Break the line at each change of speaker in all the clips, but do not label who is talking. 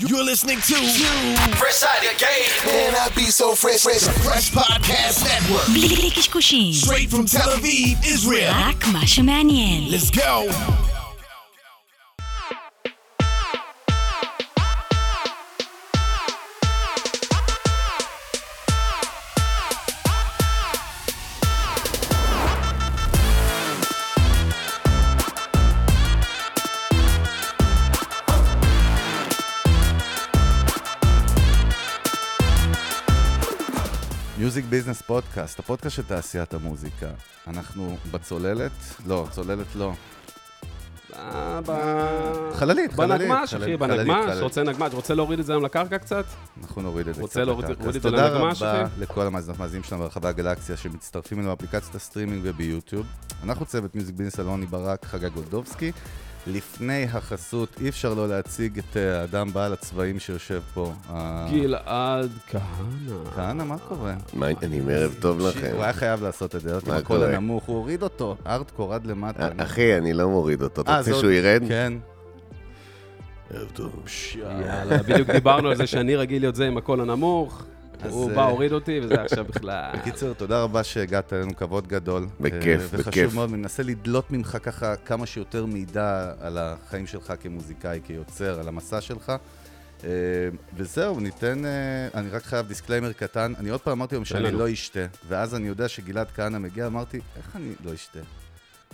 You're listening to
Fresh out the gate. Man, I be so fresh, fresh,
Fresh Podcast Network,
בלי קשקושים,
straight from Tel Aviv, Israel.
רק מה שמעניין.
Let's go.
מיוזיק ביזנס פודקאסט, הפודקאסט של תעשיית המוזיקה. אנחנו בצוללת? לא, צוללת לא.
אה, ב-
חללית, חללית,
בנגמש, אחי,
חללית,
בנגמש,
חללית.
רוצה נגמש, רוצה להוריד את זה היום לקרקע קצת?
אנחנו נוריד את זה
רוצה להוריד-
אחר כך.
להוריד
אז
את זה
תודה
לנגמ"ש,
רבה
אחי?
לכל המאזינים והמאזינים שלנו ברחבי הגלקסיה שמצטרפים אלינו באפליקציית הסטרימינג וביוטיוב. אנחנו צוות מיוזיק ביזנס אלוני ברק, חגג גולדובסקי. לפני החסות, אי אפשר לא להציג את אה, האדם בעל הצבעים שיושב פה. ה-
גלעד כהנא.
כהנא, מה קורה?
מה העניינים? ערב טוב לכם.
הוא היה חייב לעשות את זה, לא
מה
עם הקול
קורה?
הנמוך, הוא הוריד אותו, ארטקור עד למטה.
א- אחי, אני לא מוריד אותו. אתה
אה,
רוצה
זאת-
שהוא ירד?
כן.
ערב טוב.
יאללה, בדיוק דיברנו על זה שאני רגיל להיות זה עם הקול הנמוך,
אז,
הוא
אה,
בא, הוריד אותי, וזה עכשיו בכלל...
קיצר, תודה רבה שהגעת אלינו, כבוד גדול.
בכיף,
אה,
בכיף.
וחשוב מאוד, מנסה לדלות ממך ככה כמה שיותר מידע על החיים שלך כמוזיקאי, כיוצר, על המסע שלך. אה, וזהו, ניתן, אה, אני רק חייב דיסקליימר קטן. אני עוד פעם אמרתי היום שאני
לנו.
לא אשתה, ואז אני יודע שגלעד כהנא מגיע, אמרתי, איך אני לא אשתה?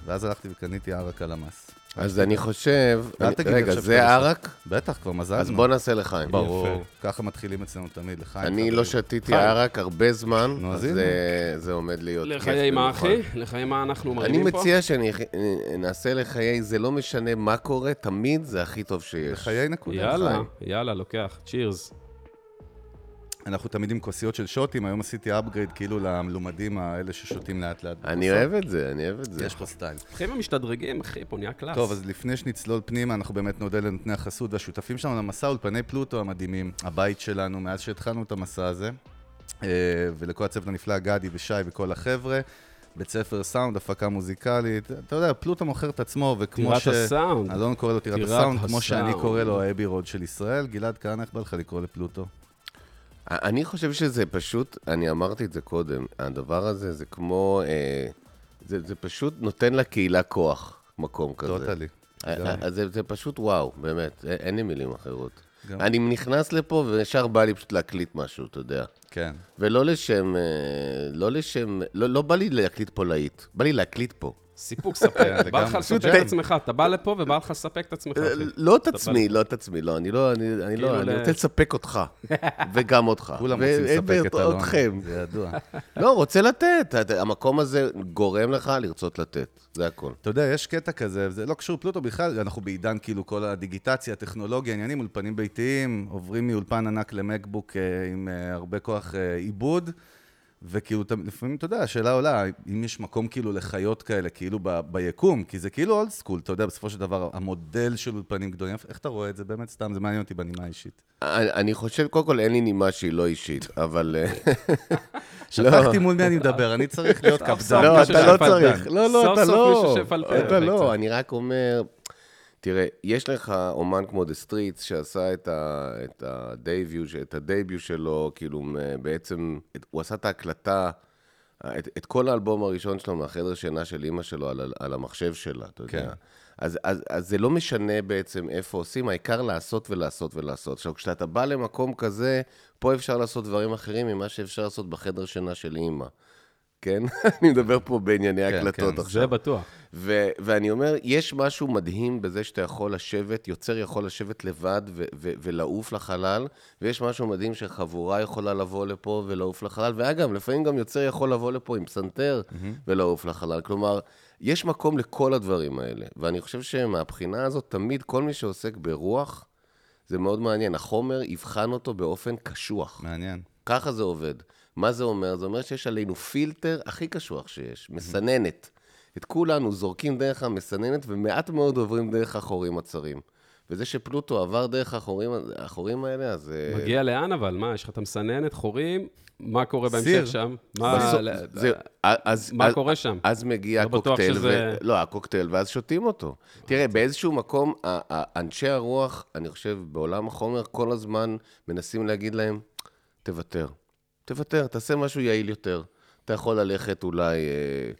ואז הלכתי וקניתי ערק על המס.
אז אני חושב...
אל
אני-
תגיד לי
רגע,
עכשיו
זה
שאתה לא
ערק?
בטח, כבר מזלנו.
אז בוא נעשה לחיים.
ברור, ככה מתחילים אצלנו תמיד, לחיים.
אני
חברים.
לא שתיתי ערק הרבה זמן,
נו, אז
אז
הנה.
זה- זה עומד להיות כיף
לחיי מה,
במיוחד.
אחי? לחיי מה אנחנו
אני
מרימים פה?
מציע שנעשה לחיי, זה לא משנה מה קורה, תמיד זה הכי טוב שיש.
חיי נקודה.
יאללה,
לחיים.
יאללה, לוקח, צ'ירס.
אנחנו תמיד עם כוסיות של שוטים, היום עשיתי אפגרייד כאילו למלומדים האלה ששותים לאט לאט.
אני אוהב את זה, אני אוהב את זה.
יש פה סטייל.
אחי, הם משתדרגים, אחי, פה נהיה קלאס.
טוב, אז לפני שנצלול פנימה, אנחנו באמת נודה לנותני החסות והשותפים שלנו למסע, אולפני פלוטו המדהימים, הבית שלנו, מאז שהתחלנו את המסע הזה, אה, ולכל הצוות הנפלא, גדי ושי וכל החבר'ה, בית ספר סאונד, הפקה מוזיקלית, אתה יודע, פלוטו מוכר את עצמו, וכמו
טירת
ש...
הסאונד.
אלון קורא לו טירת
טירת
הסאונד, כמו שאני
הסאונד.
קורא לו האבי רוד של ישראל. גלעד כהנא, איך בא לך לקרוא לפלוטו?
אני חושב שזה פשוט, אני אמרתי את זה קודם, הדבר הזה זה כמו, אה, זה, זה פשוט נותן לקהילה כוח, מקום כזה.
טוטלי.
אה, אה, זה, זה פשוט וואו, באמת, אה, אין לי מילים אחרות.
גם-
אני נכנס לפה וישר בא לי פשוט להקליט משהו, אתה יודע.
כן.
ולא לשם, אה, לא לשם, לא, לא בא לי להקליט פה להיט, בא לי להקליט פה.
סיפוק
כן,
ספק, בא לך
לגמרי.
לספק
פשוט-
את עצמך, אתה בא לפה ובא לך לספק את עצמך,
אה,
אחי.
לא את עצמי, לא את עצמי, לא, אני לא, אני, אני
כאילו
לא, אני
ל-
רוצה לספק אותך, וגם אותך.
כולם
ו- אה,
רוצים לספק את אלון.
ואתכם.
זה ידוע.
לא, רוצה לתת. אתה- המקום הזה גורם לך לרצות לתת, זה הכל.
אתה יודע, יש קטע כזה, זה לא קשור פלוטו בכלל, אנחנו בעידן כאילו כל הדיגיטציה, הטכנולוגיה, עניינים, אולפנים ביתיים, עוברים מאולפן ענק למקבוק אה, עם אה, הרבה כוח אה, עיבוד, וכאילו, אתה- לפעמים, אתה יודע, השאלה עולה, אם יש מקום כאילו לחיות כאלה, כאילו ב, ביקום, כי זה כאילו אולד סקול, אתה יודע, בסופו של דבר, המודל של אולפנים גדולים, איך אתה רואה את זה באמת סתם, זה מעניין אותי בנימה אישית.
אני אני חושב, קודם כל, אין לי נימה שהיא לא אישית, אבל... אה,
שכחתי מול מי אני מדבר, אני צריך להיות קפדן.
לא,
מישהו
אתה לא
שפלפל.
צריך. לא, לא,
סוף
אתה
סוף
לא.
מישהו שפלפל.
אתה לא, אני רק אומר... תראה, יש לך אומן כמו דה סטריטס, שעשה את ה- את הדייביו, ש- את הדייביו שלו, כאילו, מ- בעצם, את- הוא עשה את ההקלטה, את, את כל האלבום הראשון שלו מהחדר שינה של אימא שלו על, ה- על המחשב שלה, אתה
כן.
יודע. אז, אז, אז זה לא משנה בעצם איפה עושים, העיקר לעשות ולעשות ולעשות. עכשיו, כשאתה בא למקום כזה, פה אפשר לעשות דברים אחרים ממה שאפשר לעשות בחדר שינה של אימא. כן? אני מדבר פה בענייני
כן,
הקלטות
כן, זה
עכשיו.
זה בטוח.
ו- ואני אומר, יש משהו מדהים בזה שאתה יכול לשבת, יוצר יכול לשבת לבד ו- ו- ולעוף לחלל, ויש משהו מדהים שחבורה יכולה לבוא לפה ולעוף לחלל, ואגב, לפעמים גם יוצר יכול לבוא לפה עם פסנתר ולעוף לחלל. כלומר, יש מקום לכל הדברים האלה, ואני חושב שמהבחינה הזאת, תמיד כל מי שעוסק ברוח, זה מאוד מעניין. החומר יבחן אותו באופן קשוח.
מעניין.
ככה זה עובד. מה זה אומר? זה אומר שיש עלינו פילטר הכי קשוח שיש, מסננת. את כולנו זורקים דרך המסננת, ומעט מאוד עוברים דרך החורים הצרים. וזה שפלוטו עבר דרך החורים, החורים האלה, אז... אה,
מגיע לאן אבל? מה, יש לך את המסננת, חורים, מה קורה
סיר.
בהמשך שם? מה...
בסוף-
ל-
זהו, אז-
מה
אז-
קורה שם?
אז מגיע
לא בטוח
הקוקטייל,
שזה- אוקיי.
ו- לא, הקוקטייל, ואז שותים אותו. תראה, באיזשהו מקום, ה- ה- אנשי הרוח, אני חושב, בעולם החומר, כל הזמן מנסים להגיד להם, תוותר. תוותר, תעשה משהו יעיל יותר. אתה יכול ללכת אולי אה,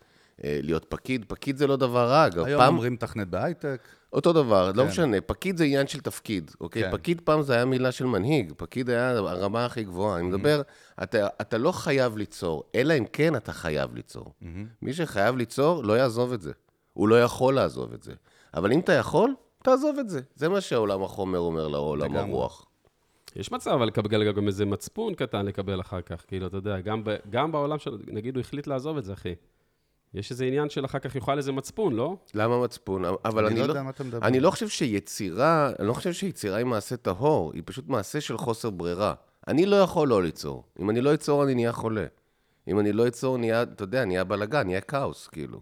אה, להיות פקיד. פקיד זה לא דבר רע, אגב.
היום
פעם-
אומרים תכנת בהייטק.
אותו דבר, לא משנה, פקיד זה עניין של תפקיד, אוקיי?
כן.
פקיד פעם זה היה מילה של מנהיג, פקיד היה הרמה הכי גבוהה. אני מדבר, אתה, אתה לא חייב ליצור, אלא אם כן אתה חייב ליצור. מי שחייב ליצור, לא יעזוב את זה. הוא לא יכול לעזוב את זה. אבל אם אתה יכול, תעזוב את זה. זה מה שהעולם החומר אומר לעולם
לגמרי.
הרוח.
יש מצב, אבל לקבל גם איזה מצפון קטן לקבל אחר כך, כאילו, אתה יודע, גם, ב, גם בעולם של... נגיד, הוא החליט לעזוב את זה, אחי. יש איזה עניין של אחר כך יאכל איזה מצפון, לא?
למה מצפון? אבל
אני
אני,
לא יודע על מה אתה מדבר.
אני לא חושב שיצירה, אני לא חושב שיצירה היא מעשה טהור, היא פשוט מעשה של חוסר ברירה. אני לא יכול לא ליצור. אם אני לא אצור, אני נהיה חולה. אם אני לא אצור, נהיה, אתה יודע, נהיה בלאגן, נהיה כאוס, כאילו.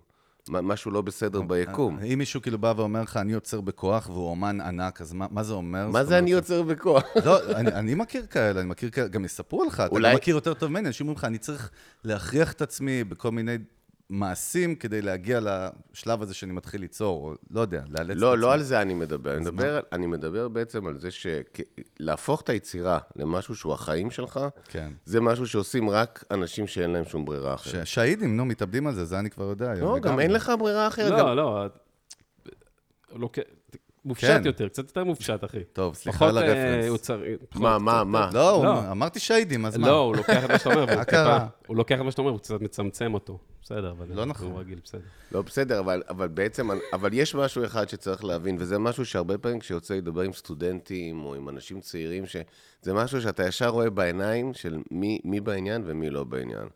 מ- משהו לא בסדר ביקום.
אם מישהו כאילו בא ואומר לך, אני יוצר בכוח והוא אומן ענק, אז מה, מה זה אומר?
מה
זאת
זה אני
אומרת,
יוצר בכוח?
לא, אני, אני מכיר כאלה, אני מכיר כאלה, גם יספרו לך, אתה
אולי-
גם מכיר יותר טוב ממני, אנשים אומרים לך, אני צריך להכריח את עצמי בכל מיני מעשים כדי להגיע לשלב הזה שאני מתחיל ליצור, או לא יודע, לאלץ את עצמי.
לא, לא על זה אני מדבר. אני מדבר, אני מדבר בעצם על זה שלהפוך את היצירה למשהו שהוא החיים שלך,
כן.
זה משהו שעושים רק אנשים שאין להם שום ברירה אחרת.
ש- שהידים, נו, מתאבדים על זה, זה אני כבר יודע. היום
לא, גם
לגמרי.
אין לך ברירה
כן,
אחרת. גם-
לא, לא. לא כ- מופשט
כן.
יותר, קצת יותר מופשט, אחי.
טוב, סליחה
פחות,
על
אה,
הרפרנס.
הוא צריך- פחות-
מה, מה, מה?
לא, הוא-
לא.
אמרתי שהידים, אז מה?
לא, הוא לוקח את מה שאתה אומר, והוא
קרה?
טיפה... הוא לוקח את מה שאתה אומר, הוא קצת מצמצם אותו. בסדר, אבל...
לא נכון.
הוא רגיל, בסדר.
לא, בסדר, אבל, אבל בעצם, אבל יש משהו אחד שצריך להבין, וזה משהו שהרבה פעמים כשיוצא לדבר עם סטודנטים או עם אנשים צעירים, שזה משהו שאתה ישר רואה בעיניים של מי, מי בעניין ומי לא בעניין.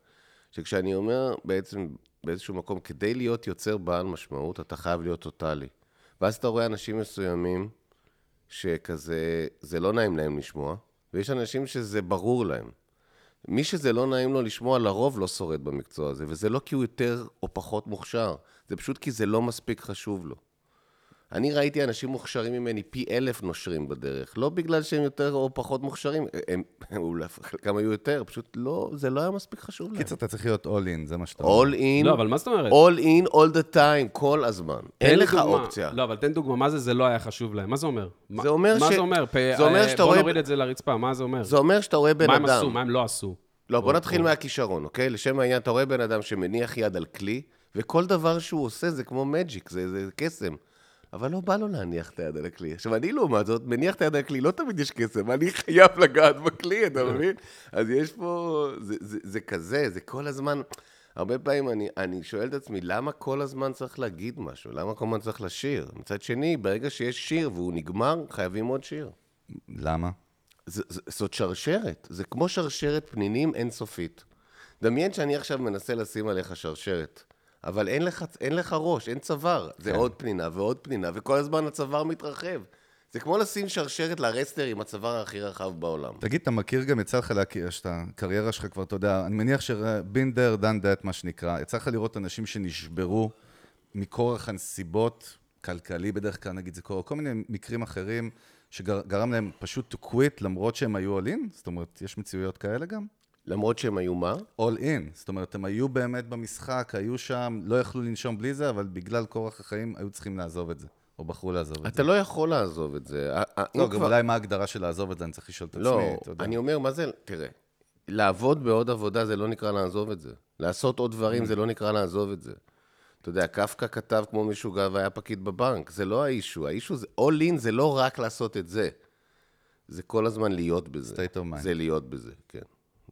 שכשאני אומר בעצם, באיזשהו מקום, כדי להיות יוצר בעל משמעות, אתה חייב להיות טוטאלי. ואז אתה רואה אנשים מסוימים שכזה, זה לא נעים להם לשמוע, ויש אנשים שזה ברור להם. מי שזה לא נעים לו לשמוע, לרוב לא שורד במקצוע הזה, וזה לא כי הוא יותר או פחות מוכשר, זה פשוט כי זה לא מספיק חשוב לו. אני ראיתי אנשים מוכשרים ממני פי אלף נושרים בדרך, לא בגלל שהם יותר או פחות מוכשרים, הם, אולי חלקם היו יותר, פשוט לא, זה לא היה מספיק חשוב להם.
קיצר, אתה צריך להיות all in, זה מה שאתה אומר.
All in,
לא, אבל מה זאת אומרת?
all in, all the time, כל הזמן. אין
תן לי
לך
דוגמה.
אופציה.
לא, אבל תן דוגמה, מה זה, זה לא היה חשוב להם? מה זה אומר? מה-
זה אומר
מה
ש-
זה אומר? פ-
זה אומר
אה,
שאתה
בוא
רואה-
נוריד את זה לרצפה, מה זה אומר?
זה אומר שאתה רואה בן
מה
אדם.
הם עשו, מה הם לא עשו.
לא, בוא נתחיל מהכישרון, אוקיי? לשם העניין, אתה רואה בן אדם שמניח יד על כלי, וכל דבר שהוא עושה זה כמו מג'יק, זה, זה קסם. אבל לא בא לו להניח את היד על הכלי. עכשיו, אני לעומת זאת, מניח את היד על הכלי, לא תמיד יש קסם, אני חייב לגעת בכלי, אתה מבין? אז יש פה... זה, זה, זה כזה, זה כל הזמן... הרבה פעמים אני, אני שואל את עצמי, למה כל הזמן צריך להגיד משהו? למה כל הזמן צריך לשיר? מצד שני, ברגע שיש שיר והוא נגמר, חייבים עוד שיר.
למה?
ז- ז- זאת שרשרת, זה כמו שרשרת פנינים אינסופית. דמיין שאני עכשיו מנסה לשים עליך שרשרת, אבל אין לך, אין לך ראש, אין צוואר. זה
כן.
עוד פנינה ועוד פנינה, וכל הזמן הצוואר מתרחב. זה כמו לשים שרשרת לרסטר עם הצוואר הכי רחב בעולם.
תגיד, אתה מכיר גם, יצא לך להכיר, שאתה, הקריירה שלך כבר, אתה יודע, אני מניח שבינדר, דן דאט, מה שנקרא, יצא לך לראות אנשים שנשברו מכורח הנסיבות, כלכלי בדרך כלל, נגיד זה קורה, כל מיני מקרים אחרים, שגרם להם פשוט to quit, למרות שהם היו עולים? זאת אומרת, יש מציאויות כאלה גם?
למרות שהם היו מה?
all in. זאת אומרת, הם היו באמת במשחק, היו שם, לא יכלו לנשום בלי זה, אבל בגלל כורח החיים היו צריכים לעזוב את זה, או בחרו לעזוב את זה.
אתה לא יכול לעזוב את זה. ה- ה- אם
לא, גם
כבר-
אולי מה ההגדרה של לעזוב את זה, אני צריך לשאול את
לא,
עצמי, אתה יודע.
אני אומר, מה זה, תראה, לעבוד בעוד עבודה זה לא נקרא לעזוב את זה. לעשות עוד
Mm.
דברים זה לא נקרא לעזוב את זה. אתה יודע, קפקא כתב כמו משוגע והיה פקיד בבנק, זה לא האישו, האישו זה, all in זה לא רק לעשות את זה. זה כל הזמן להיות בזה.
State of mind.
זה להיות בזה, כן.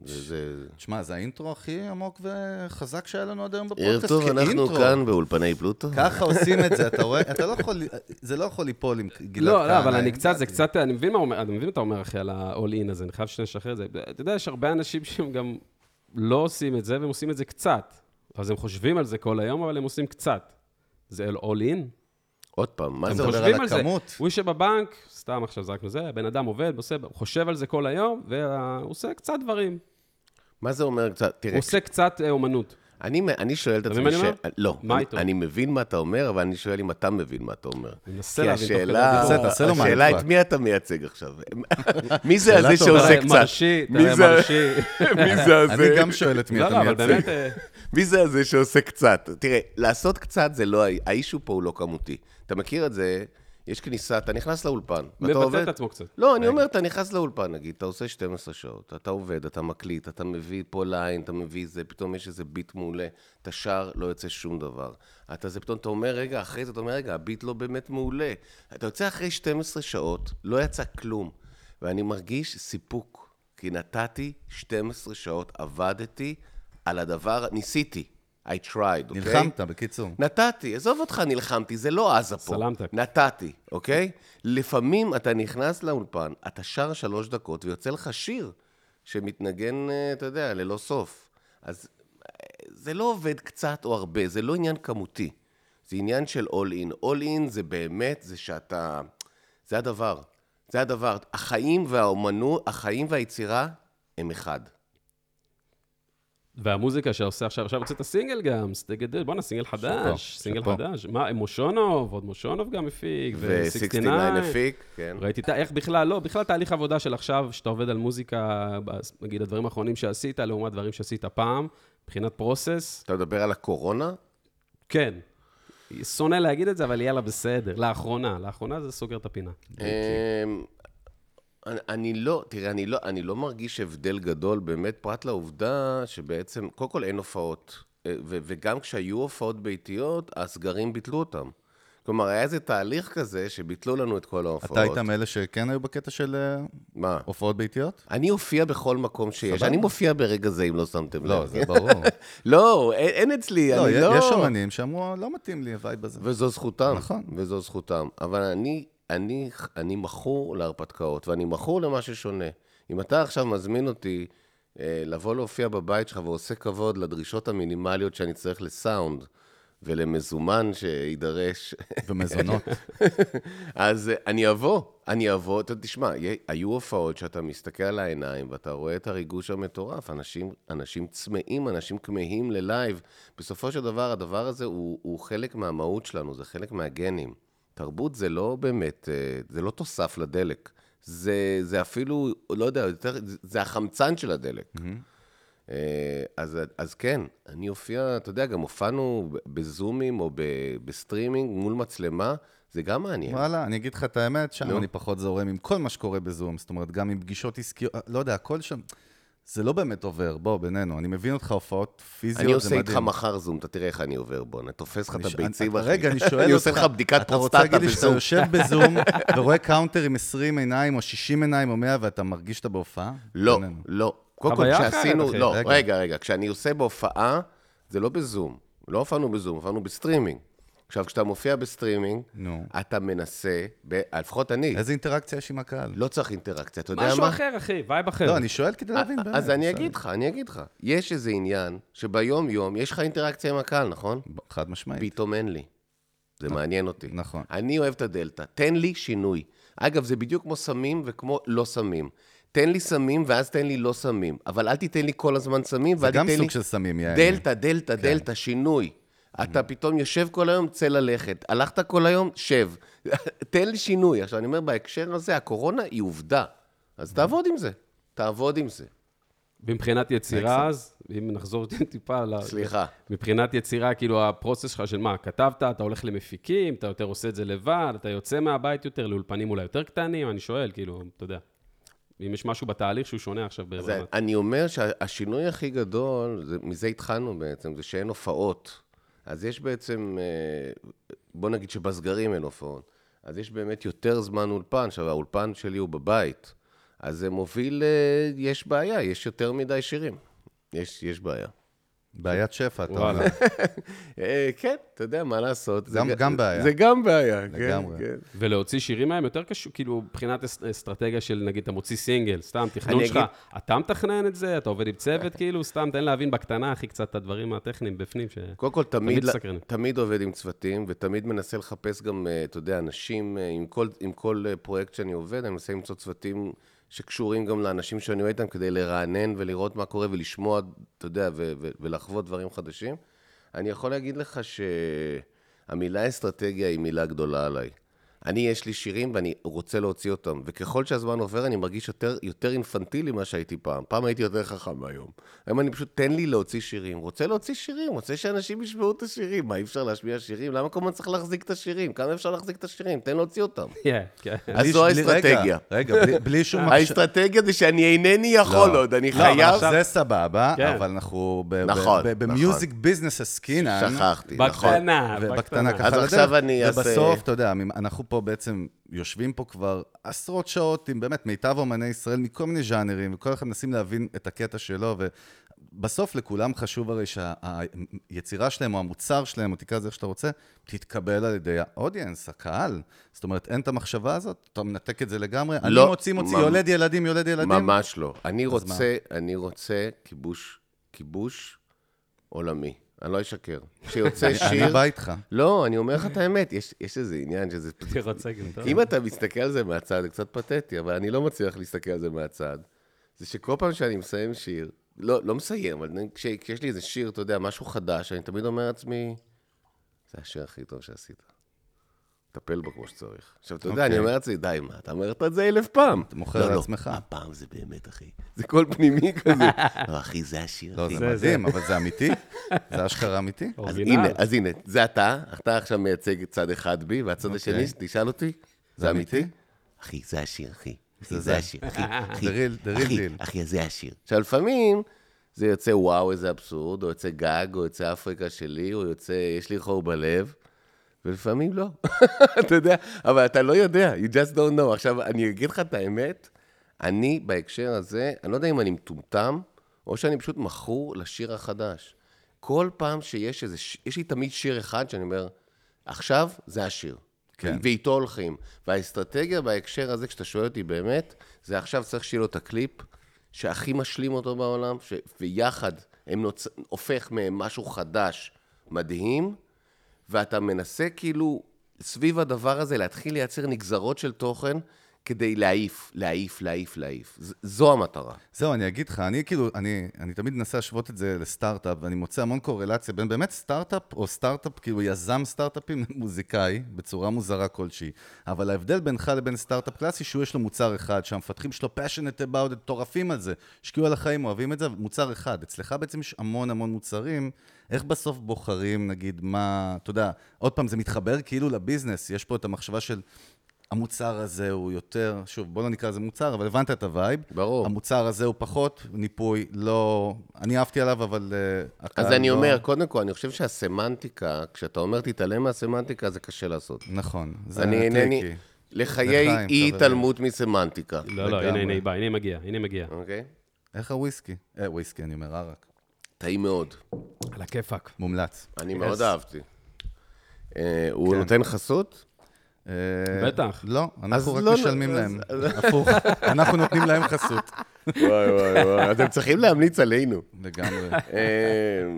זה, זה...
תשמע, זה האינטרו הכי עמוק וחזק שהיה לנו עד היום בפודקאסט,
ערב טוב, אנחנו כאן באולפני פלוטו.
ככה עושים את זה, אתה רואה? אתה לא יכול, זה לא יכול ליפול עם גלעד כהנא.
לא, לא, אבל אני
עם
קצת, זה
גדי.
קצת, אני מבין מה אומר- אני מבין מה אתה אומר, אחי, על ה-all in הזה, אני חייב שנשחרר את זה. אתה יודע, יש הרבה אנשים שהם גם לא עושים את זה, והם עושים את זה קצת. אז הם חושבים על זה כל היום, אבל הם עושים קצת. זה all in?
עוד פעם, מה
הם
זה
מדבר
אומר?
על הכמות.
הוא יושב בבנק, סתם עכשיו זרקנו זה, הבן אדם עובד, עושה, הוא חושב על זה כל היום, והוא עושה קצת דברים.
מה זה אומר קצת? תראה,
הוא עושה קצת אה, אומנות.
אני, מ- אני שואל את
אתה
עצמי...
מבין מה אני
ש-
אומר?
לא,
מה
אני-
איתו?
אני מבין מה אתה אומר, אבל אני שואל אם אתה מבין מה אתה אומר.
אני מנסה
כי
להבין תוך כדי
השאלה,
הדיבור.
תעשה, תעשה לו
השאלה
mindfuck.
את מי אתה מייצג עכשיו? מי לא, זה
שאלה טובה.
הזה שעושה
תראה,
קצת?
מרשי,
מי
תראה,
זה-
מרשי.
מי זה הזה?
אני גם שואל את מי
לא, לא,
אתה
אבל
מייצג.
באמת, אה,
מי זה הזה שעושה קצת? תראה, לעשות קצת זה לא... ה- האישיו פה הוא לא כמותי. אתה מכיר את זה, יש כניסה, אתה נכנס לאולפן, ואתה
מבטא את
עובד...
עצמו קצת.
לא, אני אומר, אתה נכנס לאולפן, נגיד, אתה עושה 12 שעות, אתה עובד, אתה מקליט, אתה מביא פה ליין, אתה מביא זה, פתאום יש איזה ביט מעולה, אתה שר, לא יוצא שום דבר. אתה זה, פתאום אתה אומר, רגע, אחרי זה אתה אומר, רגע, הביט לא באמת מעולה. אתה יוצא אחרי 12 שעות, לא יצא כלום, ואני מרגיש סיפוק, כי נתתי 12 שעות, עבדתי על הדבר, ניסיתי. I tried, אוקיי?
נלחמת, בקיצור.
נתתי, עזוב אותך, נלחמתי, זה לא עזה פה.
סלמתק.
נתתי, אוקיי? לפעמים אתה נכנס לאולפן, אתה שר שלוש דקות ויוצא לך שיר שמתנגן, אה, אתה יודע, ללא סוף. אז אה, זה לא עובד קצת או הרבה, זה לא עניין כמותי. זה עניין של אול אין. אול אין זה באמת, זה שאתה... זה הדבר. זה הדבר. החיים והאומנות, החיים והיצירה הם אחד.
והמוזיקה שעושה עכשיו, עכשיו הוצאת סינגל גם, סטגדל, בואנה, סינגל חדש,
שאפו,
סינגל
שאפו.
חדש. מה, מושונוב, עוד מושונוב גם הפיק,
ו-69
ו-69.
הפיק, כן.
ראיתי את ה... איך בכלל, לא, בכלל תהליך עבודה של עכשיו, שאתה עובד על מוזיקה, אז נגיד הדברים האחרונים שעשית, לעומת דברים שעשית פעם, מבחינת פרוסס,
אתה מדבר על הקורונה?
כן. שונא להגיד את זה, אבל יאללה, בסדר. לאחרונה, לאחרונה זה סוגר את הפינה.
אמ, אני- אני לא, תראה, אני לא, אני לא מרגיש הבדל גדול באמת, פרט לעובדה שבעצם, קודם כל אין הופעות. אה, ו- וגם כשהיו הופעות ביתיות, הסגרים ביטלו אותם. כלומר, היה איזה תהליך כזה שביטלו לנו את כל ההופעות.
אתה היית מאלה שכן היו בקטע של אה,
מה?
הופעות ביתיות?
אני אופיע בכל מקום שיש.
סבבה.
אני מופיע ברגע זה, אם לא שמתם לב.
לא, זה ברור.
לא, אין- אין אצלי,
לא,
אני
י-
לא...
יש אמנים שאמרו, לא מתאים לי הווייב הזה.
וזו זכותם.
נכון.
וזו זכותם. אבל אני, אני, אני מכור להרפתקאות, ואני מכור למה ששונה. אם אתה עכשיו מזמין אותי אה, לבוא להופיע בבית שלך ועושה כבוד לדרישות המינימליות שאני צריך לסאונד ולמזומן שיידרש,
ומזונות.
כן. אז אה, אני אבוא, אני אבוא. אתה תשמע, יה- היו הופעות שאתה מסתכל על העיניים ואתה רואה את הריגוש המטורף. אנשים, אנשים צמאים, אנשים כמהים ללייב. בסופו של דבר, הדבר הזה הוא, הוא חלק מהמהות שלנו, זה חלק מהגנים. תרבות זה לא באמת, אה, זה לא תוסף לדלק. זה, זה אפילו, לא יודע, יותר, זה החמצן של הדלק. אה, אז, אז כן, אני אופיע, אתה יודע, גם הופענו ב- בזומים או ב, בסטרימינג מול מצלמה, זה גם מעניין.
וואלה, אני אגיד לך את האמת, שם
נו.
אני פחות זורם עם כל מה שקורה בזום. זאת אומרת, גם עם פגישות עסקיות, אה, לא יודע, הכל שם. זה לא באמת עובר, בוא, בינינו. אני מבין אותך, הופעות פיזיות, זה
אני
מדהים.
עושה איתך מחר זום, אתה תראה איך אני עובר בו, אני תופס לך את
אני ש-
הביצים,
אני-
אחי.
רגע, אני שואל אותך.
אני עושה לך בדיקת
אתה
פרוסטטה
רוצה להגיד לי שאתה
בזום.
יושב בזום ורואה קאונטר עם 20 עיניים או 60 עיניים או 100 ואתה מרגיש שאתה בהופעה?
לא,
בינינו.
לא. קודם כל,
חוויה אחרת,
כשעשינו,
אחי,
לא,
רגע.
רגע, רגע, כשאני עושה בהופעה, זה לא בזום. לא הופענו בזום, הופענו בסטרימינג. עכשיו, כשאתה מופיע בסטרימינג,
נו.
אתה מנסה, ב- לפחות אני,
איזה אינטראקציה יש עם הקהל?
לא צריך אינטראקציה, אתה יודע מה?
משהו אחר, אחי, וייב אחר.
לא, אני שואל כדי להבין באמת.
אז אני
בסדר.
אגיד לך, אני אגיד לך. יש איזה עניין שביום-יום יש לך אינטראקציה עם הקהל, נכון?
ב- חד משמעית.
פתאום אין לי. זה מעניין אותי.
נכון.
אני אוהב את הדלתא. תן לי שינוי. אגב, זה בדיוק כמו סמים וכמו לא סמים. תן לי סמים ואז תן לי לא סמים. אבל אל תיתן לי כל הזמן סמים,
זה
ואל תיתן
גם
לי...
סוג של סמים, יעני. כן.
דלתא, דלתא, דלתא, שינוי. אתה פתאום יושב כל היום, צא ללכת. הלכת כל היום, שב. תן לי שינוי. עכשיו, אני אומר, בהקשר הזה, הקורונה היא עובדה. אז תעבוד עם זה. תעבוד עם זה.
מבחינת יצירה, אז, אם נחזור טיפה ל...
אוקיי.
סליחה.
מבחינת יצירה, כאילו, הפרוסס שלך של מה, כתבת, אתה הולך למפיקים, אתה יותר עושה את זה לבד, אתה יוצא מהבית יותר, לאולפנים אולי יותר קטנים, אני שואל, כאילו, אתה יודע. אם יש משהו בתהליך שהוא שונה עכשיו
אז
ברמת...
אני אומר שהשינוי הכי גדול, זה, מזה התחלנו בעצם, זה שאין הופעות. אז יש בעצם, אה, בוא נגיד שבסגרים אין הופעות. אז יש באמת יותר זמן אולפן, עכשיו האולפן שלי הוא בבית. אז זה מוביל, אה, יש בעיה, יש יותר מדי שירים. יש, יש בעיה.
בעיית שפע, אתה
וואלה.
אומר.
אה, כן, אתה יודע, מה לעשות. זה
גם- גם בעיה.
זה גם בעיה, כן.
לגמרי.
כן.
ולהוציא שירים מהם יותר קשור, כאילו, מבחינת אס- אסטרטגיה של, נגיד, אתה מוציא סינגל, סתם, תכנון
אני
שלך,
אגיד-
אתה מתכנן את זה, אתה עובד עם צוות, כאילו, סתם, תן להבין בקטנה, הכי קצת, את הדברים הטכניים בפנים, ש...
קודם כל, תמיד,
סקרנים.
תמיד, תמיד עובד עם צוותים, ותמיד מנסה לחפש גם, אה, אתה יודע, אנשים, אה, עם כל, עם כל אה, פרויקט שאני עובד, אני מנסה למצוא צוותים שקשורים גם לאנשים שאני אוהב איתם, כדי לרענן ולראות מה קורה ולשמוע, אתה יודע, ו- ו- ולחוות דברים חדשים. אני יכול להגיד לך שהמילה אסטרטגיה היא מילה גדולה עליי. אני, יש לי שירים ואני רוצה להוציא אותם, וככל שהזמן עובר אני מרגיש יותר, יותר אינפנטילי ממה שהייתי פעם. פעם הייתי יותר חכם מהיום. היום אני פשוט, תן לי להוציא שירים. רוצה להוציא שירים, רוצה שאנשים ישמעו את השירים. מה, אי אפשר להשמיע שירים? למה כל הזמן צריך להחזיק את השירים? כמה אפשר להחזיק את השירים? תן להוציא אותם.
כן, כן.
אז
בלי-
זו
בלי- רגע,
האסטרטגיה.
רגע, בלי- בלי שום מחשב.
האסטרטגיה זה שאני אינני יכול עוד, אני
לא, אבל
חייב...
עכשיו זה סבבה,
כן.
אבל אנחנו ב- ב-
נכון,
ב- במיוזיק ביזנס עסקינן.
שכחתי, נכון.
בקטנה,
ובקטנה ככה
אז
על
עכשיו
הדרך.
אני אעשה-
ובסוף, אתה יודע, ממ- אנחנו פה בעצם יושבים פה כבר עשרות שעות עם באמת מיטב אומני ישראל מכל מיני ז'אנרים, וכל אחד מנסים להבין את הקטע שלו, ובסוף לכולם חשוב הרי שהיצירה שלהם, או המוצר שלהם, או תקרא לזה איך שאתה רוצה, תתקבל על ידי האודיאנס, הקהל. זאת אומרת, אין את המחשבה הזאת, אתה מנתק את זה לגמרי. אני
לא,
מוציא, מוציא,
ממ-
יולד ילדים, יולד ילדים.
ממש לא. אני רוצה, אני רוצה כיבוש, כיבוש עולמי. אני לא אשקר. כשיוצא
אני
שיר...
בא איתך.
לא, אני אומר לך את האמת, יש- יש איזה עניין שזה...
רוצה גם טוב.
אם אתה מסתכל על זה מהצד, זה קצת פתטי, אבל אני לא מצליח להסתכל על זה מהצד. זה שכל פעם שאני מסיים שיר, לא, לא מסיים, אבל נגיד כש, כשיש לי איזה שיר, אתה יודע, משהו חדש, אני תמיד אומר לעצמי, זה השיר הכי טוב שעשית. טפל בו כמו שצריך. עכשיו, אתה יודע,
אוקיי.
אני אומר לעצמי, די, מה, אתה אומר את זה אלף פעם. אתה
מוכר לעצמך.
לא, הפעם זה באמת, אחי. זה קול פנימי כזה. לא, אחי, זה השיר,
לא,
אחי.
זה
זה-
מדהים, אבל זה אמיתי. זה אשכרה אמיתי.
אז
אורגינל.
הנה, אז הנה, זה אתה, אתה עכשיו מייצג צד אחד בי, והצד השני, תשאל אותי, זה אמיתי?
אוקיי. אמיתי?
אחי, זה השיר, אחי.
זה
אחי,
זה.
זה השיר, אחי, אחי,
The real- the real
אחי,
deal.
אחי, זה השיר. עכשיו, לפעמים זה יוצא וואו, איזה אבסורד, או יוצא גג, או יוצא אפריקה שלי, או יוצא, יש לי חור בלב, ולפעמים לא. אתה יודע, אבל אתה לא יודע, you just don't know. עכשיו, אני אגיד לך את האמת, אני בהקשר הזה, אני לא יודע אם אני מטומטם, או שאני פשוט מכור לשיר החדש. כל פעם שיש איזה, ש- יש לי תמיד שיר אחד שאני אומר, עכשיו זה השיר.
כן.
ואיתו הולכים. והאסטרטגיה בהקשר הזה, כשאתה שואל אותי באמת, זה עכשיו צריך שיהיה לו את הקליפ שהכי משלים אותו בעולם, ש... ויחד הם נוצ... הופך מהם משהו חדש, מדהים, ואתה מנסה כאילו, סביב הדבר הזה, להתחיל לייצר נגזרות של תוכן כדי להעיף, להעיף, להעיף, להעיף. ז- זו המטרה.
זהו, אני אגיד לך, אני כאילו, אני, אני תמיד מנסה להשוות את זה לסטארט-אפ, ואני מוצא המון קורלציה בין באמת סטארט-אפ, או סטארט-אפ, כאילו יזם סטארט-אפים מוזיקאי, בצורה מוזרה כלשהי. אבל ההבדל בינך לבין סטארט-אפ קלאסי, שהוא יש לו מוצר אחד, שהמפתחים שלו passionate about it, מטורפים על זה, השקיעו על החיים, אוהבים את זה, אבל מוצר אחד. אצלך בעצם יש המון המון מוצרים, איך בסוף בוחרים, נגיד, מה, אתה יודע, עוד פעם, זה מתחבר כאילו לביזנס, יש פה את המחשבה של... המוצר הזה הוא יותר, שוב, בוא לא נקרא לזה מוצר, אבל הבנת את הווייב.
ברור.
המוצר הזה הוא פחות ניפוי, לא... אני אהבתי עליו, אבל... אה,
אז
הקהל
אני
לא-
אומר, קודם כל, אני חושב שהסמנטיקה, כשאתה אומר תתעלם מהסמנטיקה, זה קשה לעשות.
נכון, זה
אני אינני...
טריקי.
לחיי
לחיים,
אי
חברים.
התעלמות מסמנטיקה,
לא, לא, הנה,
לגמרי.
הנה, היא באה, הנה היא מגיעה, הנה היא מגיעה.
אוקיי?
איך הוויסקי? אה, וויסקי, אני אומר, ערק.
טעים מאוד. אוקיי.
על הכיפאק.
מומלץ.
אני מאוד אהבתי. אה, הוא
כן.
נותן חסות?
אה,
בטח.
לא,
אז
אנחנו רק
לא-
משלמים
אז-
להם.
אז-
הפוך, אנחנו נותנים להם חסות.
וואי וואי וואי, אתם צריכים להמליץ עלינו.
לגמרי.
אה,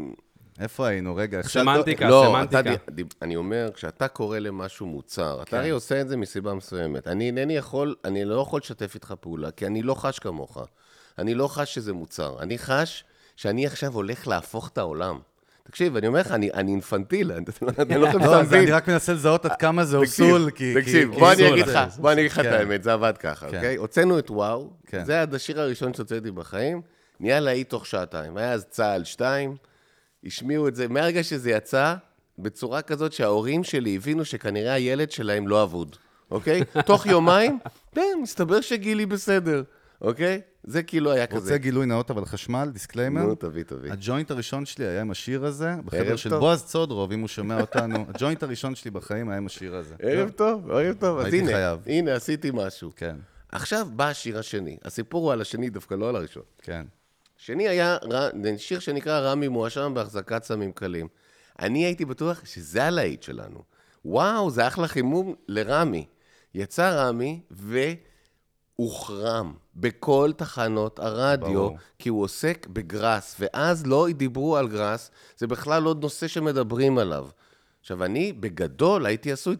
איפה היינו? רגע, עכשיו...
סמנטיקה,
לא, אתה
סמנטיקה.
ד- ד- אני אומר, כשאתה קורא למשהו מוצר, אתה הרי עושה את זה מסיבה מסוימת. אני אינני יכול, אני לא יכול לשתף איתך פעולה, כי אני לא חש כמוך. אני לא חש שזה מוצר. אני חש שאני עכשיו הולך להפוך את העולם. תקשיב, אני אומר לך, אני אני אינפנטיל, אני לא חושב שאתה
לא, זה
מבין.
אני רק מנסה לזהות עד כמה זה
תקשיב,
אוסול, כי...
תקשיב,
כי-
בוא
כי-
אני אגיד
זה-
לך, בוא אני אגיד לך את
כן.
האמת, זה עבד ככה,
כן.
אוקיי? הוצאנו את וואו,
כן.
זה עד השיר הראשון שהוצאתי בחיים, נהיה להיט תוך שעתיים. היה אז צה"ל 2, השמיעו את זה, מהרגע שזה יצא, בצורה כזאת שההורים שלי הבינו שכנראה הילד שלהם לא אבוד, אוקיי? תוך יומיים, כן, מסתבר שגילי בסדר, אוקיי? זה כאילו היה כזה.
רוצה גילוי נאות, אבל חשמל, דיסקליימר?
נו, תביא, תביא.
הג'וינט הראשון שלי היה עם השיר הזה, בחדר
ערב
של
טוב.
בועז צודרוב, אם הוא שומע אותנו. הג'וינט הראשון שלי בחיים היה עם השיר הזה.
ערב טוב, ערב טוב. אז
הייתי
הנה,
חייב.
הנה, עשיתי משהו.
כן,
עכשיו בא השיר השני. הסיפור הוא על השני, דווקא לא על הראשון.
כן.
שני היה ר- זה שיר שנקרא רמי מואשם בהחזקת סמים קלים. אני הייתי בטוח שזה הלהיט שלנו. וואו, זה אחלה חימום לרמי. יצא רמי והוחרם בכל תחנות הרדיו,
ברור.
ברור. כי הוא עוסק בגראס, ואז לא דיברו על גראס, זה בכלל לא נושא שמדברים עליו. עכשיו, אני בגדול הייתי עשוי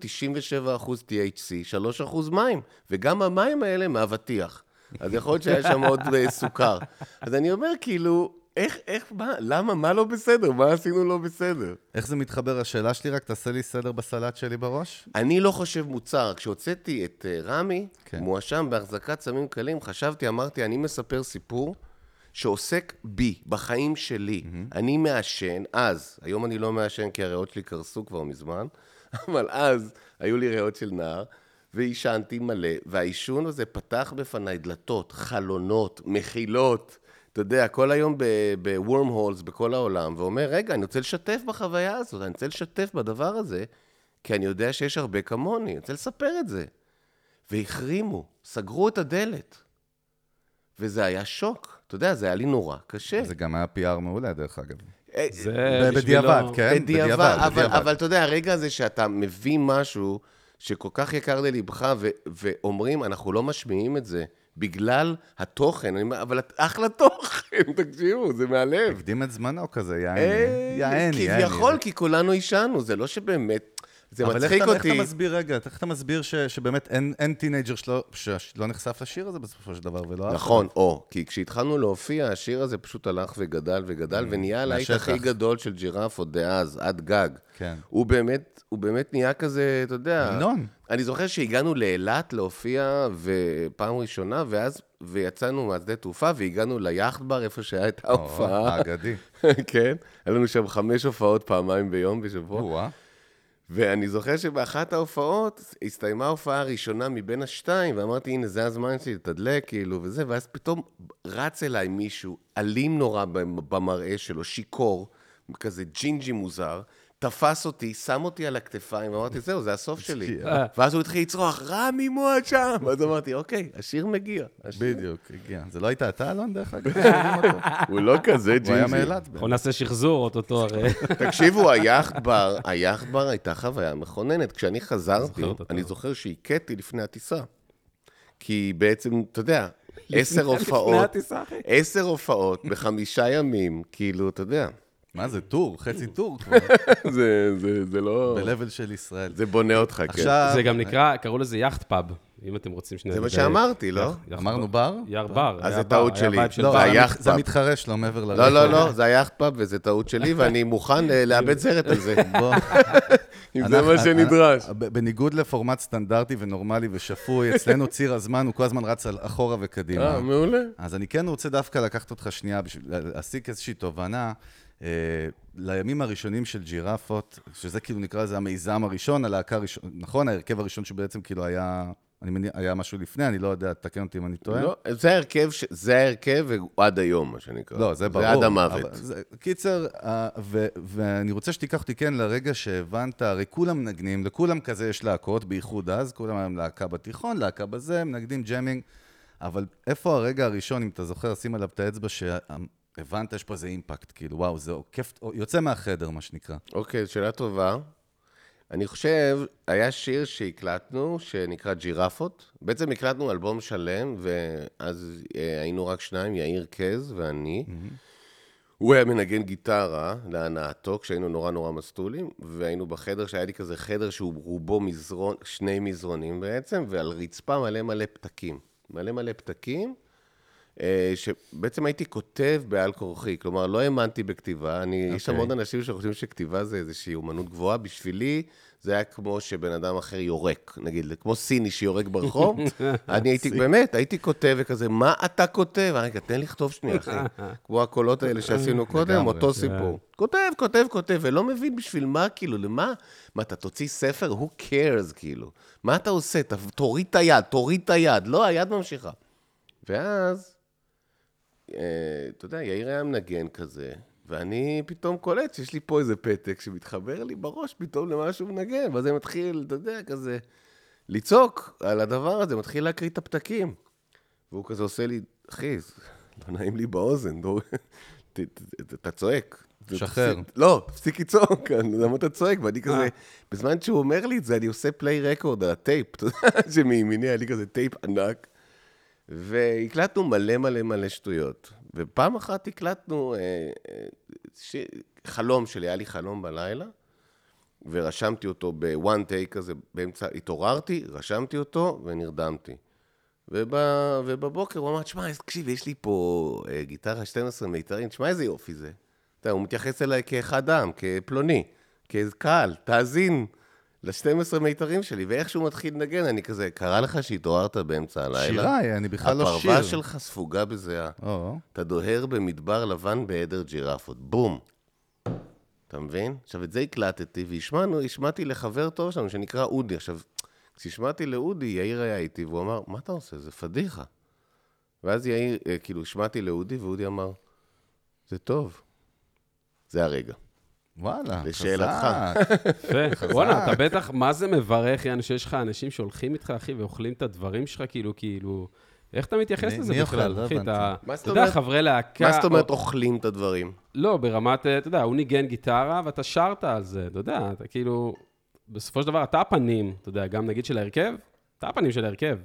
97% THC, 3% מים, וגם המים האלה מאבטיח. אז יכול להיות שהיה שם עוד אה, סוכר. אז אני אומר, כאילו, איך, איך, מה, למה, מה לא בסדר? מה עשינו לא בסדר?
איך זה מתחבר? השאלה שלי רק, תעשה לי סדר בסלט שלי בראש.
אני לא חושב מוצר. כשהוצאתי את אה, רמי,
כן.
כן. מואשם בהחזקת סמים קלים, חשבתי, אמרתי, אני מספר סיפור שעוסק בי, בחיים שלי. Mm-hmm. אני מעשן, אז, היום אני לא מעשן כי הריאות שלי קרסו כבר מזמן, אבל אז היו לי ריאות של נער, ועישנתי מלא, והעישון הזה פתח בפניי דלתות, חלונות, מחילות. אתה יודע, כל היום בוורם הולס בכל העולם, ואומר, רגע, אני רוצה לשתף בחוויה הזאת, אני רוצה לשתף בדבר הזה, כי אני יודע שיש הרבה כמוני, אני רוצה לספר את זה. והחרימו, סגרו את הדלת. וזה היה שוק, אתה יודע, זה היה לי נורא קשה.
זה גם היה PR מעולה, דרך אגב.
אה,
זה
ב-
בשבילו-
בדיעבד, כן?
בדיעבד, אבל,
בדיעבד.
אבל אתה יודע, הרגע הזה שאתה מביא משהו שכל כך יקר ללבך, ו- ואומרים, אנחנו לא משמיעים את זה בגלל התוכן, אני אומר, אבל את- אחלה תוכן, תקשיבו, זה מהלב.
הקדים את זמנו כזה, יעני.
אה,
יעני, יעני.
כביכול, כי כולנו עישנו, זה לא שבאמת, זה
אבל
מצחיק
איך אתה, איך
אותי.
אתה מסביר, רגע, איך אתה מסביר ש, שבאמת אין, אין טינג'ר שלא, שלא נחשף לשיר הזה בסופו של דבר, ולא... אהב
נכון, או, כי כשהתחלנו להופיע, השיר הזה פשוט הלך וגדל וגדל, ונהיה הלהיט
כן, מהשטח.
הכי גדול של ג'ירפות דאז, עד גג.
כן.
הוא באמת, הוא באמת נהיה כזה, אתה יודע...
המנון.
אני זוכר שהגענו לאילת להופיע ופעם ראשונה, ואז, ויצאנו מהשדה תעופה, והגענו ליאכט בר, איפה שהיה את
אותו.
ההופעה.
האגדי.
כן, היה לנו שם חמש הופעות פעמיים ביום בשבוע.
או-אה.
ואני זוכר שבאחת ההופעות הסתיימה ההופעה הראשונה מבין השתיים, ואמרתי, הנה, זה הזמן שלי לתדלק, כאילו, וזה, ואז פתאום רץ אליי מישהו, אלים נורא במ- במראה שלו, שיכור, כזה ג'ינג'י מוזר, תפס אותי, שם אותי על הכתפיים, ואמרתי, זהו, זה הסוף שלי.
אה.
ואז הוא התחיל לצרוח, רמי מועד שם! ואז אמרתי, אוקיי, השיר מגיע. השיר-
בדיוק, הגיע. זה לא היית אתה, אלון, דרך אגב?
הוא לא כזה ג'ינג'י.
הוא היה מאילת.
אנחנו נעשה שחזור, אוטוטו הרי.
תקשיבו, היאכט בר, היאכט בר הייתה חוויה מכוננת. כשאני חזרתי,
זוכר אותה
אני
טוב.
זוכר שהכיתי לפני הטיסה. כי בעצם, אתה יודע, עשר הופעות,
הטיסה, אחי.
עשר הופעות בחמישה ימים, כאילו, אתה יודע,
מה זה, טור? חצי טור כבר,
זה- זה זה לא...
ב-level של ישראל.
זה בונה אותך, כן.
עכשיו,
זה גם נקרא, קראו לזה יאכט פאב, אם אתם רוצים שניה...
זה מה
לדייק.
שאמרתי, לא?
יאכט- יאכט
אמרנו
פאב.
בר?
יאר בר.
אז
היה
זה טעות
בר,
שלי.
היה וייב של
לא,
בר.
זה
היה-
מתח- זה מתחרה שלו מעבר לרשת.
לא, לא, לא, זה היאכט פאב וזה טעות שלי, ואני מוכן אה, לאבד סרט על זה,
בוא.
אם זה
אנחנו-
מה שנדרש.
ב- בניגוד לפורמט סטנדרטי ונורמלי ושפוי, אצלנו ציר הזמן הוא כל הזמן רץ על- אחורה וקדימה.
אה, מעולה.
אז אני כן רוצה דווקא לקחת אותך שנייה בשביל להסיק איזושהי תובנה. אה, לימים הראשונים של ג'ירפות, שזה כאילו נקרא לזה המיזם הראשון, הלהקה הראשון, נכון? ההרכב הראשון שבעצם כאילו היה, אני מניח, היה משהו לפני, אני לא יודע, תקן אותי אם אני טועה.
לא, זה ההרכב, ש- זה ההרכב והוא עד היום, מה שנקרא.
לא, זה ברור.
זה עד המוות.
אבל זה- קיצר, אה, ו- ואני רוצה שתיקח אותי כן לרגע שהבנת, הרי כולם מנגנים, לכולם כזה יש להקות, בייחוד אז, כולם היום להקה בתיכון, להקה בזה, מנגנים ג'אמינג, אבל איפה הרגע הראשון, אם אתה זוכר, שים עליו את האצבע, שהבנת, יש פה איזה אימפקט, כאילו, וואו, זה עוקף, יוצא מהחדר, מה שנקרא.
אוקיי, שאלה טובה. אני חושב, היה שיר שהקלטנו, שנקרא ג'ירפות. בעצם הקלטנו אלבום שלם, ואז אה, היינו רק שניים, יאיר קז ואני. הוא היה מנגן גיטרה להנאתו, כשהיינו נורא נורא מסטולים, והיינו בחדר, שהיה לי כזה חדר שהוא רובו מזרון, שני מזרונים בעצם, ועל רצפה מלא מלא פתקים. מלא מלא פתקים, אה, שבעצם הייתי כותב בעל כורחי, כלומר, לא האמנתי בכתיבה. אני, okay. יש המון אנשים שחושבים שכתיבה זה איזושהי אומנות גבוהה. בשבילי זה היה כמו שבן אדם אחר יורק, נגיד, כמו סיני שיורק ברחוב. אני הייתי, באמת, הייתי כותב וכזה, מה אתה כותב? רגע, תן לכתוב שנייה, אחי. כמו הקולות האלה שעשינו קודם,
לגמרי,
אותו סיפור. כותב, כותב, כותב, ולא מבין בשביל מה, כאילו, למה? מה, אתה תוציא ספר? Who cares, כאילו. מה אתה עושה? ת- תוריד את היד, תוריד את היד. לא, היד ממשיכה. ואז, אה, אתה יודע, יאיר היה מנגן כזה, ואני פתאום קולט שיש לי פה איזה פתק שמתחבר לי בראש פתאום למה שהוא מנגן, ואז אני מתחיל, אתה יודע, כזה, לצעוק על הדבר הזה, מתחיל להקריא את הפתקים. והוא כזה עושה לי, אחי, זה לא נעים לי באוזן, דור... ת- ת- ת- אתה צועק.
שחרר.
תפסיק- לא, תפסיק לצעוק, אני- לא למה אתה צועק? ואני כזה, בזמן שהוא אומר לי את זה, אני עושה פליי רקורד על הטייפ, אתה יודע, שמימיני היה לי כזה טייפ ענק. והקלטנו מלא מלא מלא שטויות. ופעם אחת הקלטנו אה, אה, ש... חלום שלי, היה לי חלום בלילה, ורשמתי אותו ב-one take כזה, באמצע, התעוררתי, רשמתי אותו ונרדמתי. וב, ובבוקר הוא אמר, תשמע, אז תקשיב, יש לי פה אה, גיטרה 12 מיתרים, תשמע איזה יופי זה. אתה יודע, הוא מתייחס אליי כאחד עם, כפלוני, כקהל, תאזין ל-12 מיתרים שלי, ואיך שהוא מתחיל לנגן, אני כזה, קרה לך שהתעוררת באמצע הלילה?
שירה, אני בכלל לא שיר.
הפרווה שלך ספוגה בזיעה.
או.
אתה דוהר במדבר לבן בעדר ג'ירפות. בום. אתה מבין? עכשיו, את זה הקלטתי, והשמענו, השמעתי לחבר טוב שלנו שנקרא אודי. עכשיו, כשהשמעתי לאודי, יאיר היה איתי, והוא אמר, מה אתה עושה? זה פדיחה. ואז יאיר, אה, כאילו, השמעתי לאודי, ואודי אמר, זה טוב. זה הרגע.
וואלה,
לשאלתך.
חזק.
יפה. וואלה, אתה בטח, מה זה מברך, יעני, שיש לך אנשים שהולכים איתך, אחי, ואוכלים את הדברים שלך, כאילו, כאילו... איך אתה מתייחס
מי-
לזה
מי אוכל?
בכלל,
לא
אחי? אתה
הבנתי.
מה זאת
אתה יודע,
אומרת-
חברי להקה...
מה זאת אומרת
או-
אוכלים את הדברים?
לא, ברמת, אה, אתה יודע, הוא ניגן גיטרה, ואתה שרת על זה, אתה יודע, אתה כאילו... בסופו של דבר, אתה הפנים, אתה יודע, גם נגיד של ההרכב, אתה הפנים של ההרכב.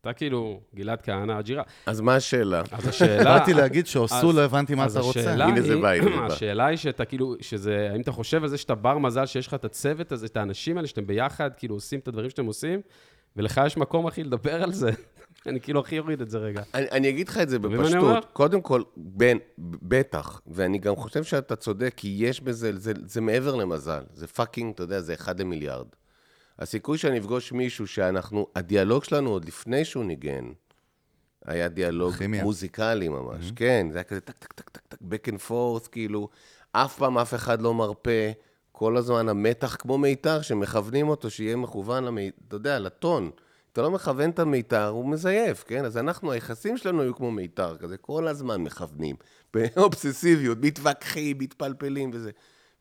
אתה כאילו גלעד כהנא, הג'ירה.
אז מה השאלה?
אז השאלה...
באתי להגיד שעשו,
אז-
לא הבנתי מה אתה רוצה.
השאלה
הנה זה
היא-
בא, הנה זה בא.
השאלה היא שאתה כאילו, שזה, האם אתה חושב על זה שאתה בר מזל, שיש לך את הצוות הזה, את האנשים האלה, שאתם ביחד, כאילו עושים את הדברים שאתם עושים, ולך יש מקום, אחי, לדבר על זה. אני כאילו הכי אוריד את זה רגע.
אני, אני אגיד לך את זה
מבין מה אני אומר?
בפשטות. קודם כל, בין, בטח, ואני גם חושב שאתה צודק, כי יש בזה, זה, זה מעבר למזל. זה פאקינג, אתה יודע, זה אחד למיליארד. הסיכוי שאני אפגוש מישהו שאנחנו, הדיאלוג שלנו עוד לפני שהוא ניגן, היה דיאלוג
כימיה.
מוזיקלי ממש, mm-hmm. כן, זה היה כזה טק, טק, טק, טק, טק, back and forth, כאילו, אף פעם אף אחד לא מרפה, כל הזמן המתח כמו מיתר, שמכוונים אותו, שיהיה מכוון, למי... אתה יודע, לטון. אתה לא מכוון את המיתר, הוא מזייף, כן? אז אנחנו, היחסים שלנו היו כמו מיתר כזה, כל הזמן מכוונים, באובססיביות, מתווכחים, מתפלפלים וזה.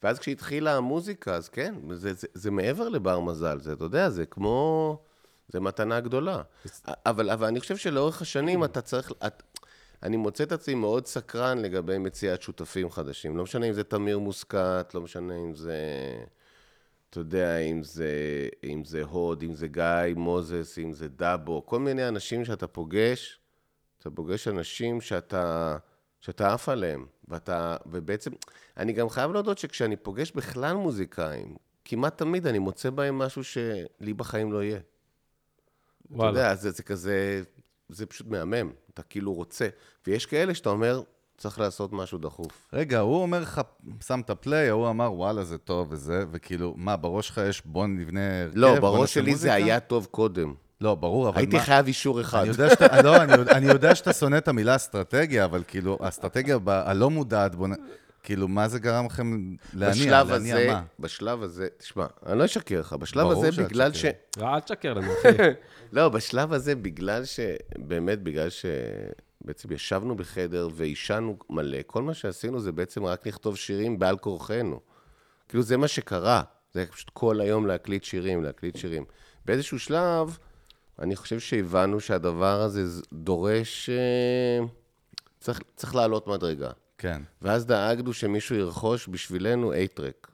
ואז כשהתחילה המוזיקה, אז כן, זה, זה, זה מעבר לבר מזל, זה, אתה יודע, זה כמו... זה מתנה גדולה. אבל, אבל אני חושב שלאורך השנים אתה צריך... את, אני מוצא את עצמי מאוד סקרן לגבי מציאת שותפים חדשים. לא משנה אם זה תמיר מוסקת, לא משנה אם זה... אתה יודע, אם זה, אם זה הוד, אם זה גיא מוזס, אם זה דאבו, כל מיני אנשים שאתה פוגש, אתה פוגש אנשים שאתה, שאתה עף עליהם, ואתה, ובעצם, אני גם חייב להודות שכשאני פוגש בכלל מוזיקאים, כמעט תמיד אני מוצא בהם משהו שלי בחיים לא יהיה. אתה
וואלה.
יודע, אז זה, זה כזה, זה פשוט מהמם, אתה כאילו רוצה. ויש כאלה שאתה אומר, צריך לעשות משהו דחוף.
רגע, הוא אומר לך, שם את הפליי, ההוא אמר, וואלה, זה טוב וזה, וכאילו, מה, בראש שלך יש בוא נבנה הרכב?
לא,
כן, בוא
בראש
נעשה
שלי זה
מוזיקה?"
היה טוב קודם.
לא, ברור, אבל
הייתי
מה...
חייב אישור אחד.
אני יודע שאתה, לא, אני, יודע- אני יודע שאתה שונא את המילה אסטרטגיה, אבל כאילו, האסטרטגיה ב- הלא מודעת, בוא נ... כאילו, מה זה גרם לכם להניע?
בשלב
להניע
הזה,
מה?
בשלב הזה, תשמע, אני לא אשקר לך, בשלב
ברור
הזה
שאת
בגלל ש...
שקרת.
לא, אל תשקר לנו, אחי.
לא, בשלב הזה בגלל ש... באמת, בגלל ש... בעצם ישבנו בחדר ועישנו מלא, כל מה שעשינו זה בעצם רק לכתוב שירים בעל כורחנו. כאילו, זה מה שקרה. זה היה פשוט כל היום להקליט שירים, להקליט שירים. באיזשהו שלב, אני חושב שהבנו שהדבר הזה ז- דורש... אה, צריך, צריך לעלות מדרגה.
כן,
ואז דאגנו שמישהו ירכוש בשבילנו אייטרק.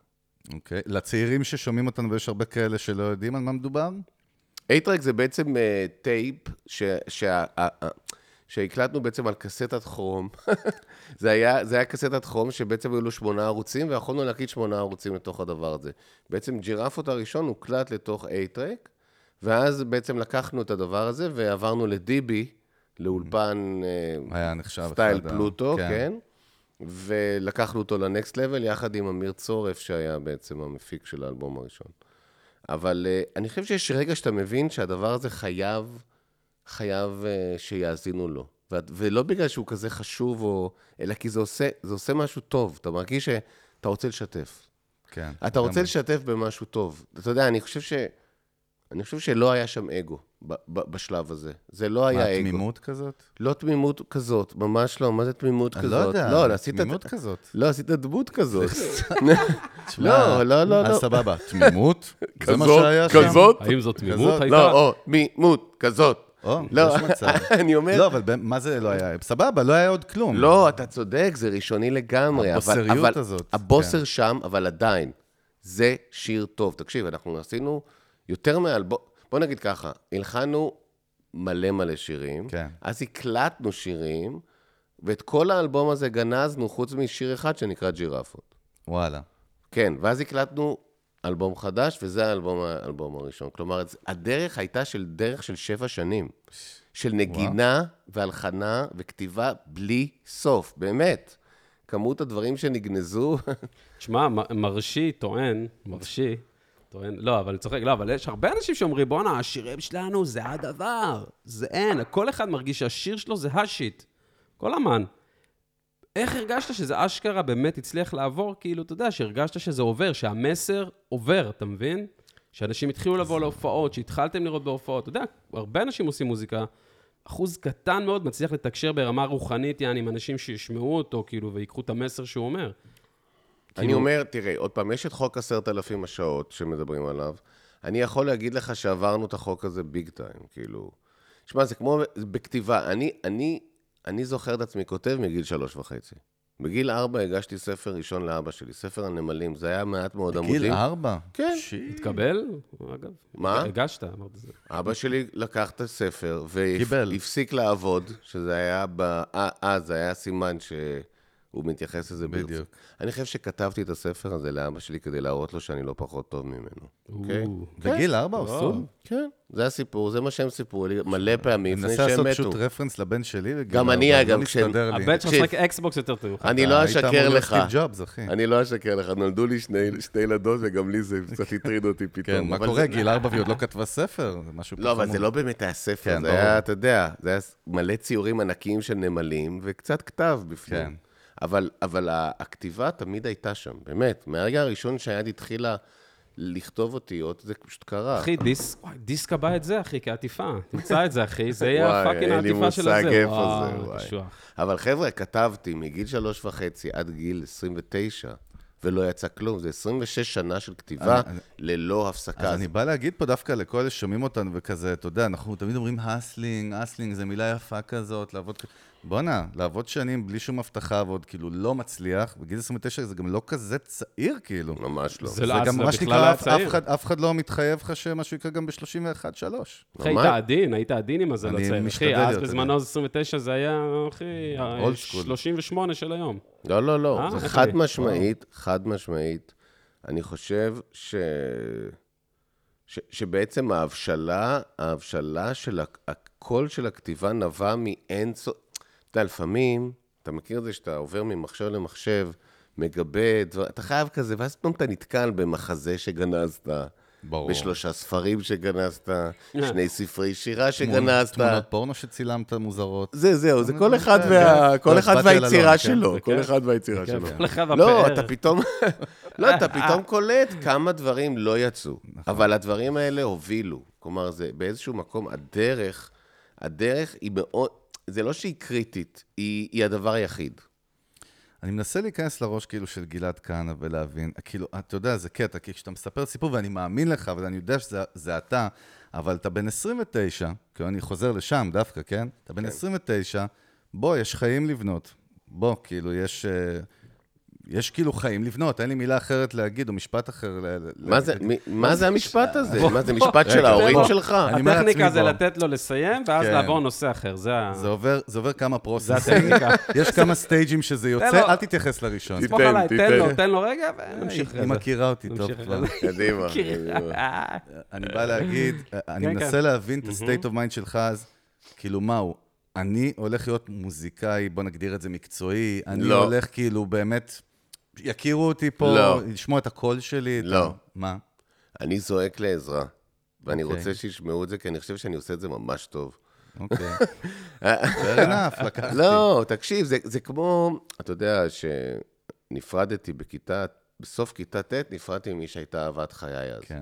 אוקיי. לצעירים ששומעים אותנו, ויש הרבה כאלה שלא יודעים על מה מדובר?
אייטרק זה בעצם אה, טייפ ש, שה, ה, ה, שהקלטנו בעצם על קסטת כרום. זה, היה, זה היה קסטת כרום שבעצם היו לו שמונה ערוצים, ויכולנו להקליט שמונה ערוצים לתוך הדבר הזה. בעצם ג'ירפות הראשון הוקלט לתוך אייטרק, ואז בעצם לקחנו את הדבר הזה ועברנו לדיבי, לאולפן אה,
היה נחשב
סטייל
אחד ה-
פלוטו,
כן.
כן. ולקחנו אותו לנקסט לבל יחד עם אמיר צורף, שהיה בעצם המפיק של האלבום הראשון. אבל אה, אני חושב שיש רגע שאתה מבין שהדבר הזה חייב, חייב אה, שיאזינו לו. ו- ולא בגלל שהוא כזה חשוב, או, אלא כי זה עושה, זה עושה משהו טוב. אתה מרגיש שאתה רוצה לשתף.
כן.
אתה רוצה
לגמרי.
לשתף במשהו טוב. אתה יודע, אני חושב, ש... אני חושב שלא היה שם אגו ב- ב- בשלב הזה. זה לא היה
מה,
אגו.
תמימות כזאת?
לא תמימות כזאת, ממש לא, מה זה תמימות
אני
כזאת?
לא יודע,
לא, עשית...
תמימות כזאת.
לא, עשית דמות כזאת.
תשמע,
לא, לא, לא,
אז
לא.
סבבה, תמימות? זה מה
כזאת,
שהיה שם?
כזאת?
האם זאת תמימות
כזאת?
הייתה?
לא, או, מימות, כזאת.
או,
לא,
יש מצב.
אני אומר...
לא, אבל מה זה לא היה? סבבה, לא היה עוד כלום.
לא, אתה צודק, זה ראשוני לגמרי. אבל-
הבוסריות
אבל-
הזאת,
הבוסר
כן.
שם, אבל עדיין, זה שיר טוב. תקשיב, אנחנו עשינו יותר מאלבום... בוא נגיד ככה, הלחנו מלא מלא שירים,
כן.
אז הקלטנו שירים, ואת כל האלבום הזה גנזנו, חוץ משיר אחד שנקרא ג'ירפות.
וואלה.
כן, ואז הקלטנו אלבום חדש, וזה האלבום, האלבום הראשון. כלומר, אז הדרך הייתה של דרך של שבע שנים. של נגינה והלחנה וכתיבה בלי סוף, באמת. כמות הדברים שנגנזו,
תשמע, מ- מרשי טוען, מרשי טוען, לא, אבל אני צוחק, לא, אבל יש הרבה אנשים שאומרים, בואנה, השירים שלנו זה הדבר, זה אין, כל אחד מרגיש שהשיר שלו זה השיט. כל אמן. איך הרגשת שזה אשכרה באמת הצליח לעבור? כאילו, אתה יודע, שהרגשת שזה עובר, שהמסר עובר, אתה מבין? שאנשים התחילו לבוא להופעות, שהתחלתם לראות בהופעות. אתה יודע, הרבה אנשים עושים מוזיקה. אחוז קטן מאוד מצליח לתקשר ברמה רוחנית, יעני, עם אנשים שישמעו אותו, כאילו, ויקחו את המסר שהוא אומר.
אני אומר, תראה, עוד פעם, יש את חוק עשרת אלפים השעות שמדברים עליו. אני יכול להגיד לך שעברנו את החוק הזה ביג טיים, כאילו... שמע, זה כמו זה בכתיבה. אני, אני, אני זוכר את עצמי כותב מגיל שלוש וחצי. בגיל ארבע הגשתי ספר ראשון לאבא שלי, ספר הנמלים. זה היה מעט מאוד עמודים.
גיל ארבע?
כן.
שיט.
התקבל, אגב.
מה?
הגשת, אמרת זה.
אבא שלי לקח את הספר
קיבל.
והפסיק לעבוד, שזה היה ב... אה, אה, זה היה סימן שהוא מתייחס לזה ברצינות.
בדיוק.
אני חושב שכתבתי את הספר הזה לאבא שלי כדי להראות לו שאני לא פחות טוב ממנו. אוקיי?
כן.
או.
בגיל ארבע אסור?
כן, זה הסיפור, זה מה שהם סיפרו לי מלא פעמים
אני
לפני
מנסה
שהם
לעשות
מתו.
פשוט רפרנס לבן שלי. בגיל
גם אני,
ארבע,
אגב,
לא
כש-
מסתדר לי.
הבן שלך
תקשיב.
משחק אקסבוקס יותר טוב ממך.
אני
אתה
לא
היית אמור
אשקר
להיות
לך.
סטיב ג'ובס, אחי.
אני לא אשקר לך, נולדו לי שני שתי ילדות וגם לי זה קצת הטריד אותי פתאום.
כן, מה
אבל
קורה?
זה-
גיל ארבע והיא עוד לא כתבה ספר? זה משהו
לא,
פה
אבל
חמור.
זה לא באמת היה ספר,
כן,
זה
ברור.
היה, אתה יודע, זה היה ס- מלא ציורים ענקיים של נמלים וקצת כתב בפנים.
כן.
אבל, אבל ה- הכתיבה תמיד הייתה שם, באמת. מהרגע הראשון שהיד התחילה לכתוב אותיות, זה פשוט קרה.
אחי, דיסק, וואי, דיסק הבא את זה, אחי, כעטיפה. תמצא את זה, אחי, זה יהיה
וואי,
הפאקינג
אין לי
העטיפה של הזה.
מושג איפה
וואו,
זה, וואי.
קשוח.
אבל חבר'ה, כתבתי מגיל שלוש וחצי עד גיל 29, ולא יצא כלום. זה 26 שנה של כתיבה
אני- אני-
ללא הפסקה.
אז אני בא להגיד פה דווקא לכל אלה ששומעים אותנו וכזה, אתה יודע, אנחנו תמיד אומרים הסלינג, הסלינג, זו מילה יפה כזאת, לעבוד... כ- בואנה, לעבוד שנים בלי שום הבטחה ועוד כאילו לא מצליח, בגיל 29 זה גם לא כזה צעיר כאילו.
ממש לא.
זה
זה
לא-
גם
זה
ממש
בכלל
נקרא,
היה
אף-
צעיר.
אף אחד- אף אחד לא מתחייב לך שמשהו יקרה גם ב-31-3.
אחי, היית
ממש.
עדין, היית עדין עם הזל
אני
הצעיר.
משתדל
אחי, אז
להיות
בזמנו 29 זה היה, אחי, ה-
אולד סקול.
38 של היום.
לא, לא, לא.
אה?
זה
איך
חד
זה?
משמעית, חד משמעית. אני חושב ש... ש... שבעצם ההבשלה, ההבשלה של ה- הקול של הכתיבה נבע מאין סוף... אתה יודע, לפעמים, אתה מכיר את זה שאתה עובר ממחשב למחשב, מגבה, דבר... אתה חייב כזה, ואז פתאום אתה נתקל במחזה שגנזת.
ברור. אה.
בשלושה ספרים שגנזת, שני ספרי שירה שגנזת.
תמונות פורנו שצילמת מוזרות.
זה, זהו, זה
אני
כל
לא
אחד
יודע,
וה-
לא,
כל אחד
באתי על אלון,
והיצירה
כן,
שלו,
זה
כל
כן.
אחד והיצירה
כן,
שלו.
כל אחד
לא,
והפאר.
אתה פתאום, לא, אתה פתאום קולט כמה דברים לא יצאו.
נכון.
אבל הדברים האלה הובילו. כלומר, זה באיזשהו מקום, הדרך, הדרך היא מאוד, זה לא שהיא קריטית, היא היא הדבר היחיד.
אני מנסה להיכנס לראש כאילו של גלעד כהנא ולהבין, כאילו, אתה יודע, זה קטע, כי כשאתה מספר סיפור, ואני מאמין לך, ואני יודע שזה זה אתה, אבל אתה בן 29, כאילו, אני חוזר לשם דווקא, כן? אתה בן 29, בוא, יש חיים לבנות. בוא, כאילו, יש... אה, יש כאילו חיים לבנות, אין לי מילה אחרת להגיד, או משפט אחר ל... ל-
מה זה-
להגיד.
מי- מה זה המשפט הזה? מה זה, משפט
רגע,
של ההורים
בוא.
שלך?
אני אומר
הטכניקה
לעצמי
זה
בו.
לתת לו לסיים, ואז
כן.
לעבור נושא אחר. זה ה...
זה עובר, זה עובר כמה פרוססים, יש כמה סטייג'ים שזה
לו-
יוצא, אל תתייחס לראשון.
סמוך
תיתן,
לא, עליי, תן
תיתן.
לו, תן לו רגע, ונמשיך
היא
אחרי זה.
מכירה אותי טוב
נמשיך
כבר.
אחרי זה.
קדימה. לא,
אה,
אני בא להגיד, אני
כן,
מנסה
כן.
להבין את ה-state of mind שלך אז, כאילו, מהו? אני הולך להיות מוזיקאי, בוא נגדיר את זה מקצועי, אני
לא.
הולך כאילו באמת, יכירו אותי פה,
לא.
ישמעו את הקול שלי. את
לא.
ה- מה?
אני זועק לעזרה, ואני
אוקיי.
רוצה שישמעו את זה, כי אני חושב שאני עושה את זה ממש טוב.
אוקיי. fair enough, לקחתי.
לא, תקשיב, זה, זה כמו, אתה יודע, שנפרדתי בכיתה, בסוף כיתה ט', נפרדתי ממי שהייתה אהבת חיי אז.
כן.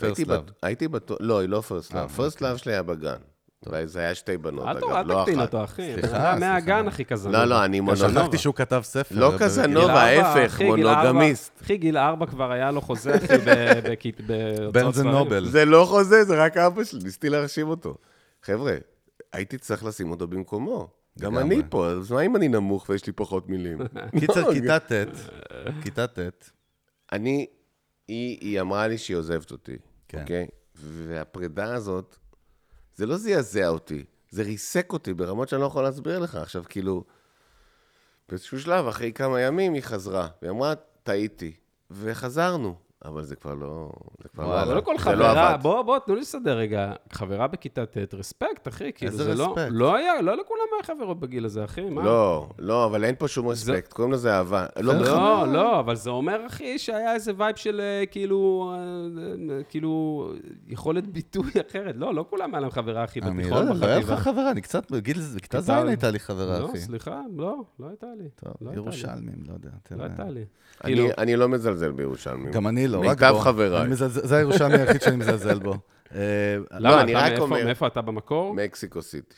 הייתי
פרסט לאב.
בט- הייתי בטוח, לא, היא לא פרסט לאב. פרסט לאב שלי היה בגן. אולי זה היה שתי בנות,
אל
אגב,
תור- אל
לא
תקטין
אחת.
אותו, אחי.
סליחה,
אתה
סליחה.
מהגן, אחי, כזנובה.
לא, לא, אני מונוגמיסט.
שכחתי שהוא כתב ספר.
לא
אבל- כאילו,
גיל
קזנובה,
ארבע,
ההפך,
אחי, גיל ארבע-
מונוגמיסט.
אחי, גיל ארבע כבר היה לו חוזה, אחי, ב- בכית- בהוצאות
ברנזן
ספרים.
נובל.
זה לא חוזה, זה רק אבא שלי, ניסיתי להרשים אותו. חבר'ה, הייתי צריך לשים אותו במקומו. גם
לגמרי.
אני פה, אז מה אם אני נמוך ויש לי פחות מילים?
קיצר,
לא,
כיתה ט', כיתה ט',
אני, היא, היא אמרה לי שהיא עוזבת אותי,
כן.
כן. אוקיי? והפרידה הזאת, זה לא זעזע אותי, זה ריסק אותי ברמות שאני לא יכול להסביר לך. עכשיו, כאילו, באיזשהו שלב, אחרי כמה ימים, היא חזרה, והיא אמרה, טעיתי. וחזרנו. אבל זה כבר לא... זה כבר
וואי, אבל לא כל
זה
חברה,
עבד.
בוא, בוא, תנו לי לסדר רגע. חברה בכיתה ט', רספקט, אחי, כאילו,
איזה
זה לא...
רספקט?
לא היה, לא לכולם היה חברות בגיל הזה, אחי, מה?
לא, לא, אבל אין פה שום רספקט, קוראים לזה אהבה. לא, בכלל.
לא, לא, אבל זה אומר, אחי, שהיה איזה וייב של אה, כאילו, אה, אה, כאילו, יכולת ביטוי אחרת. לא, לא כולם היה להם חברה, אחי,
אני לא
בתיכון,
יודע, לא היה לך
בחטיבה.
חברה, אני קצת, בגיל, בכיתה ז'
כיתה-
הייתה לי חברה,
לא,
אחי.
סליחה, לא, לא הייתה לי.
טוב,
לא הייתה לי.
ירושלמים, לא יודע.
לא
תראה.
הייתה לי.
אני-
כאילו,
אני לא מזלזל בירושלמים.
גם אני לא, רק בו.
מיטב חבריי.
אני מזלזל- זה הירושלמי היחיד שאני מזלזל בו. אה,
למה,
לא, אני
אתה
רק
מאיפה-
אומר-
מאיפה אתה במקור?
מקסיקו סיטי.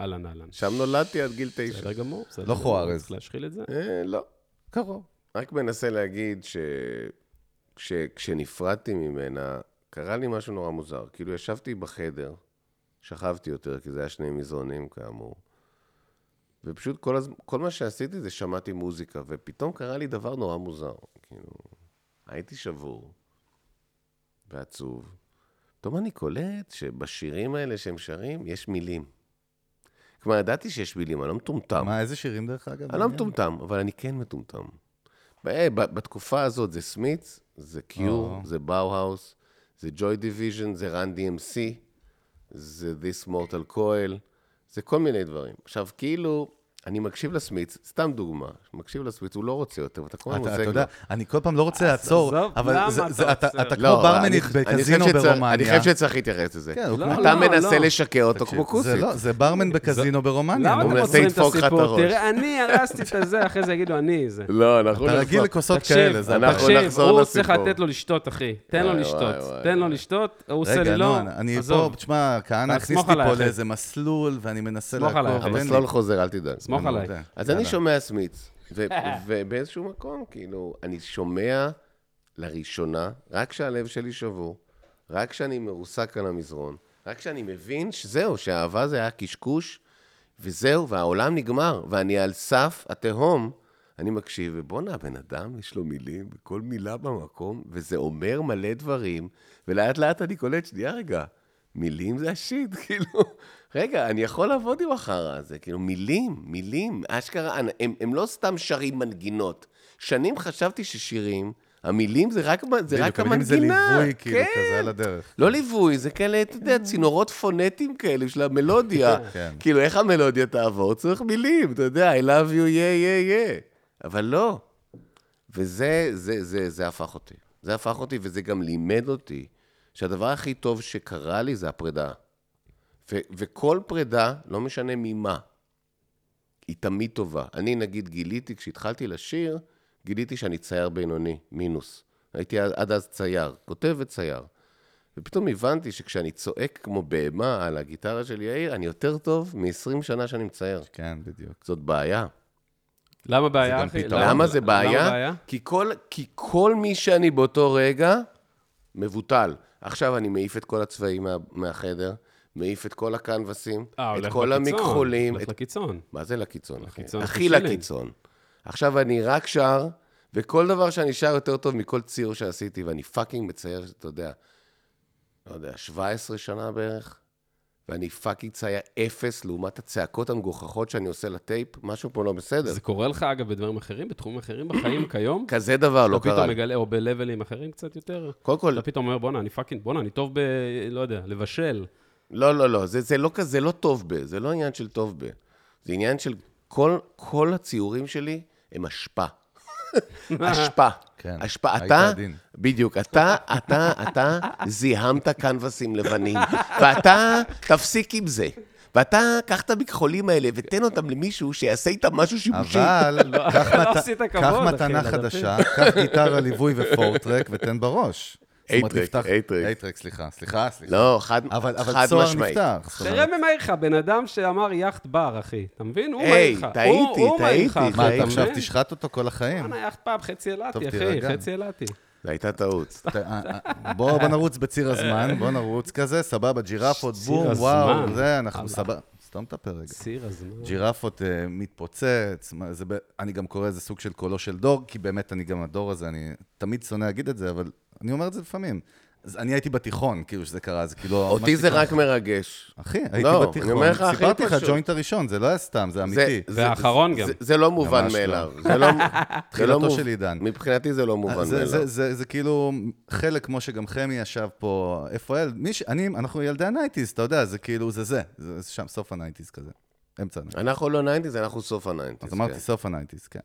אהלן, אהלן.
שם נולדתי עד גיל תשע.
בסדר גמור, בסדר.
לא
גמור,
חוארז.
צריך להשחיל את זה.
אה, לא.
קרוב.
רק מנסה להגיד ש... כש... כשנפרדתי ממנה, קרה לי משהו נורא מוזר. כאילו, ישבתי בחדר, שכבתי יותר, כי זה היה שני מזרונים, כאמור. ופשוט כל, הז... כל מה שעשיתי זה שמעתי מוזיקה, ופתאום קרה לי דבר נורא מוזר. כאילו, הייתי שבור ועצוב. פתאום אני קולט שבשירים האלה שהם שרים, יש מילים. כלומר, ידעתי שיש מילים, אני לא מטומטם.
מה, איזה שירים דרך אגב?
אני לא מטומטם, אבל אני כן מטומטם. ב- אה, ב- בתקופה הזאת זה סמיץ, זה קיור,
אה.
זה באו-האוס, זה ג'וי דיוויז'ן, זה רן DMC, זה This Mortal Coil, זה כל מיני דברים. עכשיו, כאילו, אני מקשיב לסמיץ, סתם דוגמה, מקשיב לסמיץ, הוא לא רוצה יותר, ואתה כל הזמן
אתה
עוזר
אתה
לו.
יודע, אני כל פעם לא רוצה לעצור,
עזוב,
אבל
למה
זה-
אתה
זה- אתה
עוצר?
אתה כמו
לא, אבל
ברמנית
אני- אני חושב
בקזינו
שצריך-
ברומניה.
אני חושב שצריך להתייחס לזה.
כן, הוא
לא,
כמו-
אתה
לא,
מנסה
לא.
לשקר אותו כמו
זה
כוסית.
לא, זה ברמן בקזינו ברומניה.
למה
נו.
אתם
מנסה
עוצרים את
לדפוק לך את
הסיפור?
הראש.
תראה, אני הרסתי את הזה, אחרי זה יגידו, אני זה.
לא, אנחנו
אתה
נחזור.
רגיל לכוסות
תקשיב,
כאלה, זה לא-
אנחנו
הבעיה.
תקשיב,
נחזור
הוא
לסיפור.
צריך לתת לו לשתות, אחי. תן לו
וואי,
לשתות,
וואי,
תן לו
וואי.
לשתות, הוא עושה
רגע,
לי לא.
נו, אני פה,
עזוב,
תשמע, כהנא הכניס
סמוך
אותי
עליי,
פה
אחי.
לאיזה מסלול, ואני מנסה
סמוך עליי,
לעקוב.
אחי.
אין לי.
המסלול חוזר, אל תדאג.
סמוך
אני
עליי.
יודע.
אז אני שומע סמיץ, ו- ובאיזשהו מקום, כאילו, אני שומע לראשונה, רק כשהלב שלי שבור, רק כשאני מרוסק על המזרון, רק כשאני מבין שזהו, שהאהבה זה היה קשקוש, וזהו, והעולם נגמר, ואני על סף התהום. אני מקשיב, ובואנה, הבן אדם, יש לו מילים, וכל מילה במקום, וזה אומר מלא דברים, ולאט לאט אני קולט, שנייה רגע, מילים זה השיט, כאילו, רגע, אני יכול לעבוד עם החרא הזה, כאילו, מילים, מילים, אשכרה, אנ- הם, הם לא סתם שרים מנגינות. שנים חשבתי ששירים, המילים זה רק, מ- זה
בדיוק,
רק
אבל אם
המנגינה,
זה ליווי, כאילו,
כן.
כזה על הדרך.
לא ליווי, זה כאלה, אתה יודע, צינורות פונטיים כאלה של המלודיה.
כן.
כאילו, איך המלודיה תעבור? צריך מילים, אתה יודע, I love you, yeah, yeah, yeah. אבל לא. וזה, זה, זה, זה הפך אותי. זה הפך אותי, וזה גם לימד אותי שהדבר הכי טוב שקרה לי זה הפרידה. ו- וכל פרידה, לא משנה ממה, היא תמיד טובה. אני, נגיד, גיליתי, כשהתחלתי לשיר, גיליתי שאני צייר בינוני, מינוס. הייתי עד- עד אז צייר, כותב וצייר. ופתאום הבנתי שכשאני צועק כמו בהמה על הגיטרה של יאיר, אני יותר טוב מ-20 שנה שאני מצייר.
כן, בדיוק.
זאת בעיה.
למה בעיה,
גם
אחי?
פתרון.
למה זה
למה
בעיה?
בעיה?
כי כל- כי כל מי שאני באותו רגע, מבוטל. עכשיו אני מעיף את כל הצבעים מה- מהחדר, מעיף את כל הקנבסים,
אה, הולך
את כל
לקיצון,
המכחולים,
הולך
את
לקיצון.
מה זה לקיצון? אחי?
לקיצון
הכי
של שילינג.
לקיצון. עכשיו אני רק שר, וכל דבר שאני שר יותר טוב מכל ציור שעשיתי, ואני פאקינג מצייר, אתה יודע, לא יודע, 17 שנה בערך, ואני פאקינג צייר אפס לעומת הצעקות המגוחכות שאני עושה לטייפ, משהו פה לא בסדר.
זה קורה לך, אגב, בדברים אחרים, בתחומים אחרים בחיים כיום?
כזה דבר לא
אתה
קרה
פתאום
לי.
מגלה, או בלבלים אחרים קצת יותר?
קודם כל,
אתה פתאום אומר, בואנה, אני פאקינג, בואנה, אני טוב ב... לא יודע, לבשל.
לא, לא, לא, זה, זה לא כזה, לא טוב ב, זה לא עניין של טוב ב. זה עניין של כל, כל הציורים שלי הם אשפה. אשפה.
כן,
אשפה.
היית
אתה,
עדין.
בדיוק, אתה, אתה, אתה זיהמת קנבסים לבנים, ואתה, תפסיק עם זה. ואתה, קח את המכחולים האלה ותן אותם למישהו שיעשה איתם משהו שיבושי.
אבל, קח
לא
מת-
עשית כבוד,
קח
אחי,
מתנה
לדפים.
חדשה, קח גיטרה ליווי ופורטרק ותן בראש. זאת אומרת,
אייטרק,
נפתח-
אייטרק.
אייטרק, סליחה, סליחה, סליחה.
לא, חד,
אבל אבל
חד
צוהר
משמעית.
נפתח. זאת אומרת,
תראה ממה לך, בן אדם שאמר יאכט בר, אחי. אתה מבין? הוא
היי,
מעיר לך.
טעיתי,
הוא- הוא מעיר לך,
טעיתי,
אחי,
מה,
טעיתי.
אתה עכשיו
מבין?
תשחט אותו כל החיים?
בואנה, יאכט פאב, חצי
טוב,
אילתי, אחי,
תירגע.
חצי אילתי.
זו הייתה טעות.
אתה- אה, אה, בוא בוא נרוץ בציר הזמן, בוא נרוץ כזה, סבבה, ג'ירפות,
ציר
בום,
הזמן.
וואו, זה, אנחנו
אבל-
סבבה. סתום את הפה רגע.
ציר הזמן.
ג'ירפות אה, מתפוצץ, מה, זה ב- אני גם קורא לזה סוג של קולו של דור, כי באמת אני גם הדור הזה, אני תמיד שונא להגיד את זה, אבל אני אומר את זה לפעמים. אז אני הייתי בתיכון, כאילו, שזה קרה, זה כאילו...
אותי
ממש
זה
תיכון.
רק מרגש.
אחי, הייתי
לא, אני
בתיכון.
אומר לך, הכי
סיפרתי לך,
פשוט.
הג'וינט הראשון, זה לא היה סתם, זה אמיתי.
זה-
והאחרון גם.
זה- זה לא מובן
ממש לא.
מאליו. זה לא- זה לא
תחילתו
מוב-
של עידן. אה,
מבחינתי זה לא
זה,
מובן
זה,
מאליו.
זה, זה, זה כאילו חלק, כמו שגם חמי ישב פה, איפה אל, מי ש... אני, אנחנו ילדי הנייטיז, אתה יודע, זה כאילו, זה זה, זה שם סוף הנייטיז כזה, אמצע הנייטיז.
אנחנו לא ניינטיז, אנחנו סוף הניינטיז.
אז אמרתי סוף הנייטיז, כן.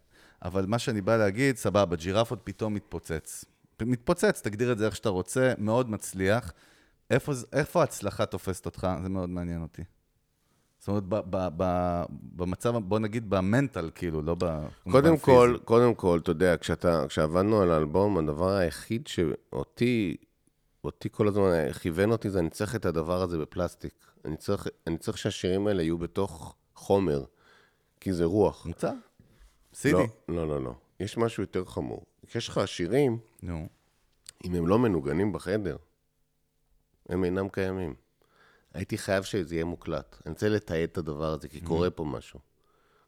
אבל מה שאני בא להגיד, סבבה, ג'ירפות פתאום מתפוצץ. פ- מתפוצץ, תגדיר את זה איך שאתה רוצה, מאוד מצליח. איפה, זה- איפה ההצלחה תופסת אותך? זה מאוד מעניין אותי. זאת אומרת, ב, ב, ב, במצב, בוא נגיד במנטל, כאילו, לא ב...
קודם
במובן
כל,
פיזי.
קודם כל, אתה יודע, כשאתה, כשעבדנו על האלבום, הדבר היחיד שאותי, אותי כל הזמן כיוון אותי, זה אני צריך את הדבר הזה בפלסטיק. אני צריך, אני צריך שהשירים האלה יהיו בתוך חומר, כי זה רוח.
מוצר? סידי.
לא, לא, לא, לא. יש משהו יותר חמור. כשיש לך שירים,
נו.
אם הם לא מנוגנים בחדר, הם אינם קיימים. הייתי חייב שזה יהיה מוקלט. אני רוצה לתעד את הדבר הזה, כי קורה פה משהו.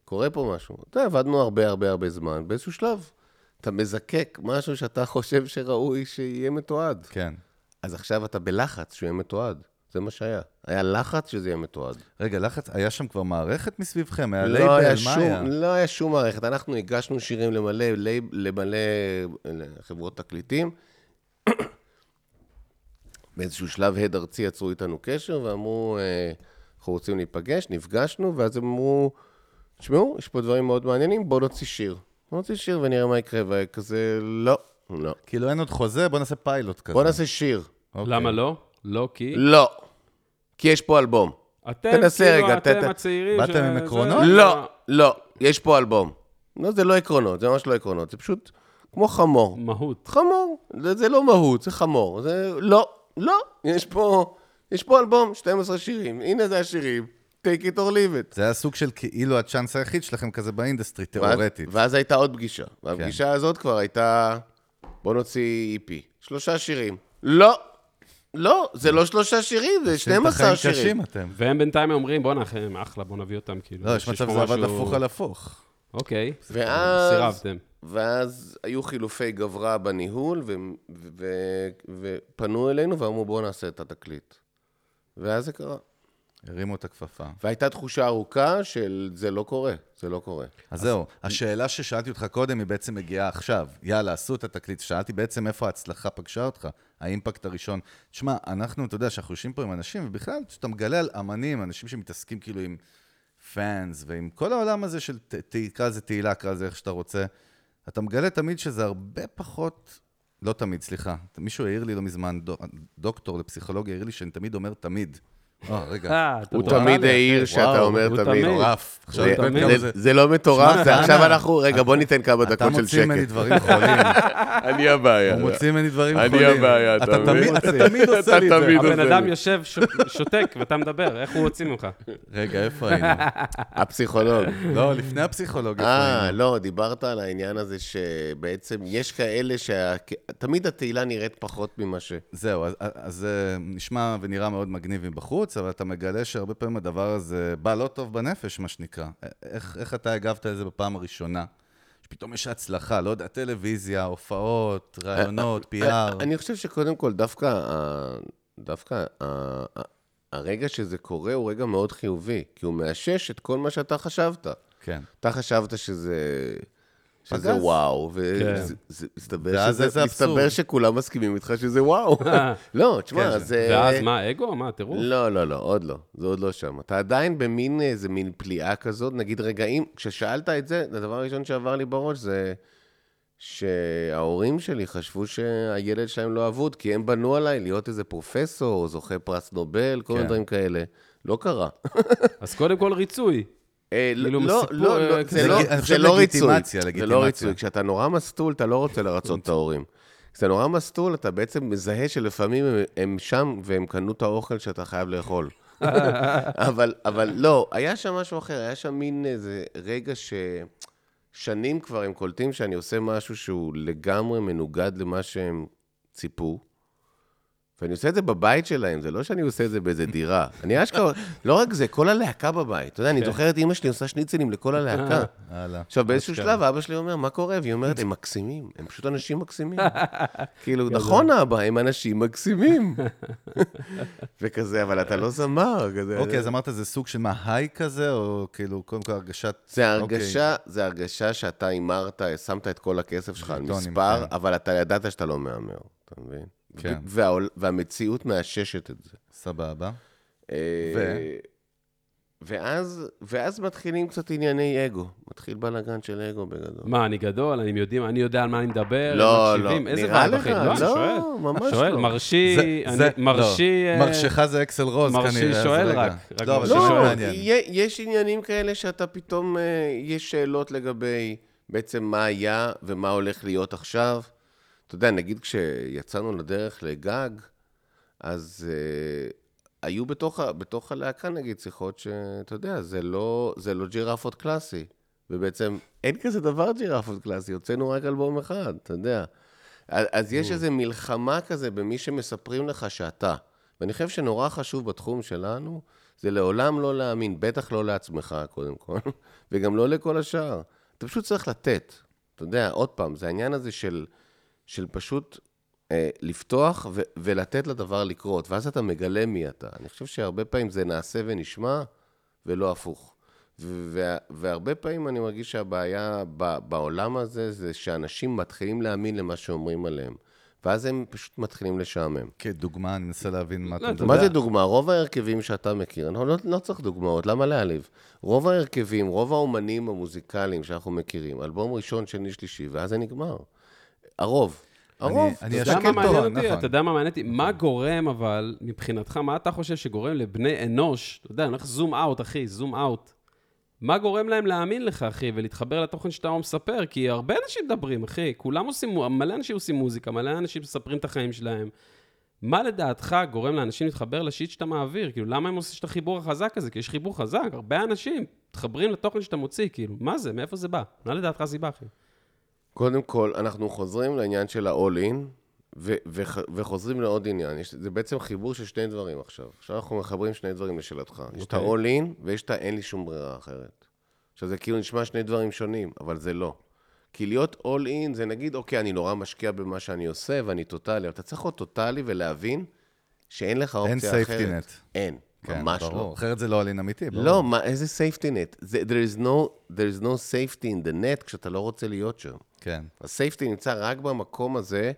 קורה פה משהו. אתה יודע, עבדנו הרבה הרבה הרבה זמן, באיזשהו שלב אתה מזקק משהו שאתה חושב שראוי שיהיה מתועד.
כן.
אז עכשיו אתה בלחץ שהוא יהיה מתועד. זה מה שהיה. היה לחץ שזה יהיה מתועד.
רגע, לחץ, היה שם כבר מערכת מסביבכם? היה אה, לייבל?
לא היה,
מה
שום, לא היה שום מערכת. אנחנו הגשנו שירים למלא, לייב- למלא חברות תקליטים. באיזשהו שלב הד ארצי יצרו איתנו קשר ואמרו, אה, אנחנו רוצים להיפגש, נפגשנו, ואז הם אמרו, תשמעו, יש פה דברים מאוד מעניינים, בואו נוציא שיר. נוציא שיר ונראה מה יקרה, וכזה, לא, לא.
כאילו אין עוד חוזה, בוא נעשה פיילוט כזה.
בואו נעשה שיר.
אוקיי.
למה לא? לא כי...
לא. כי יש פה אלבום.
אתם,
תנסה
כאילו,
רגע, ת-
אתם
ת-
הצעירים...
באתם
ש-
עם
זה-
עקרונות?
לא, לא, יש פה אלבום. לא, זה לא עקרונות, זה ממש לא עקרונות, זה פשוט כמו חמור.
מהות.
חמור, זה, זה לא מהות, זה חמור. זה לא, לא, יש פה, יש פה אלבום, 12 שירים, הנה זה השירים, take it or leave it.
זה היה סוג של כאילו הצ'אנס היחיד שלכם כזה באינדסטרי,
ואז-
תיאורטית. כן.
ואז הייתה עוד פגישה, והפגישה הזאת כבר הייתה, בוא נוציא EP, שלושה שירים. לא, לא, זה לא שלושה שירים, זה
עושים את
12
החיים
שירים.
קשים אתם.
והם בינתיים אומרים, בואנה, אחי, הם אחלה, בוא נביא אותם, כאילו.
לא, יש
פה
מצב שזה עבד
משהו-
הפוך על הפוך.
אוקיי.
ואז-
סירבתם.
ואז היו חילופי גברה בניהול, ו- ו- ו- ופנו אלינו ואמרו, בואו נעשה את התקליט. ואז זה קרה.
הרימו את הכפפה.
והייתה תחושה ארוכה של זה לא קורה, זה לא קורה.
אז זהו, השאלה ששאלתי אותך קודם היא בעצם מגיעה עכשיו. יאללה, עשו את התקליט. שאלתי בעצם איפה ההצלחה פגשה אותך, האימפקט הראשון. תשמע, אנחנו, אתה יודע, שאנחנו יושבים פה עם אנשים, ובכלל, כשאתה מגלה על אמנים, אנשים שמתעסקים כאילו עם פאנס, ועם כל העולם הזה של, ת- ת- קרא לזה תהילה, קרא לזה איך שאתה רוצה, אתה מגלה תמיד שזה הרבה פחות... לא תמיד, סליחה. מישהו העיר לי לא מזמן, דו- דוקטור לפסיכולוגיה העיר לי שאני תמיד אומר תמיד. אה, רגע.
אה, אתה
הוא
מטורף.
תמיד העיר שאתה
וואו,
אומר
הוא
תמיד.
תמיד.
מטורף. עכשיו
זה-
אני קולט
תמיד.
כמה
זה-
זה-
זה לא מטורף,
שמע,
זה
אתה-
עכשיו אנחנו, רגע, בוא ניתן כמה
אתה
דקות של
מוציא ממני
שקט.
דברים חולים.
אני הבעיה.
הוא מוציא ממני דברים
אני
חולים.
הבעיה, אתה
אתה
מבין?
תמיד- אתה תמיד עושה
אתה
לי את זה.
תמיד.
הבן
עוזר
אדם
לי. אה,
יושב, ש- שותק, ואתה מדבר, איך הוא הוציא ממך?
רגע, איפה היינו?
הפסיכולוג.
לא, לפני הפסיכולוג, איפה
אה,
היינו?
לא, דיברת על העניין הזה שבעצם יש כאלה שה... תמיד התהילה נראית פחות ממה ש...
זהו, אז- אז אה, נשמע ונראה מאוד מגניב מבחוץ, אבל אתה מגלה שהרבה פעמים הדבר הזה בא לא טוב בנפש, מה שנקרא. א- איך איך אתה הגבת לזה בפעם הראשונה? שפתאום יש הצלחה, לא יודע, טלוויזיה, הופעות, ראיונות,
אני-
פי-אר.
אה, אני חושב שקודם כל, דווקא, ה- דווקא ה- ה- הרגע שזה קורה הוא רגע מאוד חיובי, כי הוא מאשש את כל מה שאתה חשבת.
כן.
אתה חשבת שזה... שזה
פגז.
וואו,
כן.
ומסתבר
ואז איזה
שזה, מסתבר
אבסורד.
שכולם מסכימים איתך שזה וואו. לא, תשמע,
כן.
זה...
אה. ואז מה, אגו? מה, תראו?
לא, לא, לא, עוד לא. זה עוד לא שם. אתה עדיין במין איזה מין פליאה כזאת, נגיד רגעים, כששאלת את זה, הדבר הראשון שעבר לי בראש זה שההורים שלי חשבו שהילד שלהם לא אבוד, כי הם בנו עליי להיות איזה פרופסור, זוכה פרס נובל, כל מיני
כן.
דברים כאלה. לא קרה.
אז קודם כל ריצוי.
אה, לא,
כאילו,
לא,
מסיפור,
לא,
אה,
לא,
כזה-
זה לא-
לג- אני
זה
חושב
לא ריצוי.
לגיטימציה,
זה לא
לגיטימציה.
ריצוי. כשאתה נורא מסטול, אתה לא רוצה לרצות את ההורים. כשאתה נורא מסטול, אתה בעצם מזהה שלפעמים הם, הם שם והם קנו את האוכל שאתה חייב לאכול. אבל, אבל לא, היה שם משהו אחר, היה שם מין איזה רגע ששנים כבר הם קולטים שאני עושה משהו שהוא לגמרי מנוגד למה שהם ציפו, ואני עושה את זה בבית שלהם, זה לא שאני עושה את זה באיזה דירה. אני אשכרה, לא רק זה, כל הלהקה בבית. אתה יודע,
כן.
אני זוכר את אימא שלי עושה שניצלים לכל הלהקה.
הלאה.
עכשיו, באיזשהו שלב אבא שלי אומר, מה קורה? והיא אומרת, הם מקסימים, הם פשוט אנשים מקסימים. כאילו, נכון אבא, הם אנשים מקסימים. וכזה, אבל אתה לא זמר, כזה.
אוקיי, אז אמרת זה סוג של מה, היי כזה, או כאילו, קודם כל הרגשת...
זה
אוקיי.
הרגשה, זה הרגשה שאתה הימרת, שמת את כל הכסף שלך על
שלטונים,
מספר,
כן.
אבל אתה ידעת שאתה לא מהמר, אתה מבין?
כן.
ו- והעול- והמציאות מאששת את זה.
סבבה.
אה, ואז, ואז מתחילים קצת ענייני אגו. מתחיל בלאגן של אגו בגדול.
מה, אני גדול, אני יודעים, אני יודע על מה אני מדבר,
לא,
הם מקשיבים,
לא,
איזה
נראה
וייב, אחי.
לך,
לא, אני
לא,
שואל.
ממש
אני שואל,
לא.
מרשי, אני-
זה-
מרשי...
לא.
אה,
מרשך זה אקסל רוז,
מרשי
כנראה. אז
שואל
רגע.
רק, רק
לא, אבל
מרשי
זה
שואל.
לא,
מעניין.
יה- יש עניינים כאלה שאתה פתאום, אה, יש שאלות לגבי בעצם מה היה ומה הולך להיות עכשיו. אתה יודע, נגיד כשיצאנו לדרך לגג, אז אה, היו בתוך, ה- בתוך הלהקה, נגיד, שיחות שאתה יודע, זה לא, זה לא ג'ירפות קלאסי. ובעצם אין כזה דבר ג'ירפות קלאסי, הוצאנו רק אלבום אחד, אתה יודע. אז, אז
Mm.
יש איזו מלחמה כזה במי שמספרים לך שאתה. ואני חושב שנורא חשוב בתחום שלנו, זה לעולם לא להאמין, בטח לא לעצמך, קודם כל, וגם לא לכל השאר. אתה פשוט צריך לתת. אתה יודע, עוד פעם, זה העניין הזה של, של פשוט אה, לפתוח ו- ולתת לדבר לקרות, ואז אתה מגלה מי אתה. אני חושב שהרבה פעמים זה נעשה ונשמע, ולא הפוך. ו- וה- והרבה פעמים אני מרגיש שהבעיה ב- בעולם הזה, זה שאנשים מתחילים להאמין למה שאומרים עליהם, ואז הם פשוט מתחילים לשעמם.
כדוגמה, אני מנסה להבין מה אתה
אתה
מדבר. כן,
מה לא, זה דוגמה? רוב ההרכבים שאתה מכיר, אני לא, לא צריך דוגמאות, למה להעליב? רוב ההרכבים, רוב האומנים המוזיקליים שאנחנו מכירים, אלבום ראשון, שני, שלישי, ואז זה נגמר. הרוב. הרוב.
אני
זה
אתה יודע
שקל
מה
שקר
טוב,
מעניין אותי?
נכון.
אתה יודע מה מעניין אותי? מה גורם, אבל, מבחינתך, מה אתה חושב שגורם לבני אנוש, אתה יודע, אני הולך זום אאוט, אחי, זום אאוט. מה גורם להם להאמין לך, אחי, ולהתחבר לתוכן שאתה לא מספר? כי הרבה אנשים מדברים, אחי, כולם עושים, מו- מלא אנשים עושים מוזיקה, מלא אנשים מספרים את החיים שלהם. מה לדעתך גורם לאנשים להתחבר לשיט שאתה מעביר? כאילו, למה הם עושים את החיבור החזק הזה? כי יש חיבור חזק, הרבה אנשים מתחברים לתוכן שאתה מוציא, כאילו, מה זה? מאיפה זה בא? מה לדעתך הסיבה, אחי?
קודם כל, אנחנו חוזרים לעניין של ה-all-in, ו- וח- וחוזרים לעוד עניין. יש, זה בעצם חיבור של שני דברים עכשיו. עכשיו אנחנו מחברים שני דברים לשאלתך. יש את
אוקיי.
ה-all-in ויש את ה-אין לי שום ברירה אחרת. עכשיו, זה כאילו נשמע שני דברים שונים, אבל זה לא. כי להיות all-in זה נגיד, אוקיי, אני נורא משקיע במה שאני עושה ואני טוטאלי, אבל אתה צריך להיות טוטאלי ולהבין שאין לך
אין
אופציה
safety
אחרת.
net.
אין,
כן,
ממש
ברור.
לא.
אחרת זה לא עלין אמיתי, ברור.
לא, מה, איזה safety net? זה- There is no, there is no safety in the net כשאתה לא רוצה להיות שם.
כן.
הסייפטי נמצא רק במקום הזה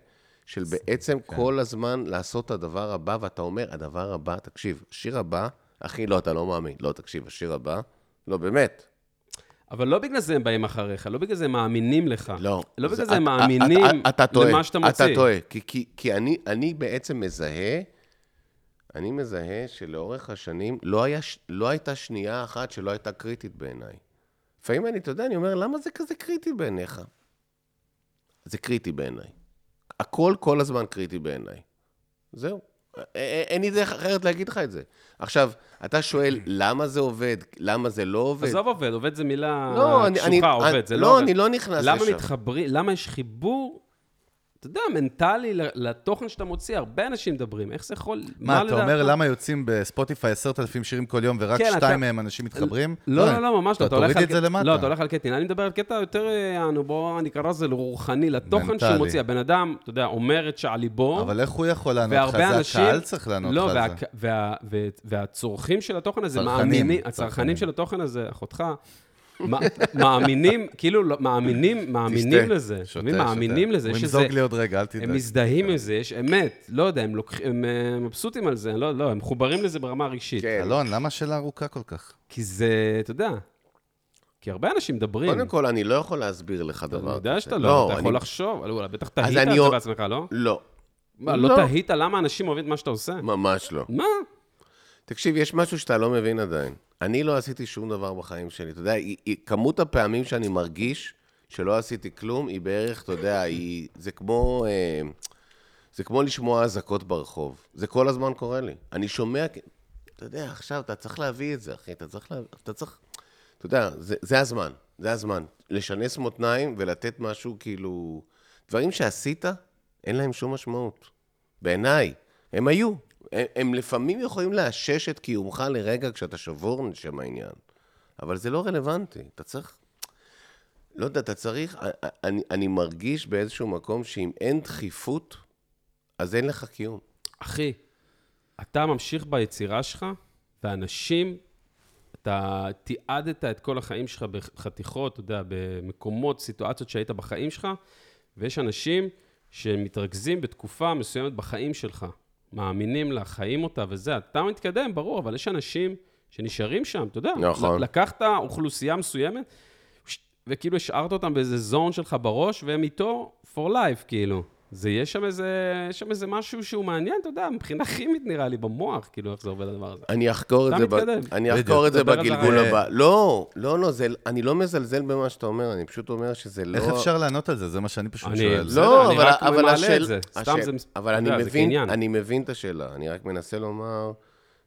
של בעצם כל הזמן לעשות את הדבר הבא, ואתה אומר, הדבר הבא, תקשיב, השיר הבא, אחי, לא, אתה לא מאמין. לא, תקשיב, השיר הבא, לא, באמת.
אבל לא בגלל זה הם באים אחריך, לא בגלל זה הם מאמינים לך.
לא.
לא
אז
בגלל זה הם
את-
מאמינים
את- את- אתה טועה,
למה שאתה מוציא.
אתה טועה, כי- כי- כי אני- אני בעצם מזהה, אני מזהה שלאורך השנים לא היה ש- לא הייתה שנייה אחת שלא הייתה קריטית בעיניי. לפעמים אני, אתה יודע, אני אומר, למה זה כזה קריטי בעיניך? זה קריטי בעיניי. הכל כל הזמן קריטי בעיניי. זהו. א- א- אין לי דרך אחרת להגיד לך את זה. עכשיו, אתה שואל, למה זה עובד? למה זה לא עובד?
עזוב עובד, עובד זה מילה
לא, אני- אני-
קשוחה, עובד, זה לא
לא,
עובד.
אני לא נכנס
למה
לשם.
מתחברים, למה יש חיבור, אתה יודע, מנטלי ל- לתוכן שאתה מוציא, הרבה אנשים מדברים, איך זה יכול,
מה, אתה אומר
לדעתך?
למה יוצאים בספוטיפיי 10,000 שירים כל יום ורק
כן, אתה-
שתיים מהם אנשים מתחברים?
לא, לא, לא, ממש לא. אתה הולך
תוריד
על
את זה
קט-
למטה.
לא, אתה הולך על קטע. אני מדבר על קטע יותר, אה, אנו, בואו נקרא לזה רוחני, לתוכן שהוא
מנטלי.
מוציא. הבן אדם, אתה יודע, אומר את שעל ליבו.
אבל איך הוא יכול לענות לך?
והרבה
זה
אנשים...
הקהל צריך לענות
לא,
לך על
והק-
זה.
וה- וה- והצורכים של התוכן הזה
צרכנים,
מאמינים,
צרכנים.
הצרכנים של התוכן הזה, אחותך, מא- מאמינים, כאילו, לא- מאמינים, מאמינים
תשתה,
לזה.
שותה,
אתה מבין? מאמינים
שותה.
לזה, יש
אומרים,
איזה...
זוג לי עוד רגע, אל תדאג.
הם מזדהים עם זה, יש אמת, לא יודע, הם לוקח- הם אה, מבסוטים על זה, לא, לא, הם מחוברים לזה ברמה הרגשית.
כן.
אלון, למה שאלה ארוכה כל כך?
כי זה, אתה יודע, כי הרבה אנשים מדברים.
קודם כל, אני לא יכול להסביר לך דבר כזה.
אני יודע שאתה לא, אתה יכול
אני-
לחשוב, אבל וואלה, בטח תהית
אני
על זה
או-
בעצמך, לא?
לא,
מה,
לא.
לא תהית למה אנשים אוהבים את מה שאתה עושה?
ממש לא.
מה?
תקשיב, יש משהו שאתה לא מבין עדיין. אני לא עשיתי שום דבר בחיים שלי. אתה יודע, היא- היא- כמות הפעמים שאני מרגיש שלא עשיתי כלום, היא בערך, אתה יודע, היא... זה כמו... אה, זה כמו לשמוע אזעקות ברחוב. זה כל הזמן קורה לי. אני שומע... כ- אתה יודע, עכשיו אתה צריך להביא את זה, אחי. אתה צריך... לה- אתה צריך... אתה יודע, זה, זה הזמן. זה הזמן. לשנס מותניים ולתת משהו כאילו... דברים שעשית, אין להם שום משמעות. בעיניי. הם היו. הם, הם לפעמים יכולים לאשש את קיומך לרגע כשאתה שבור לשם העניין. אבל זה לא רלוונטי. אתה צריך... לא יודע, אתה צריך... אני, אני מרגיש באיזשהו מקום שאם אין דחיפות, אז אין לך קיום.
אחי, אתה ממשיך ביצירה שלך, ואנשים, אתה תיעדת את כל החיים שלך בחתיכות, אתה יודע, במקומות, סיטואציות שהיית בחיים שלך, ויש אנשים שמתרכזים בתקופה מסוימת בחיים שלך, מאמינים לה, חיים אותה וזה, אתה מתקדם, ברור, אבל יש אנשים שנשארים שם, אתה יודע.
נכון.
לקחת אוכלוסייה מסוימת, וכאילו השארת אותם באיזה זון שלך בראש, והם איתו for life, כאילו. זה יש שם איזה, יש שם איזה משהו שהוא מעניין, אתה יודע, מבחינה כימית נראה לי, במוח, כאילו, איך זה עובד הדבר הזה.
אני אחקור את
אתה
זה, ב...
מתקדם.
אני
בדיוק.
אחקור את זה
דבר על
בגלגול
הרעיון.
הבא. לא, לא, לא, זה... אני לא מזלזל במה שאתה אומר, אני פשוט אומר שזה לא...
איך אפשר לענות על זה? זה מה שאני פשוט
אני-
שואל.
בסדר,
לא,
אני
אבל,
רק
אבל
מעלה
השאל...
את זה. סתם
השאל-
זה מס-
אבל
אתה
אני,
יודע, זה
מבין,
כעניין.
אני מבין את השאלה, אני רק מנסה לומר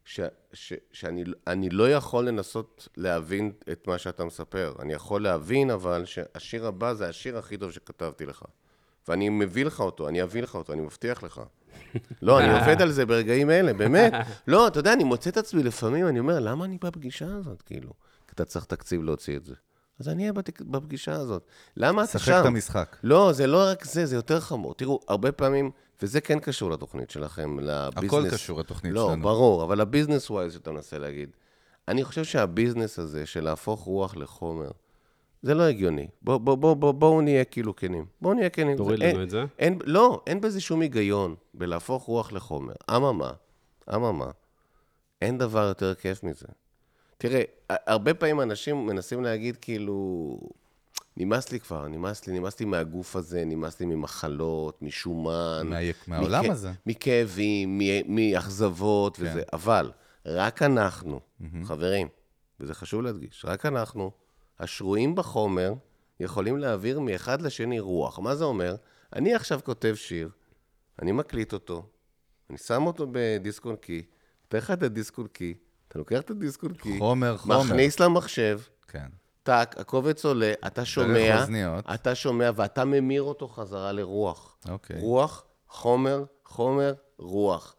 ש, ש, שאני אני לא יכול לנסות להבין את מה שאתה מספר. אני יכול להבין, אבל שהשיר הבא זה השיר הכי טוב שכתבתי לך. ואני מביא לך אותו, אני אביא לך אותו, אני מבטיח לך. לא,
אה.
אני עובד על זה ברגעים אלה, באמת. לא, אתה יודע, אני מוצא את עצמי לפעמים, אני אומר, למה אני בפגישה הזאת, כאילו? כי אתה צריך תקציב להוציא את זה. אז אני אהיה בתק- בפגישה הזאת. למה אתה שם?
שחק את המשחק.
לא, זה לא רק זה, זה יותר חמור. תראו, הרבה פעמים, וזה כן קשור לתוכנית שלכם, לביזנס.
קשור לתוכנית
לא,
שלנו.
לא, ברור, אבל הביזנס ווייז שאתה מנסה להגיד. אני חושב שהביזנס הזה של להפוך רוח לחומר, זה לא הגיוני. בואו בוא, בוא, בוא, בואו נהיה כאילו כנים. בואו נהיה כנים.
תוריד
אין-
לנו את זה.
אין, לא, אין בזה שום היגיון בלהפוך רוח לחומר. אממה, אממה, אין דבר יותר כיף מזה. תראה, ה- הרבה פעמים אנשים מנסים להגיד כאילו, נמאס לי כבר, נמאס לי, נמאס לי מהגוף הזה, נמאס לי ממחלות, משומן.
מה- מהעולם הזה. כן.
מכאבים, מ- מאכזבות וזה, אבל רק אנחנו, חברים, וזה חשוב להדגיש, רק אנחנו, השרויים בחומר, יכולים להעביר מאחד לשני רוח. מה זה אומר? אני עכשיו כותב שיר, אני מקליט אותו, אני שם אותו בדיסק און קי, נותן לך את הדיסק און קי, אתה לוקח את הדיסק און קי,
חומר, חומר.
מכניס למחשב,
כן.
טאק, הקובץ עולה, אתה
דרך
שומע,
אוזניות.
אתה שומע ואתה ממיר אותו חזרה לרוח.
אוקיי.
רוח, חומר, חומר, רוח.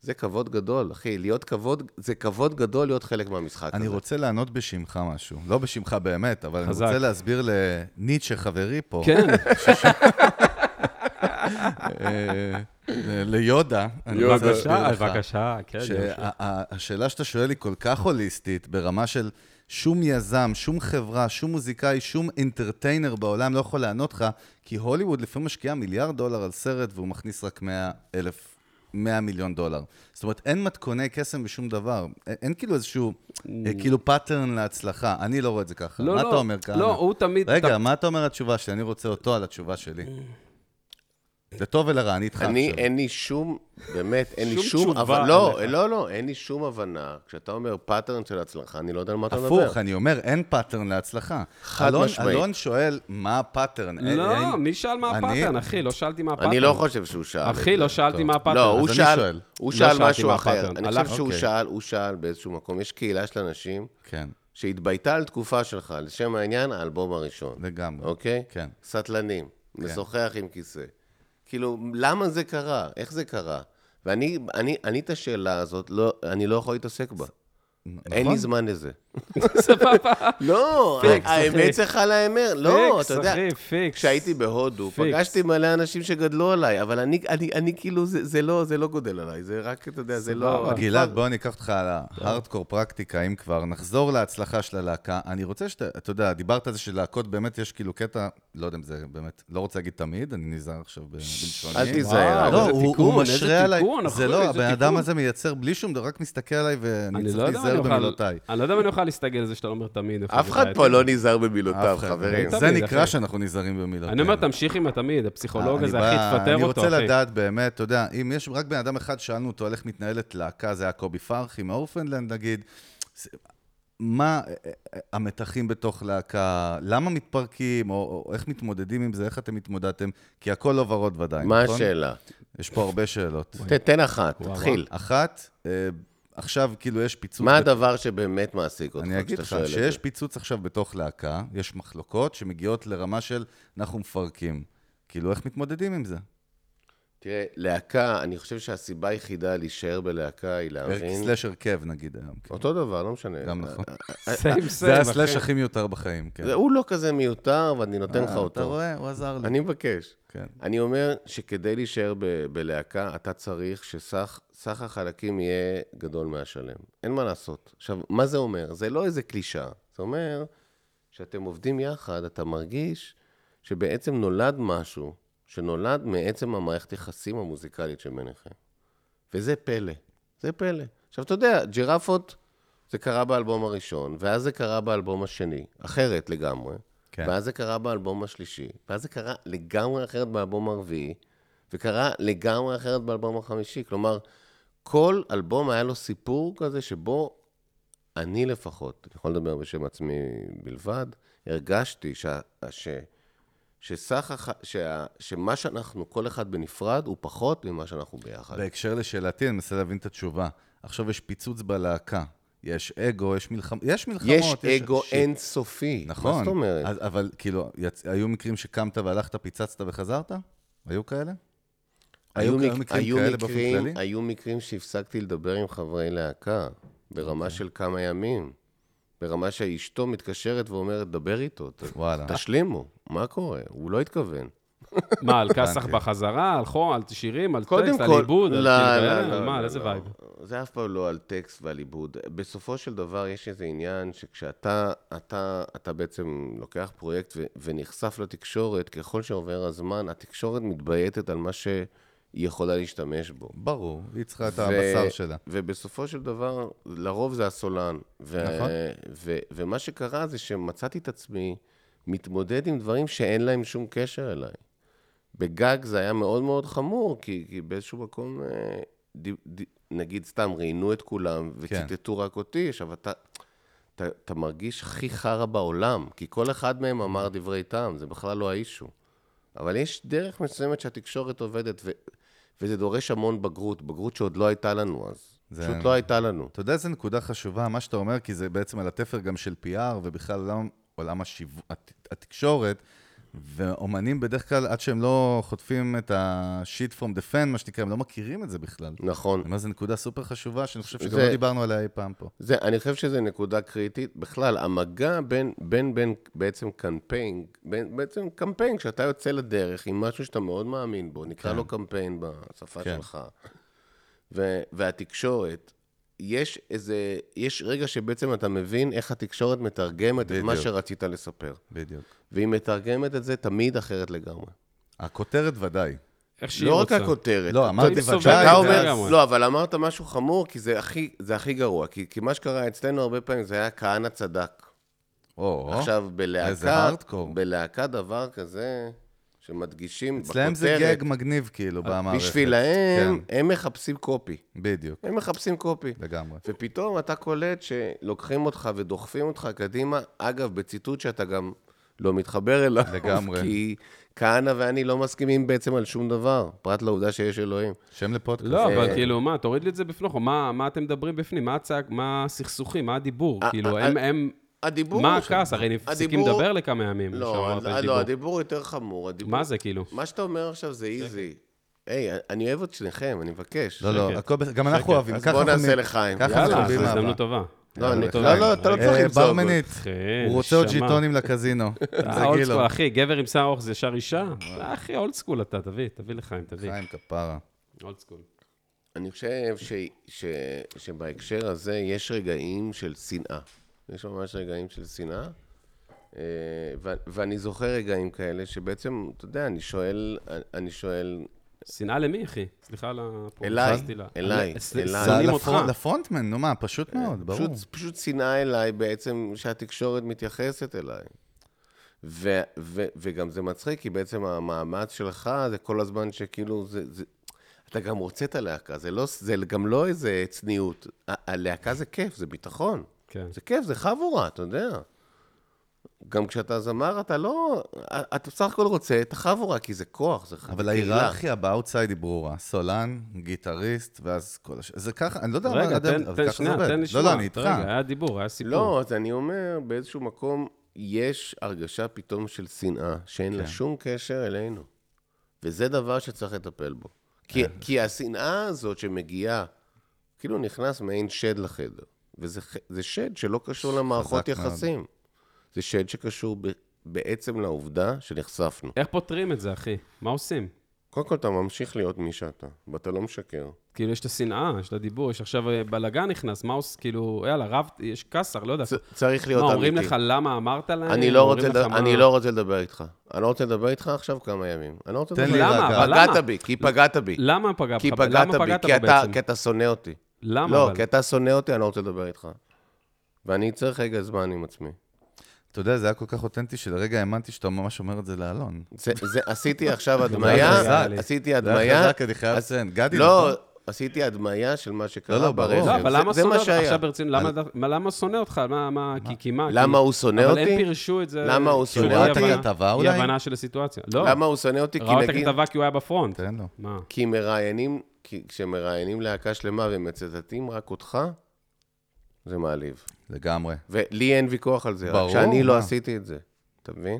זה כבוד גדול, אחי. להיות כבוד, זה כבוד גדול להיות חלק מהמשחק
אני
הזה.
רוצה לענות בשמך משהו. לא בשמך באמת, אבל אני
חזק.
רוצה להסביר לניטשה חברי פה.
כן,
אה, ליודה. אני רוצה להסביר
בבקשה,
לך.
בבקשה, כן. יופי.
שהשאלה שאתה שואל היא כל כך הוליסטית, ברמה של שום יזם, שום חברה, שום מוזיקאי, שום אינטרטיינר בעולם לא יכול לענות לך, כי הוליווד לפעמים משקיעה מיליארד דולר על סרט והוא מכניס רק 100 אלף, 100 מיליון דולר. זאת אומרת, אין מתכוני קסם בשום דבר. א- אין כאילו איזשהו, אה, כאילו פאטרן להצלחה. אני לא רואה את זה ככה.
לא,
מה
לא.
אתה אומר כהנא?
לא, הוא תמיד- אה.
רגע,
אתה-
מה אתה אומר התשובה שלי? אני רוצה אותו על התשובה שלי. לטוב ולרע, אני איתך
אני,
עכשיו.
אין לי שום, באמת, אין לי
שום
שום,
תשובה
אבל לא,
עליך.
לא, לא, אין לי שום הבנה. כשאתה אומר פאטרן של הצלחה, אני לא יודע על מה אתה מדבר.
הפוך, אני אומר, אין פאטרן להצלחה.
חד
אלון-
משמעית.
אלון שואל, מה הפאטרן? אין-
לא,
אין-
מי שאל מה
אני-
הפאטרן, אחי? לא שאלתי מה הפאטרן.
אני לא חושב שהוא שאל. את
אחי,
זה.
לא שאלתי
טוב.
מה הפאטרן.
לא, הוא
אני
שאל,
שואל.
הוא
לא
שאל
שאלתי
משהו
מה
אחר.
הפאטרן.
אני
הלך-
חושב שהוא
אוקיי.
שאל, הוא שאל באיזשהו מקום. יש קהילה של אנשים
כן,
שהתבייתה על תקופה שלך, לשם העניין, האלבום הראשון.
לגמרי.
אוקיי?
כן.
סטלנים, משוחח עם כיסא. כאילו, למה זה קרה? איך זה קרה? ואני, אני, אני את השאלה הזאת, לא, אני לא יכול להתעסק בה. אין לי זמן לזה. סבבה. לא,
פיקס, אחי.
האמת צריכה להיאמר. לא,
פיקס,
אתה יודע,
אחי, פיקס.
כשהייתי בהודו,
פיקס.
פגשתי מלא אנשים שגדלו עליי, אבל אני, אני, אני כאילו, זה, זה, לא, זה לא גודל עליי, זה רק, אתה יודע, זה לא...
סבבה.
גלעד, בוא אני אקח אותך על ההארדקור פרקטיקה, אם כבר. נחזור להצלחה של הלהקה. אני רוצה שאתה, אתה יודע, דיברת על זה שלהקות באמת יש כאילו קטע, לא יודע אם זה באמת, לא רוצה להגיד תמיד, אני נזהר עכשיו ב- בלשוני.
אל תיזהר.
וואו,
אבל-
לא,
איזה
הוא-
תיקון,
הוא
איזה
משרה עליי,
תיקון, אחי,
זה לא,
איזה
הבן אדם
תיקון.
הזה מייצר בלי שום דבר, רק מסתכל עליי ואני
אני
צריך
לא יודע אם אני
להיזהר
אוכל-
במילותיי.
אני לא יודע אם אני אוכל להסתגל על זה שאתה לא אומר תמיד. איפה
אף
זה
אחד
בעייתי.
פה לא נזהר במילותיו,
אף אחד. לא
חברים.
תמיד,
זה נקרא
אחי.
שאנחנו נזהרים במילותינו.
אני אומר, תמשיך עם התמיד, הפסיכולוג
אה, אני
הזה,
בא-
אחי, תפטר
אני
אותו,
רוצה
אחי.
לדעת באמת, אתה יודע, אם יש רק בן אדם אחד, שאלנו אותו על איך מתנהלת להקה, זה היה קובי פרחי מאורפנדלנד, נגיד. זה- מה אה, אה, המתחים בתוך להקה, למה מתפרקים, או, או איך מתמודדים עם זה, איך אתם התמודדתם, כי הכל לא ורוד ודאי,
מה
נכון?
השאלה?
יש פה הרבה שאלות.
ת- תן אחת, תתחיל.
אחת, אה, עכשיו כאילו יש פיצוץ
מה
בתוך
הדבר שבאמת מעסיק אותך
אני אגיד
כשאתה
לך,
שואל את זה?
כשיש פיצוץ עכשיו בתוך להקה, יש מחלוקות שמגיעות לרמה של אנחנו מפרקים. כאילו, איך מתמודדים עם זה?
תראה, להקה, אני חושב שהסיבה היחידה להישאר בלהקה היא להבין...
סלאש הרכב נגיד היום. כן.
אותו דבר, לא משנה.
אה, גם נכון.
אה,
סיים סיים,
זה הסלאש הכי מיותר בחיים, כן.
זה- הוא לא כזה מיותר, ואני נותן לך
אה,
אותו.
אתה רואה? הוא עזר לי.
אני מבקש.
כן.
אני אומר שכדי להישאר ב- בלהקה, אתה צריך שסך סך החלקים יהיה גדול מהשלם. אין מה לעשות. עכשיו, מה זה אומר? זה לא איזה קלישאה. זה אומר שאתם עובדים יחד, אתה מרגיש שבעצם נולד משהו שנולד מעצם המערכת יחסים המוזיקלית שביניכם. וזה פלא. זה פלא. עכשיו, אתה יודע, ג'ירפות, זה קרה באלבום הראשון, ואז זה קרה באלבום השני, אחרת לגמרי.
כן.
כן. ואז זה קרה באלבום השלישי, ואז זה קרה לגמרי אחרת באלבום הרביעי, וקרה לגמרי אחרת באלבום החמישי. כלומר, כל אלבום היה לו סיפור כזה שבו אני לפחות, אני יכול לדבר בשם עצמי בלבד, הרגשתי שה, ש, שסך הח... שה, שמה שאנחנו, כל אחד בנפרד, הוא פחות ממה שאנחנו ביחד.
בהקשר לשאלתי, אני מנסה להבין את התשובה. עכשיו יש פיצוץ בלהקה, יש אגו, יש מלחמות, יש מלחמות.
יש אגו
שיט.
אינסופי.
נכון.
מה זאת אומרת?
אז, אבל כאילו, יצ... היו מקרים שקמת והלכת, פיצצת וחזרת? היו כאלה? היו, היו
מק-
מקרים
היו
כאלה באופן
מקרים-
כללי?
היו מקרים שהפסקתי לדבר עם חברי להקה, ברמה
אוקיי.
של כמה ימים. ברמה שאשתו מתקשרת ואומרת, דבר איתו, ת-
וואלה.
תשלימו, מה קורה? הוא לא התכוון.
מה, על כסח
הבנתי.
בחזרה, על חום, על שירים, על
קודם
טקסט, על
כל-
עיבוד, על
לא,
כאילו,
לא,
אה,
לא,
על מה,
לא,
על איזה
לא.
וייב.
זה אף פעם לא על טקסט ועל עיבוד. בסופו של דבר יש איזה עניין שכשאתה אתה, אתה בעצם לוקח פרויקט ו, ונחשף לתקשורת, ככל שעובר הזמן, התקשורת מתבייתת על מה שהיא יכולה להשתמש בו.
ברור, היא צריכה את
ו-
הבשר שלה.
ובסופו של דבר, לרוב זה הסולן. ו-
נכון.
ו- ומה שקרה זה שמצאתי את עצמי מתמודד עם דברים שאין להם שום קשר אליי. בגג זה היה מאוד מאוד חמור, כי, כי באיזשהו מקום, אה, ד, ד, נגיד סתם, ראיינו את כולם
כן.
וציטטו רק אותי, עכשיו אתה, אתה, אתה מרגיש הכי חרא בעולם, כי כל אחד מהם אמר דברי טעם, זה בכלל לא האישו. אבל יש דרך מסוימת שהתקשורת עובדת, ו, וזה דורש המון בגרות, בגרות שעוד לא הייתה לנו אז.
זה-
זה... פשוט לא הייתה לנו.
אתה יודע איזה נקודה חשובה, מה שאתה אומר, כי זה בעצם על התפר גם של PR ובכלל עולם, עולם השיו... הת... התקשורת, ואומנים בדרך כלל, עד שהם לא חוטפים את ה-shit from the fan, מה שנקרא, הם לא מכירים את זה בכלל.
נכון.
אני אומר, זו נקודה סופר חשובה, שאני חושב שגם
זה-
לא דיברנו עליה אי פעם פה.
זה, אני חושב שזו נקודה קריטית. בכלל, המגע בין, בין, בין בעצם קמפיין, בין, בעצם קמפיין, כשאתה יוצא לדרך עם משהו שאתה מאוד מאמין בו, נקרא
כן.
כן. לו קמפיין בשפה
כן.
כן. שלך, ו, והתקשורת, יש איזה, יש רגע שבעצם אתה מבין איך התקשורת מתרגמת את מה
בדיוק.
שרצית לספר.
בדיוק.
והיא מתרגמת את זה תמיד אחרת לגמרי.
הכותרת ודאי.
איך שהיא
לא רק
רוצה.
הכותרת.
לא, אמרתי
היא סובלת.
ודאי.
זה
אתה
לגמרי.
אומר, לא, אבל אמרת משהו חמור, כי זה הכי, זה הכי גרוע. כי, כי מה שקרה אצלנו הרבה פעמים זה היה כהנא צדק.
או,
עכשיו, בלהקה...
איזה הארדקור.
בלהקה דבר כזה, שמדגישים
אצלהם זה גג מגניב, כאילו, במערכת.
אה, בשבילהם, הם מחפשים קופי.
כן, בדיוק,
הם מחפשים קופי.
לגמרי.
ופתאום אתה קולט שלוקחים אותך ודוחפים אותך קדימה, אגב, בציטוט שאתה גם לא מתחבר אליו.
לגמרי.
כי כהנא ואני לא מסכימים בעצם על שום דבר, פרט לעובדה שיש אלוהים.
שם לפודקאסט.
לא,
אה,
אבל כאילו, מה, תוריד לי את זה בפנוכו, מה מה אתם מדברים בפנים, מה הצעק, מה הסכסוכים, מה הדיבור,
אה,
כאילו,
אה,
הם,
אה,
הם,
הדיבור...
מה הכעס, הרי נפסיקים
הדיבור-
לדבר לכמה ימים,
לא,
שאמרת על
לא,
דיבור.
הדיבור יותר חמור. הדיבור-
מה זה, כאילו?
מה שאתה אומר עכשיו זה איזי. היי, אני אוהב את שניכם, אני מבקש.
לא, לא,
שקט.
הכל בסדר, גם אנחנו אוהבים.
אז
ככה
בוא
אנחנו
נעשה
מ-
לחיים.
ככה
יאללה,
אנחנו
יאללה,
אז
מביאים
זו
אהבה.
הזדמנות טובה.
לא, אני-
טוב.
לא, לא, אתה לא
אה,
צריך
אה,
למצוא.
ברמנית,
אחי,
הוא רוצה עוד
נשמה.
ג'יטונים לקזינו. זה
אולד
גילו.
כאילו-
סקול, אה, אחי, גבר עם שיער ארוך זה ישר אישה? אחי, אולד סקול אתה, תביא, תביא לחיים, תביא.
חיים כפרה.
אולד סקול.
אני חושב ש, ש, שבהקשר הזה יש רגעים של שנאה. יש ממש רגעים של שנאה. אה, ו, ואני זוכר רגעים כאלה שבעצם, אתה יודע, אני שואל, אני שואל,
שנאה למי, אחי? סליחה על ה... פה,
אליי,
נכנסתי לה.
אליי,
אני- ס-
אליי.
זה
שונאים
לפרונט-
אותך.
לפרונטמן, נו מה, פשוט מאוד, נכון, ברור.
אה, פשוט, פשוט שנאה אליי בעצם, שהתקשורת מתייחסת אליי. ו, ו, וגם זה מצחיק, כי בעצם המאמץ שלך זה כל הזמן שכאילו, זה, זה, אתה גם רוצה את הלהקה, זה, לא, זה גם לא איזה צניעות. ה- הלהקה זה כיף, זה ביטחון.
כן.
זה כיף, זה חבורה, אתה יודע. גם כשאתה זמר, אתה לא... אתה בסך הכל רוצה את החבורה, כי זה כוח, זה חבורה.
אבל ההיררכיה באאוטסייד היא ברורה. סולן, גיטריסט, ואז כל הש... זה ככה, אני לא יודע
רגע,
עד היום-
תן,
אבל
תן,
ככה זה
שנייה,
עובד.
תן לשמוע.
לא, לא, אני איתך.
רגע, היה דיבור, היה סיפור.
לא, אז אני אומר, באיזשהו מקום יש הרגשה כן. פתאום של שנאה, שאין לה שום קשר אלינו. וזה דבר שצריך לטפל בו. כי, כי השנאה הזאת שמגיעה, כאילו נכנס מעין שד לחדר, וזה ח- זה שד שלא קשור למערכות
מאוד.
יחסים. זה שד שקשור ב, בעצם לעובדה שנחשפנו.
איך פותרים את זה, אחי? מה עושים?
קודם כל, אתה ממשיך להיות מי שאתה, ואתה לא משקר.
כאילו, יש את השנאה, יש את הדיבור, יש עכשיו אה, בלאגן נכנס, מה עושה, כאילו, יאללה, רב, יש קאסר, לא יודע.
צ- צריך להיות
מה,
אמיתי.
אומרים לך למה אמרת להם?
אני לא,
אומרים
רוצה,
לך
לד...
מה-
אני לא רוצה לדבר איתך. אני לא רוצה לדבר איתך עכשיו כמה ימים. אני לא רוצה
תן
לדבר
לי
איתך.
למה?
רגע.
אבל למה?
פגעת בי, כי פגעת בי.
למה פגע בך?
כי
למה
פגעת בי,
פגעת
כי
בו
אתה,
בעצם?
כי אתה שונא אותי.
למה
לא,
אבל?
כי אתה שונא אותי, אני לא רוצה לדבר איתך. ואני צריך רגע זמן עם עצמי.
אתה יודע, זה היה כל כך אותנטי שלרגע האמנתי שאתה ממש אומר את זה לאלון.
זה, זה, עשיתי עכשיו
היה
הדמיה,
חזק.
עשיתי
זה היה
הדמיה,
חזק, אני חייב
אז-
לציין. גדי,
לא,
נכון?
עשיתי הדמיה של מה
לא,
שקרה
לא, ברור.
ברזל.
לא,
זה-
אבל למה
זה
שונא
מה
אותך?
שהיה.
עכשיו ברצינות, למה דו- מה- למה שונא אותך? מה, מה, כי כי מה?
למה
כי-
הוא שונא
אבל הם
אותי?
פירשו את זה...
למה הוא
כאילו,
שונא
אי
אותי?
הבנה-
הכתבה
אי
אולי?
הבנה של הסיטואציה. לא.
למה הוא שונא אותי?
ראה
כי
את
נגיד...
הכתבה כי הוא היה בפרונט.
תן לו.
מה?
כי מראיינים, כי כשמראיינים להקה שלמה ומצטטים רק אותך, זה מעליב.
לגמרי.
ולי אין ויכוח על זה,
ברור,
רק שאני לא
מה?
עשיתי את זה, אתה מבין?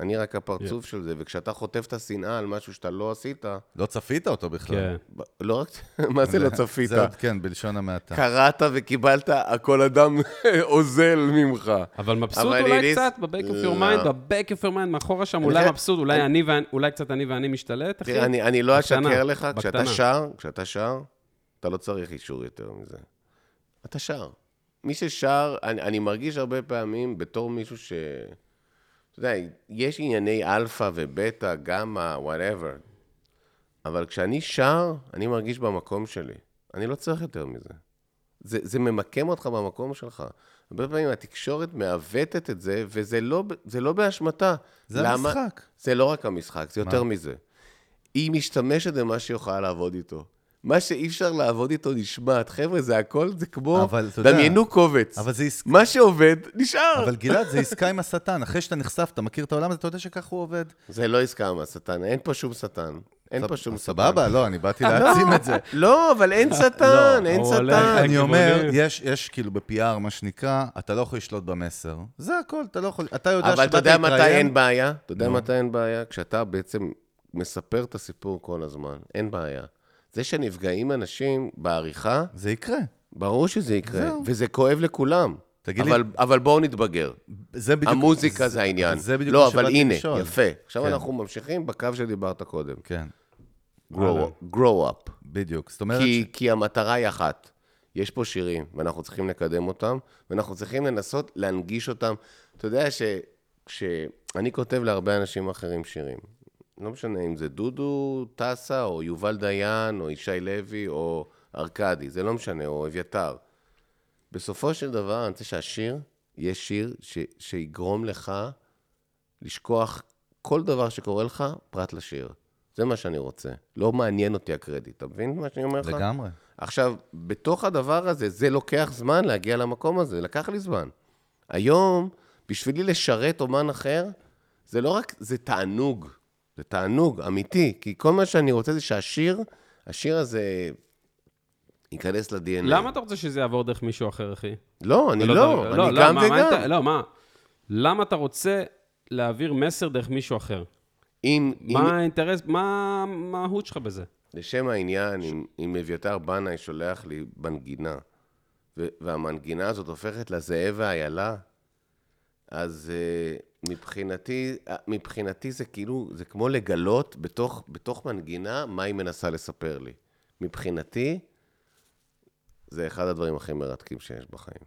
אני רק הפרצוף של זה, וכשאתה חוטף את השנאה על משהו שאתה לא עשית,
לא צפית אותו בכלל.
כן.
ב- לא רק, מה זה לא צפית?
זה עוד כן, בלשון המעטה.
קראת וקיבלת, הכל אדם אוזל ממך.
אבל מבסוט
אבל
אולי
אליס-
קצת, בבק אוף יור
לא.
מיינד, בבק אוף יור מיינד, מאחורה שם, אולי
חי-
מבסוט, אולי אני ואני- אולי קצת אני ואני משתלט, אחי.
תראה, אני, אני לא
בקטנה,
אשקר לך, כשאתה
בקטנה.
שר, כשאתה שר, אתה לא צריך אישור יותר מזה. אתה שר. מי ששר, אני, אני מרגיש הרבה פעמים בתור מישהו ש... אתה יודע, יש ענייני אלפא ובטא, גמא, וואטאבר, אבל כשאני שר, אני מרגיש במקום שלי. אני לא צריך יותר מזה. זה, זה ממקם אותך במקום שלך. הרבה פעמים התקשורת מעוותת את זה, וזה לא, זה לא באשמתה.
זה המשחק.
זה לא רק המשחק, זה יותר מזה. היא משתמשת במה שהיא יכולה לעבוד איתו. מה שאי אפשר לעבוד איתו נשמט. חבר'ה, זה הכל, זה כמו...
אבל אתה יודע-
דמיינו קובץ.
אבל זה עסק-
מה שעובד, נשאר.
אבל גלעד, זה עסקה עם השטן. אחרי שאתה נחשף, אתה מכיר את העולם הזה, אתה יודע שכך הוא עובד.
זה לא עסקה עם השטן, אין פה שום שטן. אין פה שום שטן.
סבבה, לא, אני באתי להעצים את זה.
לא, אבל אין שטן, אין
הוא הולך.
שטן.
אני אומר,
הכיוונים.
יש, יש כאילו ב-PR, מה שנקרא, אתה לא יכול לשלוט במסר. זה הכל, אתה לא יכול... אתה יודע
אבל אתה יודע מתי אין
בעיה.
בעיה? אתה יודע מתי אין בעיה? כשאתה בעצם מספר את הסיפור כל הזמן, אין בעיה. זה שנפגעים אנשים בעריכה,
זה יקרה.
ברור שזה יקרה, וזה כואב לכולם.
תגיד לי-
אבל, אבל בואו נתבגר.
זה בדיוק...
המוזיקה זה העניין.
זה בדיוק
לא,
מה
אבל
שבאתי
הנה,
לשאול.
יפה. עכשיו
כן.
אנחנו ממשיכים בקו שדיברת קודם.
כן,
grow up. grow up.
בדיוק. זאת אומרת...
כי, כי המטרה היא אחת. יש פה שירים, ואנחנו צריכים לקדם אותם, ואנחנו צריכים לנסות להנגיש אותם. אתה יודע ש... כשאני כותב להרבה אנשים אחרים שירים, לא משנה אם זה דודו טסה, או יובל דיין, או ישי לוי, או ארקדי, זה לא משנה, או אביתר. בסופו של דבר, אני רוצה שהשיר יהיה שיר ש... שיגרום לך לשכוח כל דבר שקורה לך, פרט לשיר. זה מה שאני רוצה. לא מעניין אותי הקרדיט, אתה מבין מה שאני אומר
נכון.
לך?
לגמרי.
עכשיו, בתוך הדבר הזה, זה לוקח זמן להגיע למקום הזה, לקח לי זמן. היום, בשבילי לשרת אומן אחר, זה לא רק, זה תענוג. זה תענוג, אמיתי. כי כל מה שאני רוצה זה שהשיר, השיר הזה ייכנס ל-DNA.
למה אתה רוצה שזה יעבור דרך מישהו אחר, אחי?
לא, אני
ולא
לא,
אתה-
אני גם
מה- מה
וגם.
אתה- לא, מה? למה אתה רוצה להעביר מסר דרך מישהו אחר?
אם, אם,
מה האינטרס, מה מה המהות שלך בזה?
לשם העניין, אם, אם אביתר בנאי שולח לי מנגינה, ו- והמנגינה הזאת הופכת לזאב ואיילה, אז uh, מבחינתי, אה, מבחינתי זה כאילו, זה כמו לגלות בתוך, בתוך מנגינה מה היא מנסה לספר לי. מבחינתי, זה אחד הדברים הכי מרתקים שיש בחיים.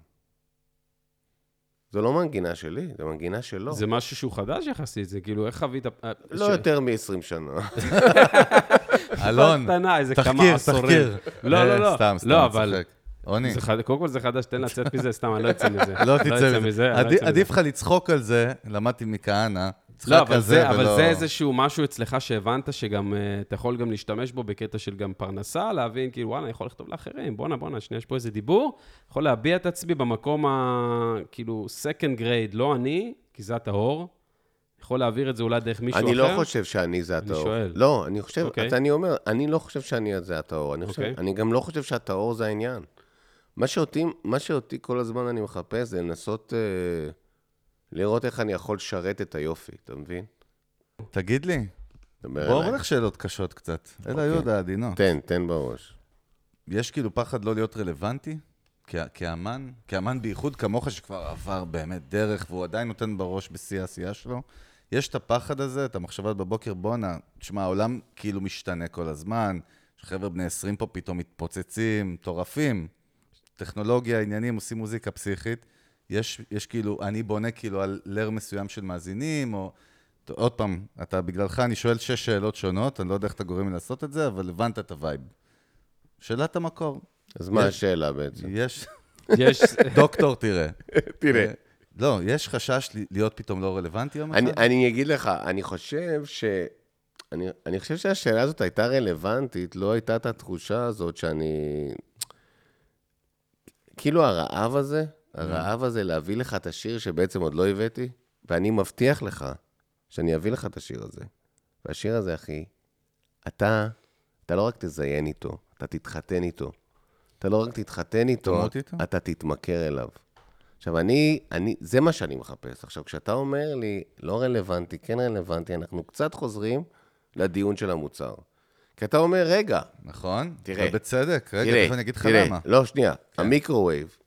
זו לא מנגינה שלי, זו מנגינה שלו.
זה משהו שהוא חדש יחסית, זה כאילו, איך חווית... אה,
לא
ש-
יותר מ-20 שנה.
אלון,
לא, קטנה, איזה כמה
תחקיר,
עשורים.
תחקיר.
לא, לא,
אה,
לא.
סתם, סתם,
לא,
אני
אבל-
צוחק. עוני,
זה חד- קודם כל זה חדש, תן לצאת מזה, סתם, אני לא אצא מזה.
לא תצא
אני
מזה.
לא
עדי-
אצא
עדיף לך לצחוק על זה, למדתי מכהנא. צחק
לא,
על
אבל זה, אבל
ולא-
זה איזשהו משהו אצלך שהבנת שגם אה, אתה יכול גם להשתמש בו בקטע של גם פרנסה, להבין, כאילו, וואלה, אני יכול לכתוב לאחרים, בואנה, בואנה, שנייה, יש פה איזה דיבור, יכול להביע את עצמי במקום ה... כאילו, second grade, לא אני, כי זה הטהור, יכול להעביר את זה אולי דרך מישהו
אני
אחר.
לא חושב שאני זה הטהור.
שואל.
לא, אני חושב,
אוקיי.
אז אני אומר, אני לא חושב שאני זה הטהור. אני, חושב,
אוקיי.
אני גם לא חושב שהטהור זה העניין. מה שאותי, מה שאותי כל הזמן אני מחפש זה לנסות אה, אוקיי. לראות איך אני יכול לשרת את היופי, אתה מבין?
תגיד לי,
דבר
בואו
אליי.
נלך שאלות קשות קצת. אלה היו עוד העדינות.
תן, תן בראש.
יש כאילו פחד לא להיות רלוונטי? כ- כאמן? כאמן בייחוד כמוך שכבר עבר באמת דרך והוא עדיין נותן בראש בשיא העשייה שלו? יש את הפחד הזה, את המחשבה בבוקר, בואנה, תשמע, העולם כאילו משתנה כל הזמן, יש חבר'ה בני 20 פה פתאום מתפוצצים, מטורפים, טכנולוגיה, עניינים, עושים מוזיקה פסיכית. יש, יש כאילו, אני בונה כאילו על לר מסוים של מאזינים, או... ת- עוד פעם, אתה, בגללך אני שואל שש שאלות שונות, אני לא יודע איך אתה גורם לי לעשות את זה, אבל הבנת את הווייב. שאלת המקור.
אז מה
יש-
השאלה בעצם?
יש,
יש...
דוקטור תראה.
תראה,
אה, לא, יש חשש ל- להיות פתאום לא רלוונטי יום אחד?
אני, אני אגיד לך, אני חושב ש... אני, אני חושב שהשאלה הזאת הייתה רלוונטית, לא הייתה את התחושה הזאת שאני... כאילו הרעב הזה,
Mm.
הרעב הזה להביא לך את השיר שבעצם עוד לא הבאתי, ואני מבטיח לך שאני אביא לך את השיר הזה. והשיר הזה, אחי, אתה, אתה לא רק תזיין איתו, אתה תתחתן איתו. אתה לא רק תתחתן איתו,
תמות איתו?
אתה תתמכר אליו. עכשיו, אני, אני, זה מה שאני מחפש. עכשיו, כשאתה אומר לי, לא רלוונטי, כן רלוונטי, אנחנו קצת חוזרים לדיון של המוצר. כי אתה אומר, רגע,
נכון?
תראה.
אתה בצדק, רגע,
תראה,
תכף אני אגיד לך
תראה,
למה. כן.
לא, שנייה, המיקרווייב.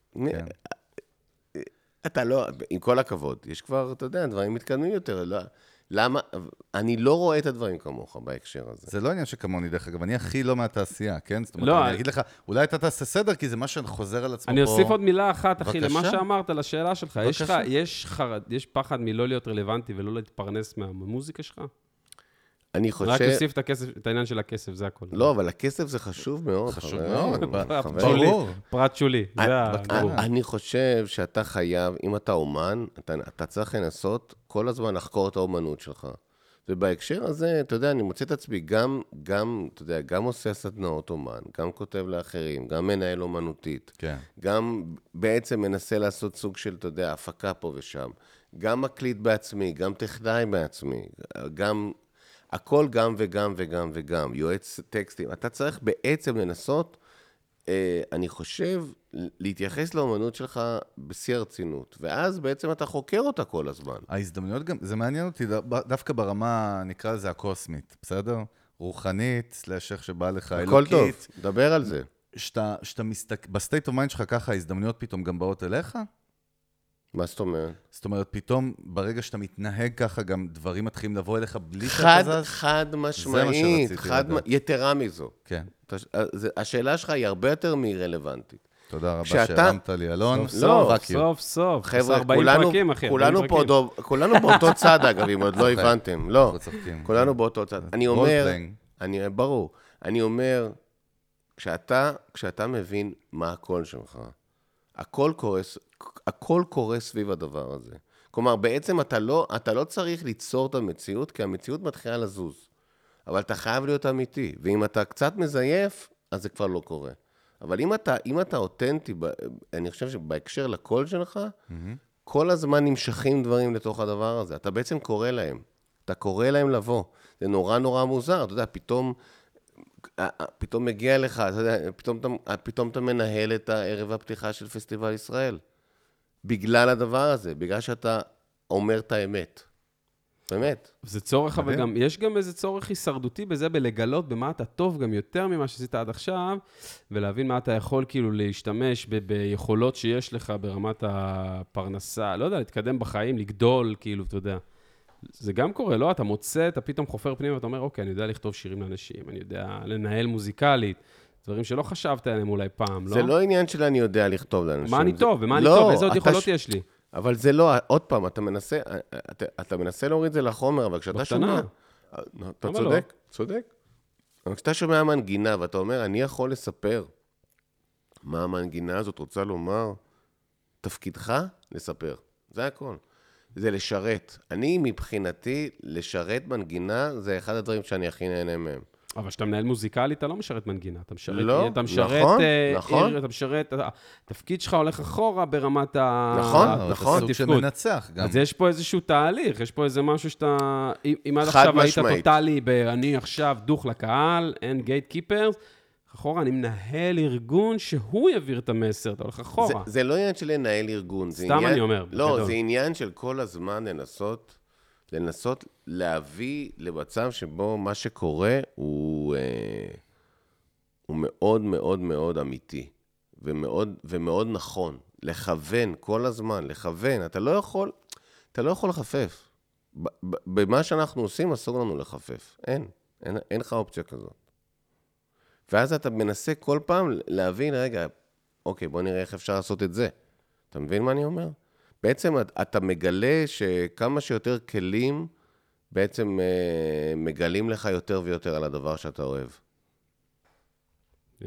אתה לא, עם כל הכבוד, יש כבר, אתה יודע, דברים מתקדמים יותר. לא, למה, אני לא רואה את הדברים כמוך בהקשר הזה.
זה לא עניין שכמוני, דרך אגב, אני הכי לא מהתעשייה, כן? זאת אומרת,
לא,
אני
אני-
אגיד לך, אולי אתה תעשה סדר, כי זה מה שחוזר על עצמו פה.
אני אוסיף עוד מילה אחת, אחי,
בבקשה.
למה שאמרת, לשאלה שלך. יש לך,
בבקשה.
יש חרד- יש פחד מלא להיות רלוונטי ולא להתפרנס מהמוזיקה שלך?
אני
רק
חושב...
תוסיף את הכסף- את העניין של הכסף, זה הכול.
לא, אבל הכסף זה חשוב מאוד.
חשוב
חברים,
מאוד,
חברים.
פרט
חבר.
שולי,
ברור. אה,
פרט שולי, זה ה... ברור.
אני- אני חושב שאתה חייב, אם אתה אומן, אתה, אתה צריך לנסות כל הזמן לחקור את האומנות שלך. ובהקשר הזה, אתה יודע, אני מוצא את עצמי גם, גם, אתה יודע, גם עושה סדנאות אומן, גם כותב לאחרים, גם מנהל אומנותית.
כן.
גם בעצם מנסה לעשות סוג של, אתה יודע, הפקה פה ושם. גם מקליט בעצמי, גם טכנאי בעצמי, גם... הכל גם וגם וגם וגם, יועץ טקסטים. אתה צריך בעצם לנסות, אה, אני חושב, להתייחס לאומנות שלך בשיא הרצינות, ואז בעצם אתה חוקר אותה כל הזמן.
ההזדמנויות גם, זה מעניין אותי דו- דווקא ברמה, נקרא לזה הקוסמית, בסדר? רוחנית, סלאש איך שבא לך,
הכל טוב,
אלוקית.
דבר על זה.
שאתה, שאתה מסתכל, בסטייט אוף מיינד שלך ככה ההזדמנויות פתאום גם באות אליך?
מה זאת אומרת?
זאת אומרת, פתאום ברגע שאתה מתנהג ככה, גם דברים מתחילים לבוא אליך בלי
חד,
שאתה זז?
חד משמעית,
שרציתי
חד,
לדעת.
יתרה מזו.
כן,
אתה- אה, זה- השאלה שלך היא הרבה יותר מרלוונטית.
תודה רבה
כשאתה-
שהרמת לי, אלון.
לא,
סוף, סוף, סוף. עשה
חבר'ה,
40
כולנו,
פרקים, אחי, 40
כולנו,
פרקים.
פה דו, כולנו באותו צד, אגב, אם עוד לא
צוחק.
הבנתם. לא,
אנחנו צוחקים. כן.
כולנו באותו צד. אני
role
אומר,
playing.
אני, ברור, אני אומר, כשאתה, כשאתה מבין מה הקול שלך, הכל קורה, ס- הכל קורה סביב הדבר הזה. כלומר, בעצם אתה לא, אתה לא צריך ליצור את המציאות, כי המציאות מתחילה לזוז. אבל אתה חייב להיות אמיתי, ואם אתה קצת מזייף, אז זה כבר לא קורה. אבל אם אתה, אם אתה אותנטי, ב- אני חושב שבהקשר לקול שלך, כל הזמן נמשכים דברים לתוך הדבר הזה. אתה בעצם קורא להם. אתה קורא להם לבוא. זה נורא נורא מוזר, אתה יודע, פתאום... אה, אה, פתאום מגיע לך, אתה יודע, פתאום אתה, אה, פתאום אתה מנהל את הערב הפתיחה של פסטיבל ישראל. בגלל הדבר הזה, בגלל שאתה אומר את האמת. באמת.
זה צורך, אבל
אוקיי.
מדהים.
גם, יש גם איזה צורך הישרדותי בזה, בלגלות במה אתה טוב גם יותר ממה שעשית עד עכשיו, ולהבין מה אתה יכול כאילו להשתמש ב- ביכולות שיש לך ברמת הפרנסה, לא יודע, להתקדם בחיים, לגדול, כאילו, אתה יודע. זה גם קורה, לא? אתה מוצא, אתה פתאום חופר פנימה ואתה אומר, אוקיי, אני יודע לכתוב שירים לאנשים, אני יודע לנהל מוזיקלית, דברים שלא חשבת עליהם אולי פעם, לא?
זה לא עניין של אני יודע לכתוב לאנשים.
מה אני
זה-
טוב, ומה אני
לא,
טוב, איזה עוד
אתה
יכולות
ש-
יש לי?
אבל זה לא, עוד פעם, אתה מנסה, אה, אתה, אתה מנסה להוריד את זה לחומר, אבל כשאתה
בקטנה.
שומע... לא, אתה
למה
צודק, צודק. אבל כשאתה שומע מנגינה ואתה אומר, אני יכול לספר מה המנגינה הזאת רוצה לומר, תפקידך לספר. זה הכל. זה לשרת. אני, מבחינתי, לשרת מנגינה זה אחד הדברים שאני הכי נהנה מהם.
אבל כשאתה מנהל מוזיקלי, אתה לא משרת מנגינה, אתה משרת...
לא,
אתה משרת,
נכון,
אה,
נכון.
עיר, אתה משרת... התפקיד שלך הולך אחורה ברמת ה...
נכון,
אה, אתה
נכון.
סוג
התפקוד.
שמנצח גם.
אז יש פה איזשהו תהליך, יש פה איזה משהו שאתה... אם- אם עד
חד
עכשיו היית
משמעית.
טוטאלי ב... אני עכשיו דוך לקהל, אין גייט קיפרס, אחורה, אני מנהל ארגון שהוא יעביר את המסר, אתה הולך
זה,
אחורה.
זה לא עניין של לנהל ארגון. זה
סתם
עניין,
אני אומר,
לא,
בגדול.
זה עניין של כל הזמן לנסות זה לנסות להביא למצב שבו מה שקורה הוא, אה, הוא מאוד מאוד מאוד אמיתי ומאוד, ומאוד נכון. לכוון כל הזמן, לכוון. אתה לא יכול, אתה לא יכול לחפף. ב- ב- במה שאנחנו עושים אסור לנו לחפף. אין, אין, אין לך אופציה כזאת. ואז אתה מנסה כל פעם להבין, רגע, אוקיי, בוא נראה איך אפשר לעשות את זה. אתה מבין מה אני אומר? בעצם את- אתה מגלה שכמה שיותר כלים בעצם אה, מגלים לך יותר ויותר על הדבר שאתה אוהב.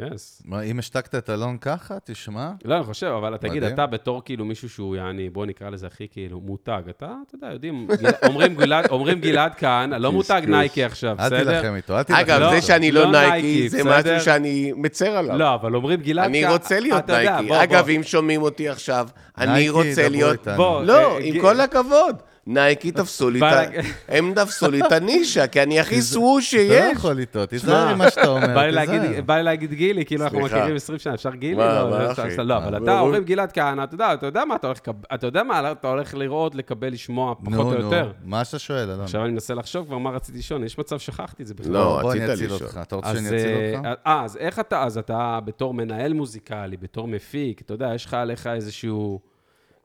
יס.
מה, אם השתקת את אלון ככה, תשמע.
לא, אני חושב, אבל תגיד,
מדהים.
אתה בתור כאילו מישהו שהוא יעני, בוא נקרא לזה הכי כאילו מותג, אתה, אתה יודע, יודעים, גיל- אומרים גלעד- אומרים גלעד כהן, לא מותג
קשקוש.
נייקי עכשיו,
אל
בסדר?
תילחם איתו, אל תילחם.
אגב,
לא-
זה שאני לא,
לא נייקי,
נייקי, זה
בסדר?
משהו שאני מצר עליו.
לא, אבל אומרים גלעד כהן,
אני רוצה להיות
אתה יודע,
נייקי.
בוא,
אגב,
בוא.
אם שומעים אותי עכשיו, אני
נייקי,
רוצה
דברו
להיות...
איתנו.
בוא,
לא,
אה,
עם
גיל-
כל הכבוד. נייקי תפסו לי את ה...
בא-
הם תפסו לי את הנישה, כי אני הכי סווש
אתה לא
שיש.
יכול איתו, תיזהר עם מה שאתה אומר,
בא לי
תיזהר.
להגיד- בא לי להגיד גילי, כאילו אנחנו
סליחה.
מכירים 20 שנה, אפשר גילי?
מה,
לא,
מה,
לא,
אחי?
אפשר- לא, אבל אתה,
ברור.
אומרים גלעד כהנא, אתה יודע, אתה יודע מה אתה הולך לקב- אתה יודע מה אתה הולך לראות, לקבל, לשמוע, פחות או
נו, נו,
יותר.
מה שאתה שואל, אלון.
עכשיו אני מנסה לחשוב כבר מה רציתי לשאול, יש מצב ששכחתי את זה בכלל.
לא,
בוא,
רצית
אני אציל
לשאול.
אותך. אתה רוצה שאני
אז,
אציל אותך?
אה, אה, אז איך אתה, אז אתה בתור מנהל מוזיקלי, בתור מפיק, אתה יודע, יש לך עליך איזשהו,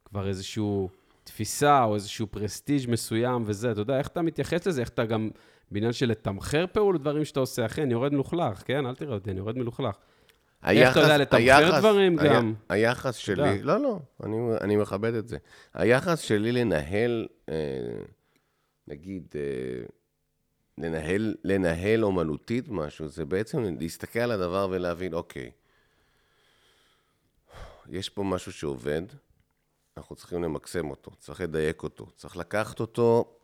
כבר איזשהו תפיסה או איזשהו פרסטיג' מסוים וזה, אתה יודע, איך אתה מתייחס לזה, איך אתה גם, בעניין של לתמחר פעולות, דברים שאתה עושה, אחי, אני יורד מלוכלך, כן? אל תראה אותי, אני יורד מלוכלך. איך אתה יודע לתמחר
היחס-
דברים
היה-
גם?
היחס שלי,
יודע.
לא, לא, אני, אני מכבד את זה. היחס שלי לנהל, אה, נגיד, אה, לנהל, לנהל אומנותית משהו, זה בעצם להסתכל על הדבר ולהבין, אוקיי, יש פה משהו שעובד, אנחנו צריכים למקסם אותו, צריך לדייק אותו, צריך לקחת אותו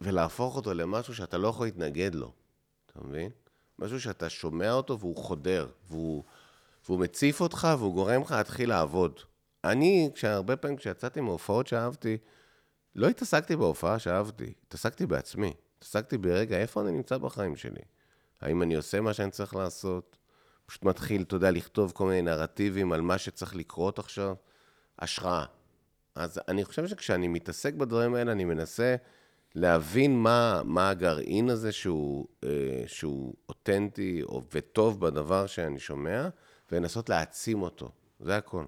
ולהפוך אותו למשהו שאתה לא יכול להתנגד לו, אתה מבין? משהו שאתה שומע אותו והוא חודר, והוא, והוא מציף אותך והוא גורם לך להתחיל לעבוד. אני, כשהרבה פעמים כשיצאתי מהופעות שאהבתי, לא התעסקתי בהופעה שאהבתי, התעסקתי בעצמי. התעסקתי ברגע, איפה אני נמצא בחיים שלי? האם אני עושה מה שאני צריך לעשות? פשוט מתחיל, אתה יודע, לכתוב כל מיני נרטיבים על מה שצריך לקרות עכשיו. השראה. אז אני חושב שכשאני מתעסק בדברים האלה, אני מנסה להבין מה, מה הגרעין הזה שהוא, אה, שהוא אותנטי או, וטוב בדבר שאני שומע, ולנסות להעצים אותו. זה הכל.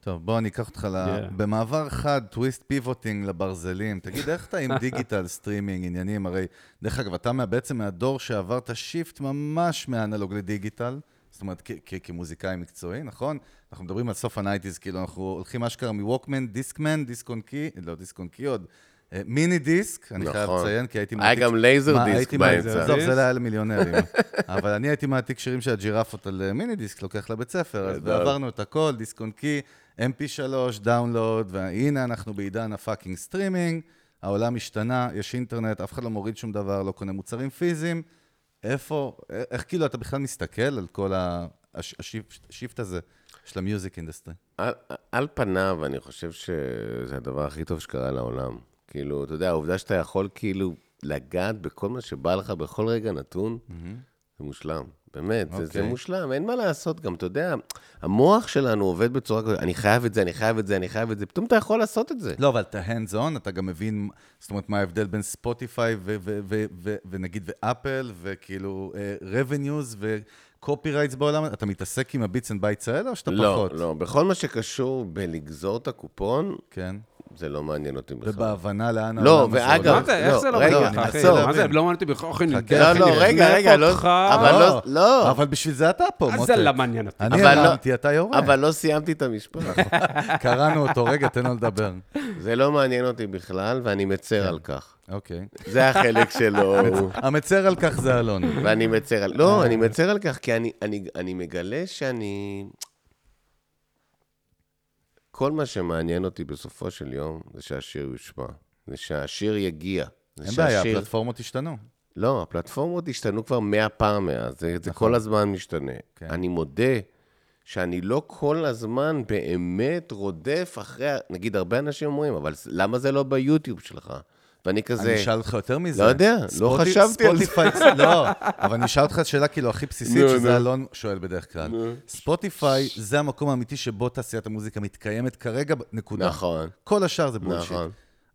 טוב, בוא, אני אקח אותך ל...
Yeah.
במעבר חד, טוויסט פיבוטינג לברזלים. תגיד, איך אתה עם דיגיטל סטרימינג, עניינים? הרי, דרך אגב, אתה מה- בעצם מהדור שעבר את השיפט ממש מאנלוג לדיגיטל, זאת אומרת, כ- כ- כמוזיקאי מקצועי, נכון? אנחנו מדברים על סוף הנייטיז, כאילו, אנחנו הולכים אשכרה מווקמן, דיסקמן, דיסקונקי, לא, דיסקונקי עוד, אה, מיני דיסק, אני חייב
נכון.
לציין, כי הייתי
היה גם לייזר
מה,
דיסק
הייתי
באמצע.
מעתיק- עזוב, זה לא היה למיליונרים. אבל אני הייתי מעתיק שירים של הג'ירפות על אה, מיני דיסק, לוקח לבית ספר, אז
נהדר.
עברנו את הכל, דיסק און קי, mp3, דאונלוד, והנה אנחנו בעידן הפאקינג סטרימינג, העולם השתנה, יש אינטרנט, אף אחד לא מוריד שום דבר, לא קונה מוצרים פיזיים. איפה, א- איך כאילו אתה בכלל מסתכל על כל ה- הש- השיפט השיפט הזה של המיוזיק אינדסטרי?
על, על פניו, אני חושב שזה הדבר הכי טוב שקרה לעולם. כאילו, אתה יודע, העובדה שאתה יכול כאילו לגעת בכל מה שבא לך בכל רגע נתון, זה מושלם. באמת, okay. זה, זה
Mm-hmm. אוקיי.
מושלם, אין מה לעשות גם, אתה יודע, המוח שלנו עובד בצורה כזאת, אני חייב את זה, אני חייב את זה, אני חייב את זה, פתאום אתה יכול לעשות את זה.
לא, אבל אתה hands on, אתה גם מבין, זאת אומרת, מה ההבדל בין ספוטיפיי ו- ו- ו- ו- ונגיד ואפל, וכאילו אה, revenues וקופי רייטס בעולם, אתה מתעסק עם הביטס אנד בייטס האלה, או שאתה
לא,
פחות?
לא, בכל מה שקשור בלגזור את הקופון,
כן.
זה לא מעניין אותי בכלל.
ובהבנה לאן
לא,
העולם הזה
ואגב-
הולך.
מה זה, איך
לא,
זה לא
רגע,
מעניין אותך, אחי?
עצור.
מה זה, לא מעניין אותי בכלל, אחי, אני
חכה,
נגדך,
לא,
אני
לא,
רגע,
ארדוף
רגע, לא-
אותך.
אבל לא- לא.
אבל בשביל זה אתה פה,
אז
מותק.
זה לא מעניין אותי.
אני
אבל לא-
הרמתי, אתה יורה.
אבל לא סיימתי את המשפט.
קראנו אותו, רגע, תן לו לדבר.
זה לא מעניין אותי בכלל, ואני
כן.
מצר על כך.
אוקיי.
זה החלק שלו.
המצר על כך זה אלון.
ואני מצר על... לא, אני מצר על כך, כי אני, אני, אני מגלה שאני... כל מה שמעניין אותי בסופו של יום זה שהשיר יושמע, זה שהשיר יגיע. זה
אין בעיה,
שהשיר-
הפלטפורמות השתנו.
לא, הפלטפורמות השתנו כבר מאה פעם מאז, זה, זה כל הזמן משתנה.
נכון. כן.
אני מודה שאני לא כל הזמן באמת רודף אחרי, ה- נגיד, הרבה אנשים אומרים, אבל ס- למה זה לא ביוטיוב שלך? ואני כזה...
אני אשאל אותך יותר מזה.
לא יודע, לא
ספוטי-
חשבתי על זה.
ספוטיפיי, לא, אבל אני אשאל אותך שאלה כאילו הכי בסיסית,
נו, נו.
שזה אלון שואל בדרך כלל. ספוטיפיי זה המקום האמיתי שבו תעשיית המוזיקה מתקיימת כרגע, נקודה.
נכון.
כל השאר זה בולשיט.
נכון.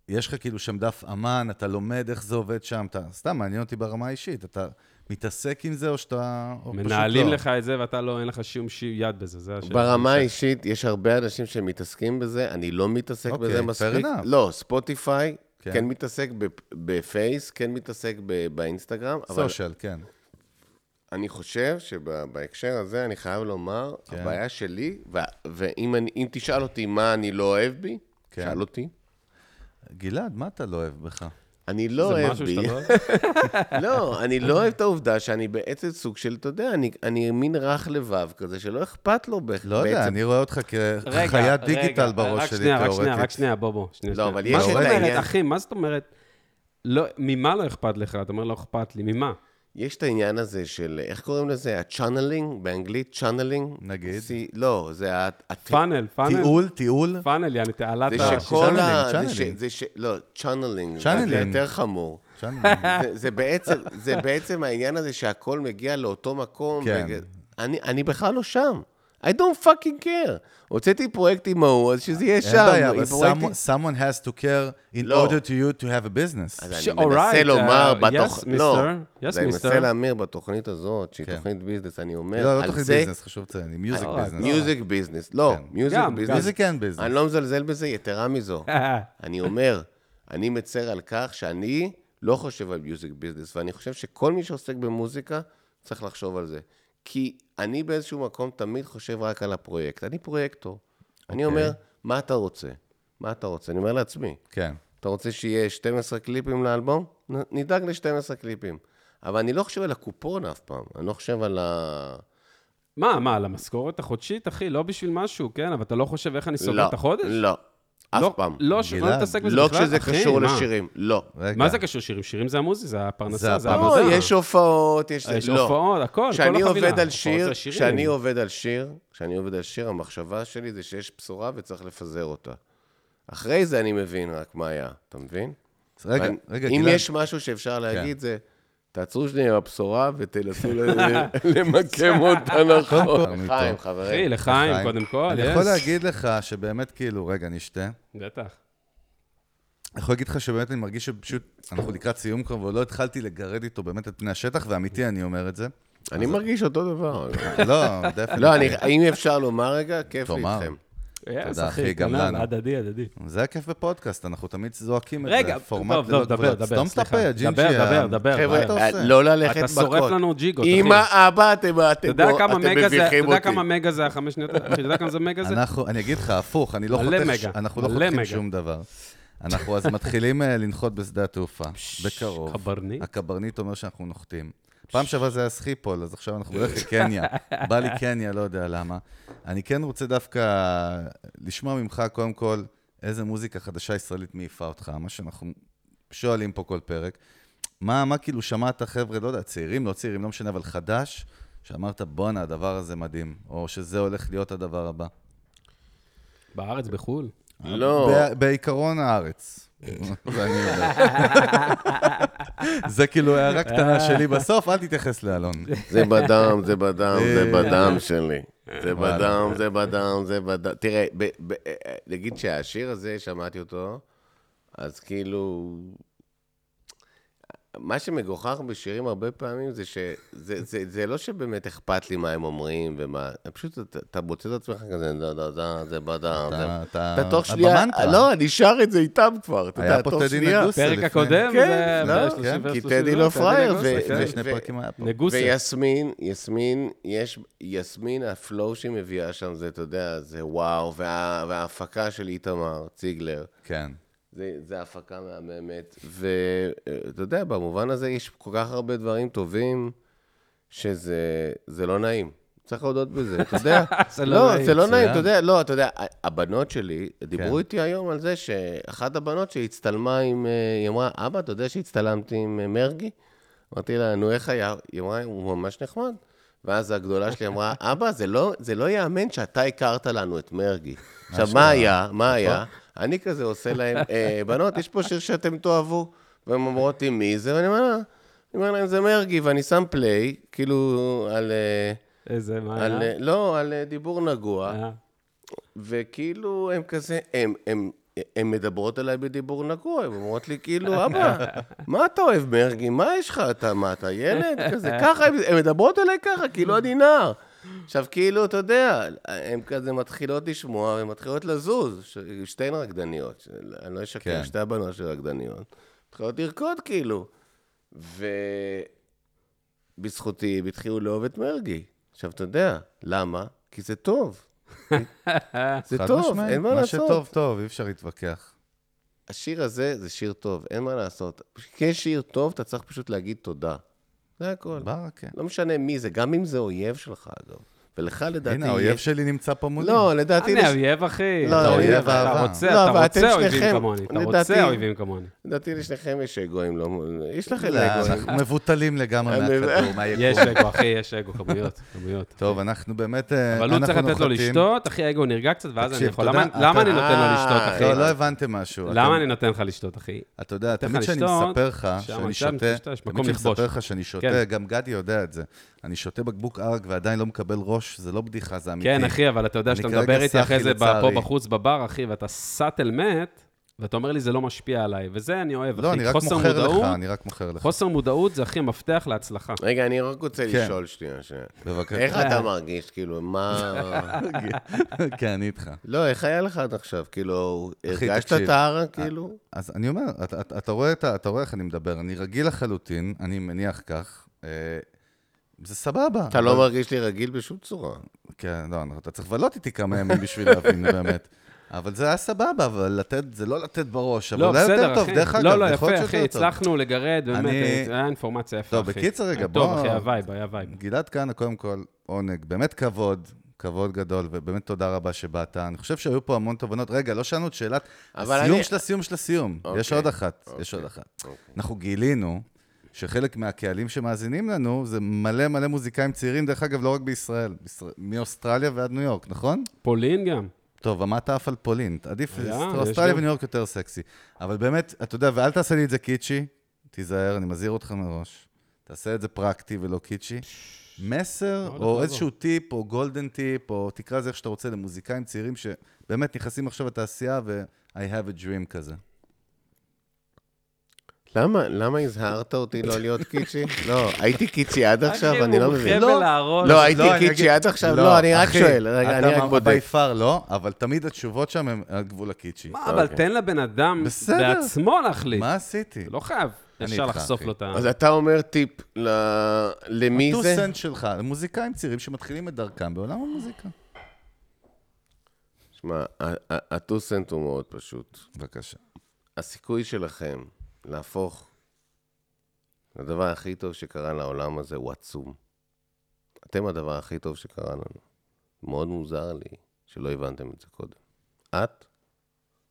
יש לך כאילו שם דף אמן, אתה לומד איך זה עובד שם, אתה... סתם, מעניין אותי ברמה האישית, אתה מתעסק עם זה או שאתה... או פשוט
מנהלים
לא?
לך את זה ואתה לא, אין לך שום שי- יד בזה, זה השאלה.
ברמה האישית, יש הרבה אנשים שמתעסקים בזה, אני לא מתעסק
אוקיי,
בזה
fair
מספיק.
enough.
לא, ספוטיפיי,
כן.
כן מתעסק בפ- בפייס, כן מתעסק ב- באינסטגרם, אבל
סושיאל, כן.
אני חושב שבהקשר הזה, אני חייב לומר,
כן.
הבעיה שלי, ו- ואם אני- אם תשאל אותי מה אני לא אוהב בי,
כן.
שאל אותי.
גלעד, מה אתה לא אוהב בך?
אני לא
זה
אוהב
משהו
בי.
שאתה לא אוהב?
לא, אני לא אוהב את העובדה שאני בעצם סוג של, אתה יודע, אני, אני מין רך לבב כזה, שלא אכפת לו בעצם.
לא יודע, אני רואה אותך
רגע,
כחיית
רגע,
דיגיטל בראש
רק
שלי,
שנייה, רק שנייה, רק
תיאורטית.
שנייה, בוא, בוא. שנייה,
לא,
שנייה.
אבל
מה
יש
זאת
את
אומרת,
העניין-
אחי, מה זאת אומרת? לא, ממה לא אכפת לך? אתה אומר, לא אכפת לי, ממה?
יש את העניין הזה של, איך קוראים לזה? ה-channeling, באנגלית channeling.
נגיד.
C- לא, זה ה... הת-
פאנל, פאנל.
טיעול, טיעול.
פאנל, יעני, תעלת
זה
ה...
שכל ה...
channeling,
זה ש-
channeling.
זה ש... לא, channeling.
channeling.
זה יותר חמור.
שאני-
זה- זה בעצם- זה בעצם העניין הזה שהכל מגיע לאותו מקום.
כן.
וג- אני- אני בכלל לא שם. I don't fucking care. הוצאתי פרויקט עם ההוא, אז שזה יהיה שם.
אין בעיה, אבל
עם פרויקט-
someone- someone has to care in
לא.
order to you to have a business.
אז
ש-
אני
alright,
מנסה לומר
uh, yes,
בתוכנית, לא,
mister. Yes,
אז אני
mister.
מנסה להמיר בתוכנית הזאת, שהיא
כן.
תוכנית ביזנס, אני
לא,
אומר,
לא
על
תוכנית
זה,
ביזנס, חשוב לציין, היא מיוזיק
אה,
ביזנס.
מיוזיק ביזנס, לא,
כן.
מיוזיק
גם,
ביזנס,
מיוזיק אין ביזנס.
אני לא מזלזל בזה, יתרה מזו, אני אומר, אני מצר על כך שאני לא חושב על מיוזיק ביזנס, ואני חושב שכל מי שעוסק במוזיקה צריך לחשוב על זה, כי אני באיזשהו מקום תמיד חושב רק על הפרויקט, אני פרויקטור, אני
אוקיי.
אומר, מה אתה רוצה? מה אתה רוצה? אני אומר לעצמי,
כן.
אתה רוצה שיהיה 12 קליפים לאלבום? נ- נדאג ל-12 קליפים. אבל אני לא חושב על הקופון אף פעם, אני לא חושב על ה...
מה, מה, על המשכורת החודשית, אחי? לא בשביל משהו, כן? אבל אתה לא חושב איך אני
לא,
סוגר את החודש?
לא, אף
לא,
פעם.
לא, שלא
גלעד,
נתעסק בזה בכלל,
לא
אחי,
כשזה קשור
מה?
לשירים, לא.
רגע.
מה זה קשור שירים? שירים זה המוזיקה, זה הפרנסה,
זה
זה
לא,
העבודה.
יש הופעות, יש...
יש
לא.
הופעות, הכל, כל
כשאני
החבילה.
עובד על
הופעות
שיר,
זה שירים.
כשאני עובד על שיר, כשאני עובד על שיר, המחשבה שלי זה שיש בשורה וצריך לפזר אותה. אחרי זה אני מבין רק מה היה, אתה מבין?
רגע,
ואני-
רגע,
אם
גלעד. כן.
יש משהו שאפשר להגיד זה, תעצרו שנייה עם הבשורה ותנסו ל- למקם אותה
כל,
נכון.
חיים,
חיים,
אחי,
חברים.
לחיים,
חיים,
קודם כל,
אני
yes.
יכול להגיד לך שבאמת, כאילו, רגע, אני אשתה.
בטח.
אני יכול להגיד לך שבאמת אני מרגיש שפשוט, אנחנו לקראת סיום כבר, ועוד לא התחלתי לגרד איתו באמת את פני השטח, ואמיתי אני אומר את זה.
אני מרגיש אותו דבר.
לא, דפנטי.
לא, אני- אם אפשר לומר רגע, כיף לי
תאמר.
איתכם.
יס,
אחי, גם
כנ"ל,
לנו.
הדדי, הדדי.
זה הכיף בפודקאסט, אנחנו תמיד זועקים את זה.
רגע,
פורמט
טוב,
ללא
טוב, דבר,
גבולות.
דבר,
סתום את
סליחה.
הפה, הג'ינג'י.
דבר, דבר,
ה-
דבר.
מה
חבר'ה,
אתה עושה?
לא ללכת
אתה
מכות.
שורף לנו ג'יגות, אחי.
אמא, אבא, אתם אתם
אתה יודע
בוא-
כמה
אתם
מגה זה, אתה
מביכים
יודע
אותי.
כמה מגה זה החמש שניות, אחי, אתה יודע כמה זה מגה זה?
אנחנו, אני אגיד לך, הפוך, אני לא
מלא
חותך,
מגה,
אנחנו לא
מלא
חותכים
מגה.
שום דבר. אנחנו אז מתחילים אה, לנחות בשדה התעופה, בקרוב.
קברניט.
הקברניט אומר שאנחנו נוחתים. פעם שעברה זה היה סחיפול, אז עכשיו אנחנו הולכים לקניה. בא לי קניה, לא יודע למה. אני כן רוצה דווקא לשמוע ממך, קודם כל, איזה מוזיקה חדשה ישראלית מעיפה אותך, מה שאנחנו שואלים פה כל פרק. מה, מה כאילו שמעת, חבר'ה, לא יודע, צעירים, לא צעירים, לא משנה, אבל חדש, שאמרת, בואנה, הדבר הזה מדהים, או שזה הולך להיות הדבר הבא.
בארץ, בחו"ל.
לא,
ב- בעיקרון הארץ. זה אני יודע. זה כאילו הערה קטנה שלי בסוף, אל תתייחס לאלון.
זה בדם, זה בדם, זה
אה.
בדם שלי. זה בדם, זה בדם, זה בדם. תראה, ב- ב- אה, נגיד שהשיר הזה, שמעתי אותו, אז כאילו... מה שמגוחך בשירים הרבה פעמים זה שזה זה, זה, זה לא שבאמת אכפת לי מה הם אומרים ומה... פשוט אתה, אתה מוצא את עצמך כזה, "לא, לא, לא, זה בדם.
אתה-
זה-
אתה-
אתה תוך
אתה
שנייה...
במנטרה.
לא, אני שר את זה איתם כבר. אתה יודע,
היה פה
תוך
טדי
שנייה.
נגוסה.
פרק
לפני-
הקודם,
כן,
זה-
לא,
זה
כן,
30,
כי
30,
טדי
לא,
לא
טדי
פראייר,
נגוסה,
ו-
כן.
לפני
ו-
שני
ו-
פרקים היה פה.
נגוסה.
ויסמין, יסמין, יש, יסמין, הפלואו שהיא מביאה שם זה, אתה יודע, זה וואו, וה, וההפקה של איתמר ציגלר,
כן.
זה, זה הפקה מהממת, ואתה יודע, במובן הזה יש כל כך הרבה דברים טובים, שזה זה לא נעים. צריך להודות בזה, אתה יודע.
זה לא נעים,
זה לא
מצוין.
נעים, אתה יודע, לא, אתה יודע, הבנות שלי
כן.
דיברו איתי היום על זה שאחת הבנות שהצטלמה עם, אה, היא אמרה, אבא, אתה יודע שהצטלמתי עם אה, מרגי? אמרתי לה, נו, איך היה? היא אמרה, הוא ממש נחמד. ואז הגדולה שלי אמרה, אבא, זה לא, זה לא יאמן שאתה הכרת לנו את מרגי. עכשיו, מה היה? מה היה? אני כזה עושה להם, "אה, בנות, יש פה שיר שאתם תאהבו. והן אומרות לי, מי זה? ואני אומר לה, אני אומר להם, זה מרגי, ואני שם פליי, כאילו, על... אה,
איזה, מה
על,
היה?
לא, על אה, דיבור נגוע,
אה,
וכאילו הם כזה, הם, הם, הן מדברות אליי בדיבור נגוע, הן אומרות לי, כאילו, אבא, מה אתה אוהב מרגי? מה יש לך? אתה, מה, אתה ילד? כזה, ככה, הן- הן מדברות אליי ככה, כאילו אני נער. עכשיו, כאילו, אתה יודע, הן כזה מתחילות לשמוע, הן מתחילות לזוז. ש- שתיהן רקדניות, ש- אני לא אשקר,
כן.
שתי הבנות של רקדניות. מתחילות לרקוד, כאילו. ובזכותי, הם התחילו לאהוב את מרגי. עכשיו, אתה יודע, למה? כי זה טוב. זה
חד
טוב,
משמעית.
אין מה לעשות.
מה שטוב, טוב, אי אפשר להתווכח.
השיר הזה זה שיר טוב, אין מה לעשות. כשיר טוב, אתה צריך פשוט להגיד תודה. זה הכל.
ברכה.
לא משנה מי זה, גם אם זה אויב שלך, אגב. ולך לדעתי...
הנה, האויב אה,
יש-
שלי נמצא פה מולי.
לא, לדעתי...
אני
לש-
אויב, אחי.
לא,
אתה
אני
אויב,
אוהב
אתה
אהבה.
רוצה,
לא,
אתה
אבל אתם
רוצה אויבים
שניכם-
כמוני. אתה
לדעתי-
רוצה אויבים כמוני.
לדעתי לשניכם יש אגואים, לא... יש לכם
לא,
אגואים.
אנחנו מבוטלים לגמרי
אני-
מהכדור, מהיקום.
יש אגו, אחי, יש אגו, כמויות, כמויות.
נכון. טוב, אנחנו באמת, אה,
אבל
אנחנו
הוא
נוחתים.
צריך לתת לו לשתות, אחי, האגו נרגע קצת, ואז אני
תקשיב,
יכול...
תודה.
למה- למה אני נותן לו
אה,
לשתות, אחי?
לא, לא הבנתם משהו.
אוקיי. למה
אתה-
אני נותן לך לשתות, אחי?
אתה יודע,
לך
תמיד כשאני
לשתות,
מספר לך שאני
שהמנכ"ל
שותה,
מטושטש,
תמיד
מקום
כשאני
לכבוש.
מספר לך שאני שותה,
כן.
גם גדי יודע את זה. אני שותה בקבוק ערק ועדיין לא מקבל ראש, זה לא בדיחה, זה אמיתי.
כן, אחי, אבל אתה יודע
אני
שאתה
כרגע
מדבר איתי אחרי
סאחי,
זה ב- פה
לצערי.
בחוץ, בבר, אחי, ואתה סאטל מת, ואתה אומר לי, זה לא משפיע עליי. וזה אני אוהב,
לא, אני
אחי.
רק
חוסר
מוכר לך,
מודעות,
אני רק מוכר לך.
חוסר מודעות זה, אחי, מפתח להצלחה.
רגע, אני רק רוצה
כן.
לשאול שנייה. ש-
בבקשה.
איך אתה מרגיש? כאילו, מה...
כן, אני איתך.
לא, איך היה לך עד עכשיו? כאילו,
אחי,
הרגשת
תקשיב.
את ההר, כאילו?
אז אני אומר, אתה, אתה, אתה, רואה, אתה, אתה רואה איך אני מדבר, אני רגיל לחלוטין, אני מניח כך. אה, זה סבבה.
אתה לא
אבל-
מרגיש לי רגיל בשום צורה.
כן, לא, אתה צריך לבלות איתי כמה ימים בשביל להבין, באמת. אבל זה היה סבבה, אבל לתת, זה לא לתת בראש, אבל
לא,
אולי יותר
בסדר,
טוב,
אחי.
דרך אגב,
לא, לא,
יכול להיות
יפה, אחי,
שיותר טוב.
הצלחנו לגרד, באמת,
אני-
היה אינפורמציה יפה,
לא,
אחי.
בקיצר רגע,
היה
בוא-
טוב, אחי, היה וייב, היה וייב.
גלעד כהנא, קודם כל, עונג, באמת כבוד, כבוד גדול, ובאמת תודה רבה שבאת. אני חושב שהיו פה המון תובנות. רגע, לא שאלנו את שאלת
אבל
הסיום
אני- אוקיי,
של הסיום של הסיום. יש עוד אחת, יש עוד אחת. אנחנו גילינו שחלק מהקהלים שמאזינים לנו זה מלא מלא מוזיקאים צעירים, דרך אגב, לא רק בישראל, בישראל- מאוסטרליה ועד ניו יורק, נכון?
פולין גם.
טוב, עמדת אף על פולין. עדיף,
היה, אה, יש
אוסטרליה
גם.
וניו יורק יותר סקסי. אבל באמת, אתה יודע, ואל תעשה לי את זה קיצ'י, תיזהר, אני מזהיר אותך מראש. תעשה את זה פרקטי ולא קיצ'י. מסר,
הולך
או
לעבור.
איזשהו טיפ, או גולדן טיפ, או תקרא לזה איך שאתה רוצה, למוזיקאים צעירים שבאמת נכנסים עכשיו לתעשייה, ו-I have a dream כזה.
למה, למה הזהרת אותי לא להיות קיצ'י? לא, הייתי קיצ'י עד
אחי,
עכשיו,
הוא
אני לא מבין.
מומחה בלהרוס.
לא, הייתי
אני
קיצ'י
אגיד-
עד עכשיו? לא, אני רק
אחי,
שואל, רגע, אני
אתה
רק בודק.
by far לא, אבל תמיד התשובות שם הן על גבול הקיצ'י.
מה, אבל תן לבן אדם
אוקיי. בסדר.
בעצמו להחליט.
מה עשיתי?
לא חייב.
אני
אפשר
איתך,
לחשוף
אחי.
לו את ה...
אז אתה אומר טיפ ל... למי
הטו
זה?
סנט שלך, למוזיקאים צעירים שמתחילים את דרכם בעולם המוזיקה.
שמע, ה- ה- הטוסנט הוא מאוד פשוט.
בבקשה.
הסיכוי שלכם להפוך לדבר הכי טוב שקרה לעולם הזה הוא עצום. אתם הדבר הכי טוב שקרה לנו. מאוד מוזר לי שלא הבנתם את זה קודם. את,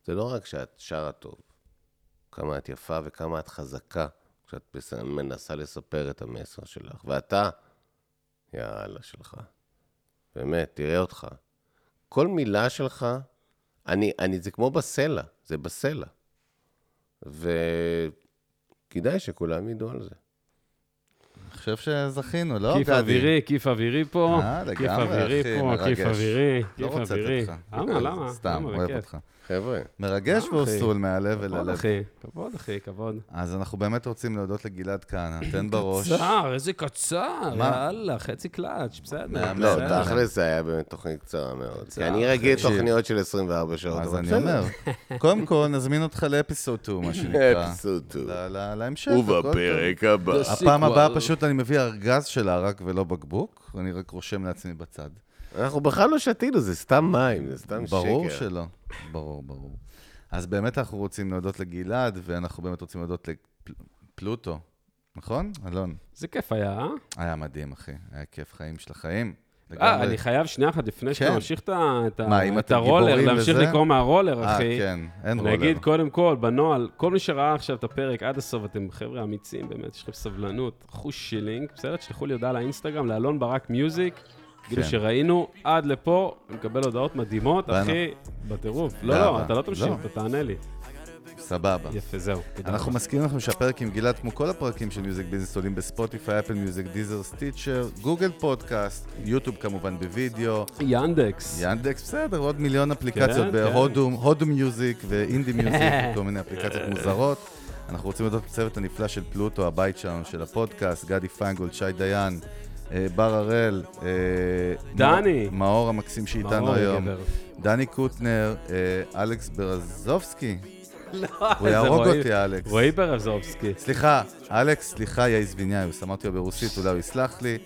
זה לא רק שאת שרה טוב, כמה את יפה וכמה את חזקה כשאת מס- מנסה לספר את המסר שלך. ואתה, יאללה שלך. באמת, תראה אותך. כל מילה שלך, אני, אני, זה כמו בסלע, זה בסלע. וכדאי שכולם ידעו על זה.
אני חושב שזכינו, לא,
כיף אווירי, כיף אווירי פה,
אה,
כיף
לגמרי,
אווירי
אחי,
פה, כיף
מרגש.
אווירי,
לא
כיף
רוצה לתת
אווירי.
לך.
למה, למה?
סתם,
למה,
אוהב
בכיף.
אותך.
חבר'ה,
מרגש
למה, אחי?
ואוסטול מהלב
כבוד,
וללב.
אחי, כבוד, אחי, כבוד.
אז אנחנו באמת רוצים להודות לגלעד כהנא, תן בראש.
קצר, אה, איזה קצר,
מה?
יאללה, חצי קלאץ', בסדר.
מאמן,
לא,
בסדר.
אתה-
תכל'ס זה היה באמת תוכנית קצרה מאוד. אה, כי
קצרה,
אני רגיל
תקשיב.
לתוכניות של 24 שעות.
לא, אז
אבל
אני
בסדר.
אומר, קודם כל נזמין אותך לאפיסוד 2, מה שנקרא.
Episode two.
ל- ל- להמשך, הכל טוב.
ובפרק הבא.
הפעם הבאה פשוט אני מביא ארגז של ערק ולא בקבוק, אני רק רושם לעצמי בצד.
אנחנו בכלל לא שתינו, זה סתם מים, זה סתם שקר.
ברור שלא, ברור, ברור. אז באמת אנחנו רוצים להודות לגלעד, ואנחנו באמת רוצים להודות לפלוטו, נכון, אלון?
זה כיף היה, אה?
היה מדהים, אחי. היה כיף חיים של החיים.
אה,
לגמרי.
אני חייב שנייה אחת לפני שאתה
כן.
ממשיך את ה- את ה-
מה, אם
את
אתם
הרולר,
גיבורים
להמשיך
וזה?
לקרוא מהרולר,
אה,
אחי.
כן, אין רולר.
נגיד, קודם כל, בנוהל, כל מי שראה עכשיו את הפרק עד הסוף, אתם חבר'ה אמיצים, באמת, יש לכם סבלנות, חוש שילינג, בסדר? תשלחו לי הודעה לאינסטגרם, לאלון ברק מיוזיק, תגידו
כן.
שראינו עד לפה, אני מקבל הודעות מדהימות,
ואנו-
אחי, בטירוף. לא,
תודה
לא,
רבה.
אתה לא תמשיך,
לא.
אתה תענה לי.
סבבה.
יפה, זהו. תודה
אנחנו
רבה.
מזכירים לכם שהפרק עם גלעד, כמו כל הפרקים של מיוזיק ביזנס, עולים בספוטיפיי, אפל מיוזיק, דיזר, סטיצ'ר, גוגל פודקאסט, יוטיוב כמובן בווידאו,
ינדקס.
ינדקס, בסדר, עוד מיליון אפליקציות
כן.
בהודו, הודו מיוזיק ואינדי מיוזיק, וכל מיני אפליקציות מוזרות. אנחנו רוצים להודות לצוות הנפלא של פלוטו, הבית שלנו, של הפודקאסט, גדי פיינגולד, שי דיין, אה, בר הראל, אה,
דני.
מאור- מאור המקסים שאיתנו
מאור,
היום,
גבר.
דני קוטנר, אה, אלכס ברזובסקי, הוא
איזה
יהרוג
רועי-
אותי, אה. אלכס.
רועי ברזובסקי.
סליחה, אלכס, סליחה, יא איזביניהו, שמעתי אותו ברוסית, אולי הוא יסלח לי.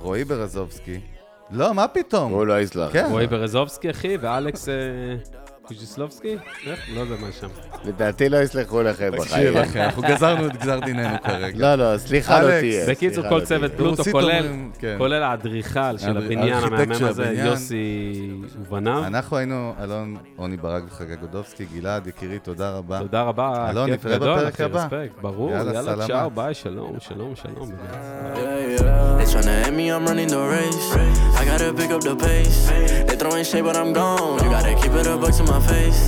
רועי ברזובסקי. לא, מה פתאום?
הוא לא יסלח.
כן.
רועי ברזובסקי, אחי, ואלכס אה, קוז'יסלובסקי? איך? לא יודע מה שם.
לדעתי לא יסלחו לכם בחיים.
תקשיב, אחי, אנחנו גזרנו את גזר דיננו כרגע.
לא, לא, סליחה לא
אלכס.
תהיה.
בקיצור,
סליחה
כל
לא
צוות
תהיה.
פלוטו,
ברוסית
כולל-
אומרים, כן.
כולל האדריכל של
האדריכל-
הבניין
הארכיטקט
המהמם
של
הזה,
הבניין.
יוסי ובניו.
אנחנו היינו אלון, רוני ברק וחגה גודובסקי, גלעד, יקירי, תודה רבה.
תודה רבה,
אלון,
כיף
נתראה
גדול,
בפרק
אחי,
הבא.
רספקט. ברור,
יאללה,
יאללה,
סלמת.
צ'או, ביי, שלום, שלום, שלום. באמת.
They tryna end me, I'm running the race. I gotta pick up the pace. They throwing shade, but I'm gone. You gotta keep it a buck to my face.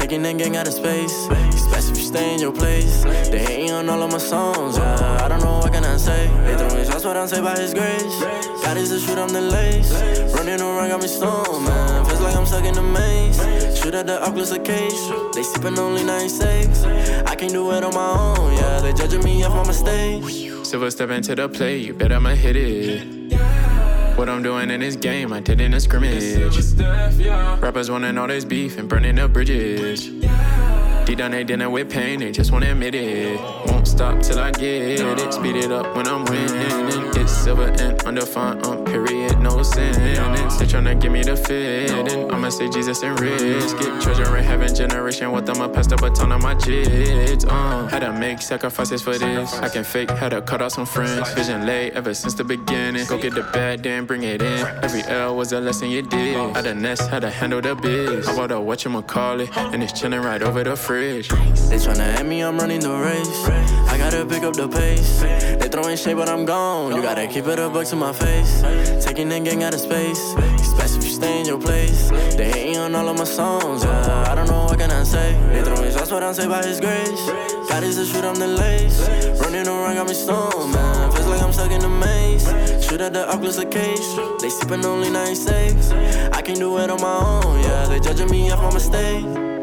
Taking that gang out of space. It's best if you stay in your place. They hating on all of my songs. Yeah, I don't know what can I say. They throwing shots, but I'm saved by His grace. God is the shoot, I'm the lace. Running around, got me stoned, man. Feels like I'm stuck in the maze. Shoot at the Oculus a case. They sipping only 96. I can't do it on my own. Yeah, they judging me off my mistakes.
Silver step into the play, you bet I'ma hit it. What I'm doing in this game, I did in a scrimmage. Rappers wanna know there's beef and burning up bridges. Deep down they dinner with pain, they just wanna admit it. Won't stop till I get it. Speed it up when I'm winning. It's silver and under font, um, period, no sentence. They tryna give me the fitting. I'ma say Jesus and risk it. Treasure in heaven, generation with them. I passed up a ton of my kids. Um, had to make sacrifices for this. I can fake, had to cut out some friends. Vision late ever since the beginning. Go get the bad, then bring it in. Every L was a lesson you did. Out the nest, how to handle the biz. I bought a watch, I'ma call it. And it's chilling right over the fridge.
They tryna end me, I'm running the race. I gotta pick up the pace. They throwing shade, but I'm gone. You gotta keep it a buck to my face. Taking that gang out of space. It's best if you stay in your place. They hating on all of my songs. Yeah, I don't know what can I say. They throwing shots, but I'm saved by His grace. God is the shoot, I'm the lace. Running around, got me stoned, man. Feels like I'm stuck in a maze. Shoot at the Oculus a case. They sipping only 96. I can't do it on my own. Yeah, they judging me off my mistakes.